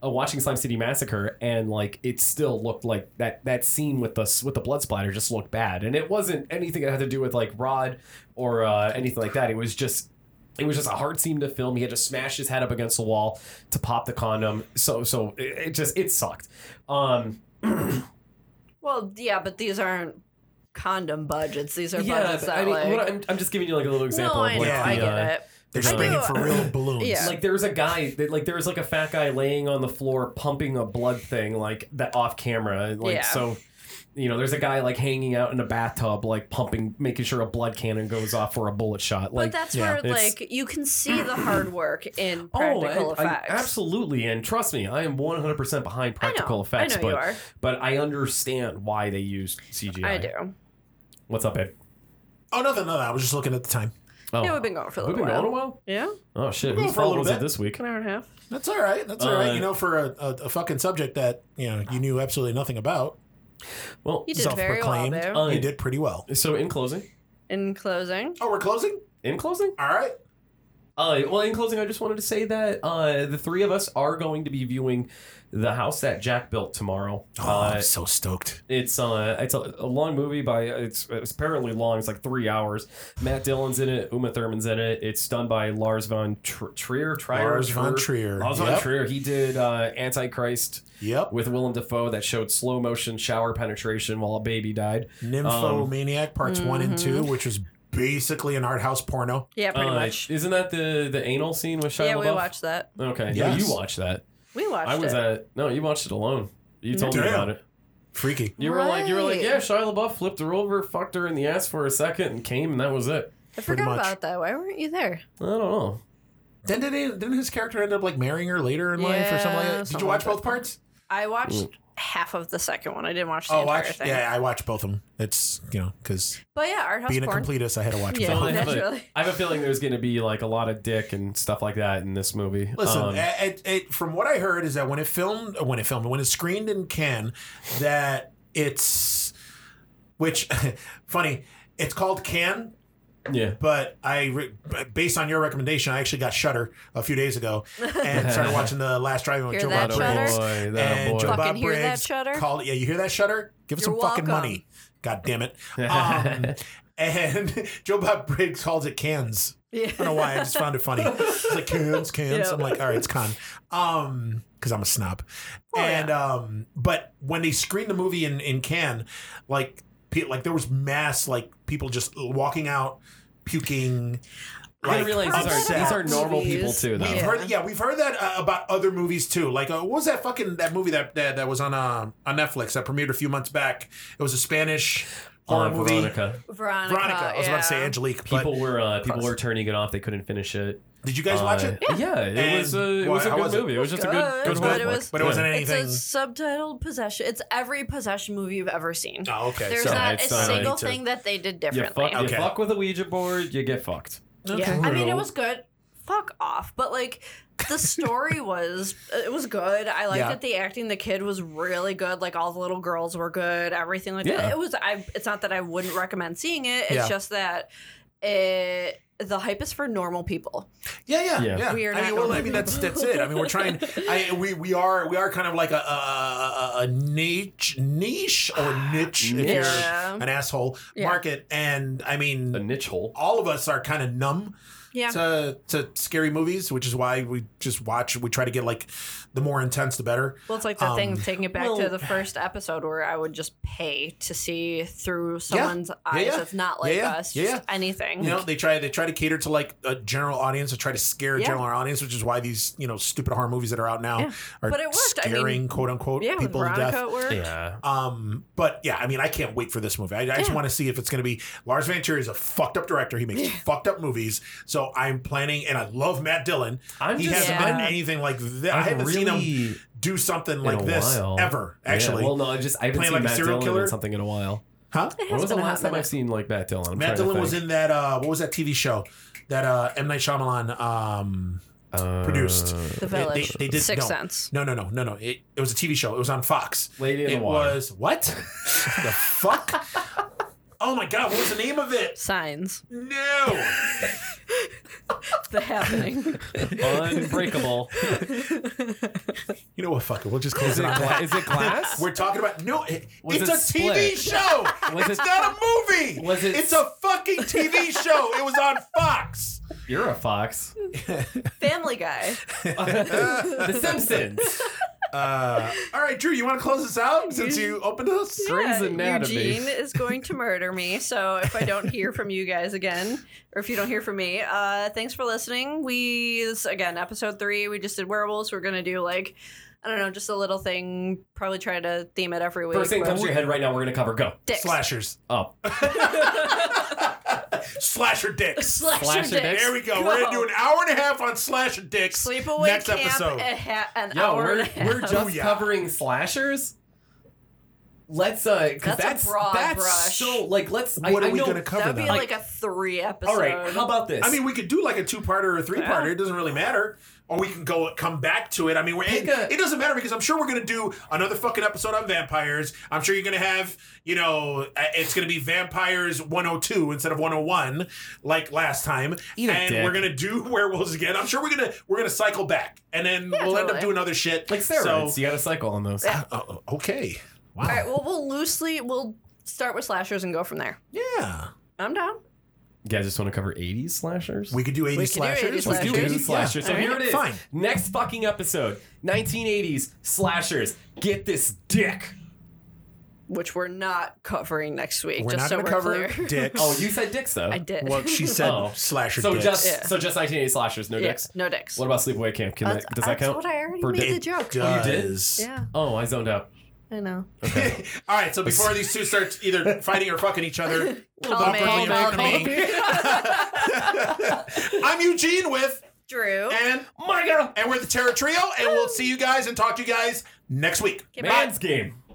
[SPEAKER 2] uh, watching Slime City Massacre, and like it still looked like that that scene with the s- with the blood splatter just looked bad, and it wasn't anything that had to do with like Rod or uh, anything like that. It was just it was just a hard scene to film. He had to smash his head up against the wall to pop the condom. So so it, it just it sucked. Um,
[SPEAKER 3] Well, yeah, but these aren't condom budgets. These are
[SPEAKER 2] yeah,
[SPEAKER 3] budgets that
[SPEAKER 2] I mean,
[SPEAKER 3] like.
[SPEAKER 2] what I'm, I'm just giving you like a little
[SPEAKER 3] no,
[SPEAKER 2] example.
[SPEAKER 3] I
[SPEAKER 2] of
[SPEAKER 3] know.
[SPEAKER 2] like
[SPEAKER 4] Yeah.
[SPEAKER 3] I
[SPEAKER 2] the,
[SPEAKER 3] get
[SPEAKER 2] uh,
[SPEAKER 3] it.
[SPEAKER 4] They're
[SPEAKER 2] I
[SPEAKER 4] spraying
[SPEAKER 3] do-
[SPEAKER 4] for real balloons.
[SPEAKER 3] Yeah.
[SPEAKER 2] Like there was a guy that like there was like a fat guy laying on the floor pumping a blood thing like that off camera like
[SPEAKER 3] Yeah.
[SPEAKER 2] so you know, there's a guy like hanging out in a bathtub, like pumping, making sure a blood cannon goes off or a bullet shot. Like,
[SPEAKER 5] but that's
[SPEAKER 4] yeah,
[SPEAKER 5] where
[SPEAKER 2] it's-
[SPEAKER 5] like you can see the hard work in
[SPEAKER 2] oh,
[SPEAKER 5] practical
[SPEAKER 2] I- I-
[SPEAKER 5] effects.
[SPEAKER 2] absolutely. And trust me, I am 100% behind
[SPEAKER 5] I know.
[SPEAKER 2] practical effects,
[SPEAKER 5] I know
[SPEAKER 2] but
[SPEAKER 5] you are.
[SPEAKER 2] but I understand why they used CGI.
[SPEAKER 5] I do.
[SPEAKER 2] What's up, Ed?
[SPEAKER 4] Oh, nothing, nothing. I was just looking at the time.
[SPEAKER 2] Oh,
[SPEAKER 5] Yeah, we've been going for a
[SPEAKER 2] we've
[SPEAKER 5] little
[SPEAKER 2] been
[SPEAKER 5] while.
[SPEAKER 2] going a while.
[SPEAKER 3] Yeah,
[SPEAKER 2] Oh shit,
[SPEAKER 4] Been
[SPEAKER 2] whose
[SPEAKER 4] for a
[SPEAKER 2] fault
[SPEAKER 4] little
[SPEAKER 2] was it
[SPEAKER 4] bit.
[SPEAKER 2] this week?
[SPEAKER 3] an hour and a half.
[SPEAKER 4] That's all right. That's all right.
[SPEAKER 2] Uh,
[SPEAKER 4] You know, for a, a, a fucking subject that you know you knew absolutely nothing about,
[SPEAKER 2] Well,
[SPEAKER 3] You did very well
[SPEAKER 4] Self-proclaimed.
[SPEAKER 3] there.
[SPEAKER 2] Uh,
[SPEAKER 4] you did pretty well.
[SPEAKER 2] so in closing,
[SPEAKER 3] In closing,
[SPEAKER 4] Oh, we're closing.
[SPEAKER 2] in closing,
[SPEAKER 4] All right.
[SPEAKER 2] uh, well, in closing, I just wanted to say that uh, the three of us are going to be viewing the house that Jack built tomorrow.
[SPEAKER 4] Oh,
[SPEAKER 2] Uh,
[SPEAKER 4] I'm so stoked.
[SPEAKER 2] It's uh, it's a, a long movie by it's, it's apparently long. It's like three hours. Matt Dillon's in it. Uma Thurman's in it. It's done by Lars von Tr- Trier. Trier.
[SPEAKER 4] Lars von Trier.
[SPEAKER 2] Lars von
[SPEAKER 4] Yep.
[SPEAKER 2] Trier. He did uh, Antichrist
[SPEAKER 4] Yep.
[SPEAKER 2] with Willem Dafoe that showed slow motion shower penetration while a baby died.
[SPEAKER 4] Nymphomaniac parts one and two, which was basically an art house porno.
[SPEAKER 3] yeah, pretty
[SPEAKER 2] Uh,
[SPEAKER 3] much.
[SPEAKER 2] Isn't that the the anal scene with Shia
[SPEAKER 3] Yeah,
[SPEAKER 2] LaBeouf?
[SPEAKER 3] we watched that.
[SPEAKER 2] Okay,
[SPEAKER 4] Yes.
[SPEAKER 2] no, you watched that.
[SPEAKER 3] We watched
[SPEAKER 2] I was
[SPEAKER 3] it.
[SPEAKER 2] at no, you watched it alone. You told me
[SPEAKER 4] Damn.
[SPEAKER 2] about it.
[SPEAKER 4] Freaky.
[SPEAKER 2] You were like, you were like,
[SPEAKER 3] Right.
[SPEAKER 2] yeah, Shia LaBeouf flipped her over, fucked her in the ass for a second, and came, and that was it.
[SPEAKER 3] I
[SPEAKER 4] pretty
[SPEAKER 3] forgot
[SPEAKER 4] much.
[SPEAKER 3] about that. Why weren't you there?
[SPEAKER 2] I don't know.
[SPEAKER 4] Then did he, didn't his character end up like marrying her later in life or something like
[SPEAKER 3] Yeah,
[SPEAKER 4] that? Did
[SPEAKER 3] something
[SPEAKER 4] you watch
[SPEAKER 3] like
[SPEAKER 4] both
[SPEAKER 3] that.
[SPEAKER 4] parts?
[SPEAKER 3] I watched
[SPEAKER 4] Mm.
[SPEAKER 3] half of the second one. I didn't watch the
[SPEAKER 4] Oh,
[SPEAKER 3] entire
[SPEAKER 4] watch.
[SPEAKER 3] thing.
[SPEAKER 4] Yeah, I watched both of them. It's you know because
[SPEAKER 3] But yeah, art house
[SPEAKER 4] being a
[SPEAKER 3] porn.
[SPEAKER 4] completist, I had to watch
[SPEAKER 3] Yeah,
[SPEAKER 4] both.
[SPEAKER 2] So I have, a,
[SPEAKER 3] naturally.
[SPEAKER 2] I have a feeling there's going to be like a lot of dick and stuff like that in this movie.
[SPEAKER 4] Listen, eh,
[SPEAKER 2] Um,
[SPEAKER 4] it, it, it, from what I heard is that when it filmed, when it filmed, when it screened in Cannes, that it's, which, funny, it's called Cannes,
[SPEAKER 2] yeah,
[SPEAKER 4] but I, re- based on your recommendation, I actually got Shutter a few days ago and started watching the Last Driving with
[SPEAKER 5] Hear
[SPEAKER 4] Joe
[SPEAKER 5] that,
[SPEAKER 4] Bob
[SPEAKER 2] that a
[SPEAKER 5] Shudder?
[SPEAKER 4] Briggs.
[SPEAKER 2] boy, that a
[SPEAKER 4] And
[SPEAKER 2] boy.
[SPEAKER 4] Joe Bob
[SPEAKER 5] Fucking hear that,
[SPEAKER 4] Briggs
[SPEAKER 5] Shudder?
[SPEAKER 4] called. Yeah, you hear that, Shutter? Give us
[SPEAKER 5] You're
[SPEAKER 4] some fucking
[SPEAKER 5] welcome.
[SPEAKER 4] money. God damn it. Um, and Joe Bob Briggs calls it Cannes.
[SPEAKER 3] Yeah.
[SPEAKER 4] I don't know why. I just found it funny. It's like cans, cans. I'm like, all right, it's con. Um, because I'm a snob.
[SPEAKER 2] Oh,
[SPEAKER 4] and um, but when they screened the movie in in Cannes, like pe- like there was mass like people just walking out puking.
[SPEAKER 2] I didn't realize these
[SPEAKER 4] upset.
[SPEAKER 2] are, these are normal
[SPEAKER 3] Movies.
[SPEAKER 2] people too, though.
[SPEAKER 4] We've
[SPEAKER 3] Yeah.
[SPEAKER 4] heard, yeah, we've heard that uh, about other movies too. Like, uh, what was that fucking that movie that that, that was on uh, on Netflix that premiered a few months back? It was a Spanish um, horror
[SPEAKER 2] Uh,
[SPEAKER 4] movie.
[SPEAKER 2] Veronica.
[SPEAKER 5] Veronica.
[SPEAKER 4] Veronica. I was
[SPEAKER 5] yeah.
[SPEAKER 4] about to say Angelique, but
[SPEAKER 2] People were uh, people were turning it off. They couldn't finish it.
[SPEAKER 4] did you guys watch
[SPEAKER 2] Uh,
[SPEAKER 4] it?
[SPEAKER 2] Yeah, it
[SPEAKER 4] And
[SPEAKER 2] was a it
[SPEAKER 4] why-
[SPEAKER 2] was a
[SPEAKER 4] how
[SPEAKER 2] good
[SPEAKER 4] was it?
[SPEAKER 2] movie. It was just a
[SPEAKER 5] Good,
[SPEAKER 2] good good
[SPEAKER 5] but
[SPEAKER 2] horror
[SPEAKER 5] it
[SPEAKER 2] book.
[SPEAKER 5] was-
[SPEAKER 4] But it
[SPEAKER 2] Yeah.
[SPEAKER 4] wasn't
[SPEAKER 5] It's a
[SPEAKER 4] anything.
[SPEAKER 5] subtitled possession. It's every possession movie you've ever seen.
[SPEAKER 4] Oh, okay.
[SPEAKER 5] There's
[SPEAKER 4] so-
[SPEAKER 5] not a
[SPEAKER 2] it's not
[SPEAKER 5] single
[SPEAKER 4] like to-
[SPEAKER 5] thing that they did
[SPEAKER 2] You
[SPEAKER 5] differently.
[SPEAKER 2] fuck, you
[SPEAKER 4] Okay.
[SPEAKER 2] fuck with a Ouija board, you get fucked.
[SPEAKER 3] Yeah.
[SPEAKER 5] I mean, it was good. Fuck off. But like, the story was it was good. I liked
[SPEAKER 4] Yeah.
[SPEAKER 5] that the acting. The kid was really good. Like all the little girls were good. Everything like
[SPEAKER 2] Yeah.
[SPEAKER 5] that. It was. I. It's not that I wouldn't recommend seeing it. It's
[SPEAKER 4] Yeah.
[SPEAKER 5] just that it. The hype is for normal people.
[SPEAKER 4] Yeah, yeah,
[SPEAKER 2] Yeah.
[SPEAKER 4] yeah.
[SPEAKER 5] We are
[SPEAKER 4] I mean,
[SPEAKER 5] not
[SPEAKER 4] well, I mean, that's that's it. I mean, we're trying. I we we are we are kind of like a a, a, a niche niche or niche if
[SPEAKER 5] Yeah.
[SPEAKER 4] you're an asshole
[SPEAKER 5] Ah, Yeah.
[SPEAKER 4] market, and I
[SPEAKER 2] A
[SPEAKER 4] mean,
[SPEAKER 2] niche hole.
[SPEAKER 4] all of us are kind of numb
[SPEAKER 5] Yeah.
[SPEAKER 4] to to scary movies, which is why we just watch. We try to get like the more intense, the better.
[SPEAKER 5] Well, it's like the thing
[SPEAKER 4] Um,
[SPEAKER 5] taking it back
[SPEAKER 2] well-
[SPEAKER 5] to the first episode where I would just pay to see through someone's eyes
[SPEAKER 4] yeah.
[SPEAKER 5] that's not like
[SPEAKER 4] Yeah, yeah.
[SPEAKER 5] us,
[SPEAKER 4] Yeah,
[SPEAKER 5] just anything.
[SPEAKER 4] You know, they try they try to cater to like a general audience, or try to scare a
[SPEAKER 5] Yeah.
[SPEAKER 4] general audience, which is why these you know stupid horror movies that are out now
[SPEAKER 5] Yeah.
[SPEAKER 4] are
[SPEAKER 5] But it worked. I mean,
[SPEAKER 4] scaring quote unquote
[SPEAKER 5] yeah, with
[SPEAKER 4] people to death.
[SPEAKER 5] Veronica it worked.
[SPEAKER 2] Yeah.
[SPEAKER 4] Um, but yeah, I mean, I can't wait for this movie. I, I just
[SPEAKER 5] Yeah.
[SPEAKER 4] want to see if it's going to be. Lars Van Trier is a fucked up director. He makes fucked up movies. So I'm planning, and I love Matt Dillon.
[SPEAKER 2] I'm
[SPEAKER 4] he
[SPEAKER 2] just-
[SPEAKER 4] hasn't
[SPEAKER 5] Yeah.
[SPEAKER 4] been in anything like that.
[SPEAKER 2] I've
[SPEAKER 4] I haven't seen him
[SPEAKER 2] really-
[SPEAKER 4] do something
[SPEAKER 2] in a
[SPEAKER 4] like this
[SPEAKER 2] while.
[SPEAKER 4] ever.
[SPEAKER 2] Yeah,
[SPEAKER 4] Actually,
[SPEAKER 2] well, no, I just I haven't
[SPEAKER 4] Playing
[SPEAKER 2] seen
[SPEAKER 4] like a
[SPEAKER 2] Matt
[SPEAKER 4] serial
[SPEAKER 2] Dillon
[SPEAKER 4] killer?
[SPEAKER 2] in something in a while.
[SPEAKER 4] huh?
[SPEAKER 2] When was the
[SPEAKER 5] been a
[SPEAKER 2] last
[SPEAKER 5] hot
[SPEAKER 2] time I've
[SPEAKER 5] minute.
[SPEAKER 2] seen like Matt Dillon? I'm
[SPEAKER 4] Matt
[SPEAKER 2] trying to
[SPEAKER 4] Dillon was
[SPEAKER 2] think.
[SPEAKER 4] in that. Uh, what was that TV show that uh, M Night Shyamalan um,
[SPEAKER 2] Uh,
[SPEAKER 4] produced?
[SPEAKER 5] The
[SPEAKER 4] They-
[SPEAKER 5] Village.
[SPEAKER 4] They, they did
[SPEAKER 5] Sixth
[SPEAKER 4] no.
[SPEAKER 5] Sense.
[SPEAKER 4] No, no, no, no, no. It, it was a TV show. It was on Fox.
[SPEAKER 2] Lady in
[SPEAKER 4] it
[SPEAKER 2] the Water.
[SPEAKER 4] was what? the fuck? Oh my god! What was the name of it?
[SPEAKER 5] Signs.
[SPEAKER 4] No.
[SPEAKER 5] The happening.
[SPEAKER 2] Unbreakable.
[SPEAKER 4] You know what? Fuck it. We'll just close
[SPEAKER 2] Is it,
[SPEAKER 4] it on
[SPEAKER 2] gla-
[SPEAKER 4] that.
[SPEAKER 2] is it glass?
[SPEAKER 4] We're talking about no. It,
[SPEAKER 2] Was
[SPEAKER 4] it's a
[SPEAKER 2] it
[SPEAKER 4] TV
[SPEAKER 2] Split?
[SPEAKER 4] show.
[SPEAKER 2] Was
[SPEAKER 4] it's
[SPEAKER 2] it-
[SPEAKER 4] not a movie.
[SPEAKER 2] Was it-
[SPEAKER 4] It's a fucking TV show. It was on Fox.
[SPEAKER 2] You're a fox.
[SPEAKER 5] Family Guy.
[SPEAKER 2] the Simpsons.
[SPEAKER 4] Uh, all right, Drew. You want to close this out since you opened us?
[SPEAKER 2] Grey's
[SPEAKER 5] Yeah,
[SPEAKER 2] Anatomy.
[SPEAKER 5] Eugene is going to murder me. So if I don't hear from you guys again, or if you don't hear from me, uh, thanks for listening. We this again episode three. We just did werewolves. We're gonna do like
[SPEAKER 3] I don't know, just a little thing. Probably try to theme it every week.
[SPEAKER 2] First thing
[SPEAKER 3] but-
[SPEAKER 2] comes to your head right now, we're gonna cover. Go.
[SPEAKER 3] Dicks.
[SPEAKER 4] Slashers.
[SPEAKER 2] Oh,
[SPEAKER 4] Slasher dicks.
[SPEAKER 3] Slasher
[SPEAKER 2] Slasher
[SPEAKER 3] dicks.
[SPEAKER 2] dicks.
[SPEAKER 4] There we go. We're gonna do an hour and a half on slasher dicks.
[SPEAKER 3] Sleepaway
[SPEAKER 4] Next
[SPEAKER 3] camp
[SPEAKER 4] episode.
[SPEAKER 3] a ha- an
[SPEAKER 2] yo,
[SPEAKER 3] hour.
[SPEAKER 2] we're
[SPEAKER 3] and a
[SPEAKER 2] we're
[SPEAKER 3] half.
[SPEAKER 2] just
[SPEAKER 4] Booyah.
[SPEAKER 2] covering slashers. Let's uh, 'cause
[SPEAKER 3] That's a
[SPEAKER 2] that's
[SPEAKER 3] broad
[SPEAKER 2] that's
[SPEAKER 3] brush.
[SPEAKER 2] so like let's. I-
[SPEAKER 4] What
[SPEAKER 2] I,
[SPEAKER 4] are we
[SPEAKER 2] know-
[SPEAKER 4] gonna cover
[SPEAKER 3] That'd be
[SPEAKER 4] then?
[SPEAKER 3] like, a three episode.
[SPEAKER 2] All right, how about this?
[SPEAKER 4] I mean, we could do like a two-parter or a three-parter. It doesn't really matter. Or we can go come back to it. I mean, we're
[SPEAKER 2] Pick
[SPEAKER 4] it,
[SPEAKER 2] a-
[SPEAKER 4] it doesn't matter because I'm sure we're gonna do another fucking episode on vampires. I'm sure you're gonna have, you know, uh, it's gonna be vampires 102 instead of 101 like last time.
[SPEAKER 2] Eat a
[SPEAKER 4] and
[SPEAKER 2] dick.
[SPEAKER 4] we're gonna do werewolves again. I'm sure we're gonna we're gonna cycle back, and then we'll end up
[SPEAKER 3] totally.
[SPEAKER 4] doing other shit
[SPEAKER 2] like steroids. you got to cycle on those.
[SPEAKER 4] So, uh, okay. Wow.
[SPEAKER 3] All right, well, we'll loosely we'll start with slashers and go from there.
[SPEAKER 4] Yeah.
[SPEAKER 3] I'm down.
[SPEAKER 2] You guys just want to cover 80s slashers?
[SPEAKER 4] We could do 80
[SPEAKER 3] We could do
[SPEAKER 4] slashers.
[SPEAKER 3] 80
[SPEAKER 4] we could
[SPEAKER 2] do
[SPEAKER 3] slashers.
[SPEAKER 2] 80s slashers. So
[SPEAKER 4] Yeah.
[SPEAKER 2] here it is.
[SPEAKER 4] Fine.
[SPEAKER 2] Next fucking episode 1980s slashers. Get this dick.
[SPEAKER 3] Which we're not covering next week.
[SPEAKER 4] We're
[SPEAKER 3] just
[SPEAKER 4] not
[SPEAKER 3] so
[SPEAKER 4] going
[SPEAKER 3] we're
[SPEAKER 4] to cover
[SPEAKER 3] clear.
[SPEAKER 4] dicks.
[SPEAKER 2] Oh, you said dicks though.
[SPEAKER 3] I did.
[SPEAKER 4] Well, she said
[SPEAKER 2] Oh.
[SPEAKER 4] slasher
[SPEAKER 2] so
[SPEAKER 4] dicks.
[SPEAKER 2] just
[SPEAKER 3] Yeah.
[SPEAKER 2] so just 1980s slashers, no
[SPEAKER 3] Yeah,
[SPEAKER 2] dicks.
[SPEAKER 3] No dicks.
[SPEAKER 2] What about Sleepaway Camp? Can that, does that
[SPEAKER 3] that's
[SPEAKER 2] count?
[SPEAKER 3] what I already
[SPEAKER 2] for
[SPEAKER 3] made
[SPEAKER 2] dick?
[SPEAKER 3] the joke.
[SPEAKER 2] Oh, you did?
[SPEAKER 4] does.
[SPEAKER 3] Yeah,
[SPEAKER 2] Oh, I zoned out.
[SPEAKER 3] I know.
[SPEAKER 4] All right, so before these two start either fighting or fucking each other,
[SPEAKER 3] Call me,
[SPEAKER 4] awkwardly in front
[SPEAKER 3] call
[SPEAKER 4] of me.
[SPEAKER 3] me.
[SPEAKER 4] I'm Eugene with
[SPEAKER 3] Drew.
[SPEAKER 4] and
[SPEAKER 2] My girl,
[SPEAKER 4] and we're the Terror Trio, and we'll see you guys and talk to you guys next week.
[SPEAKER 2] man's game.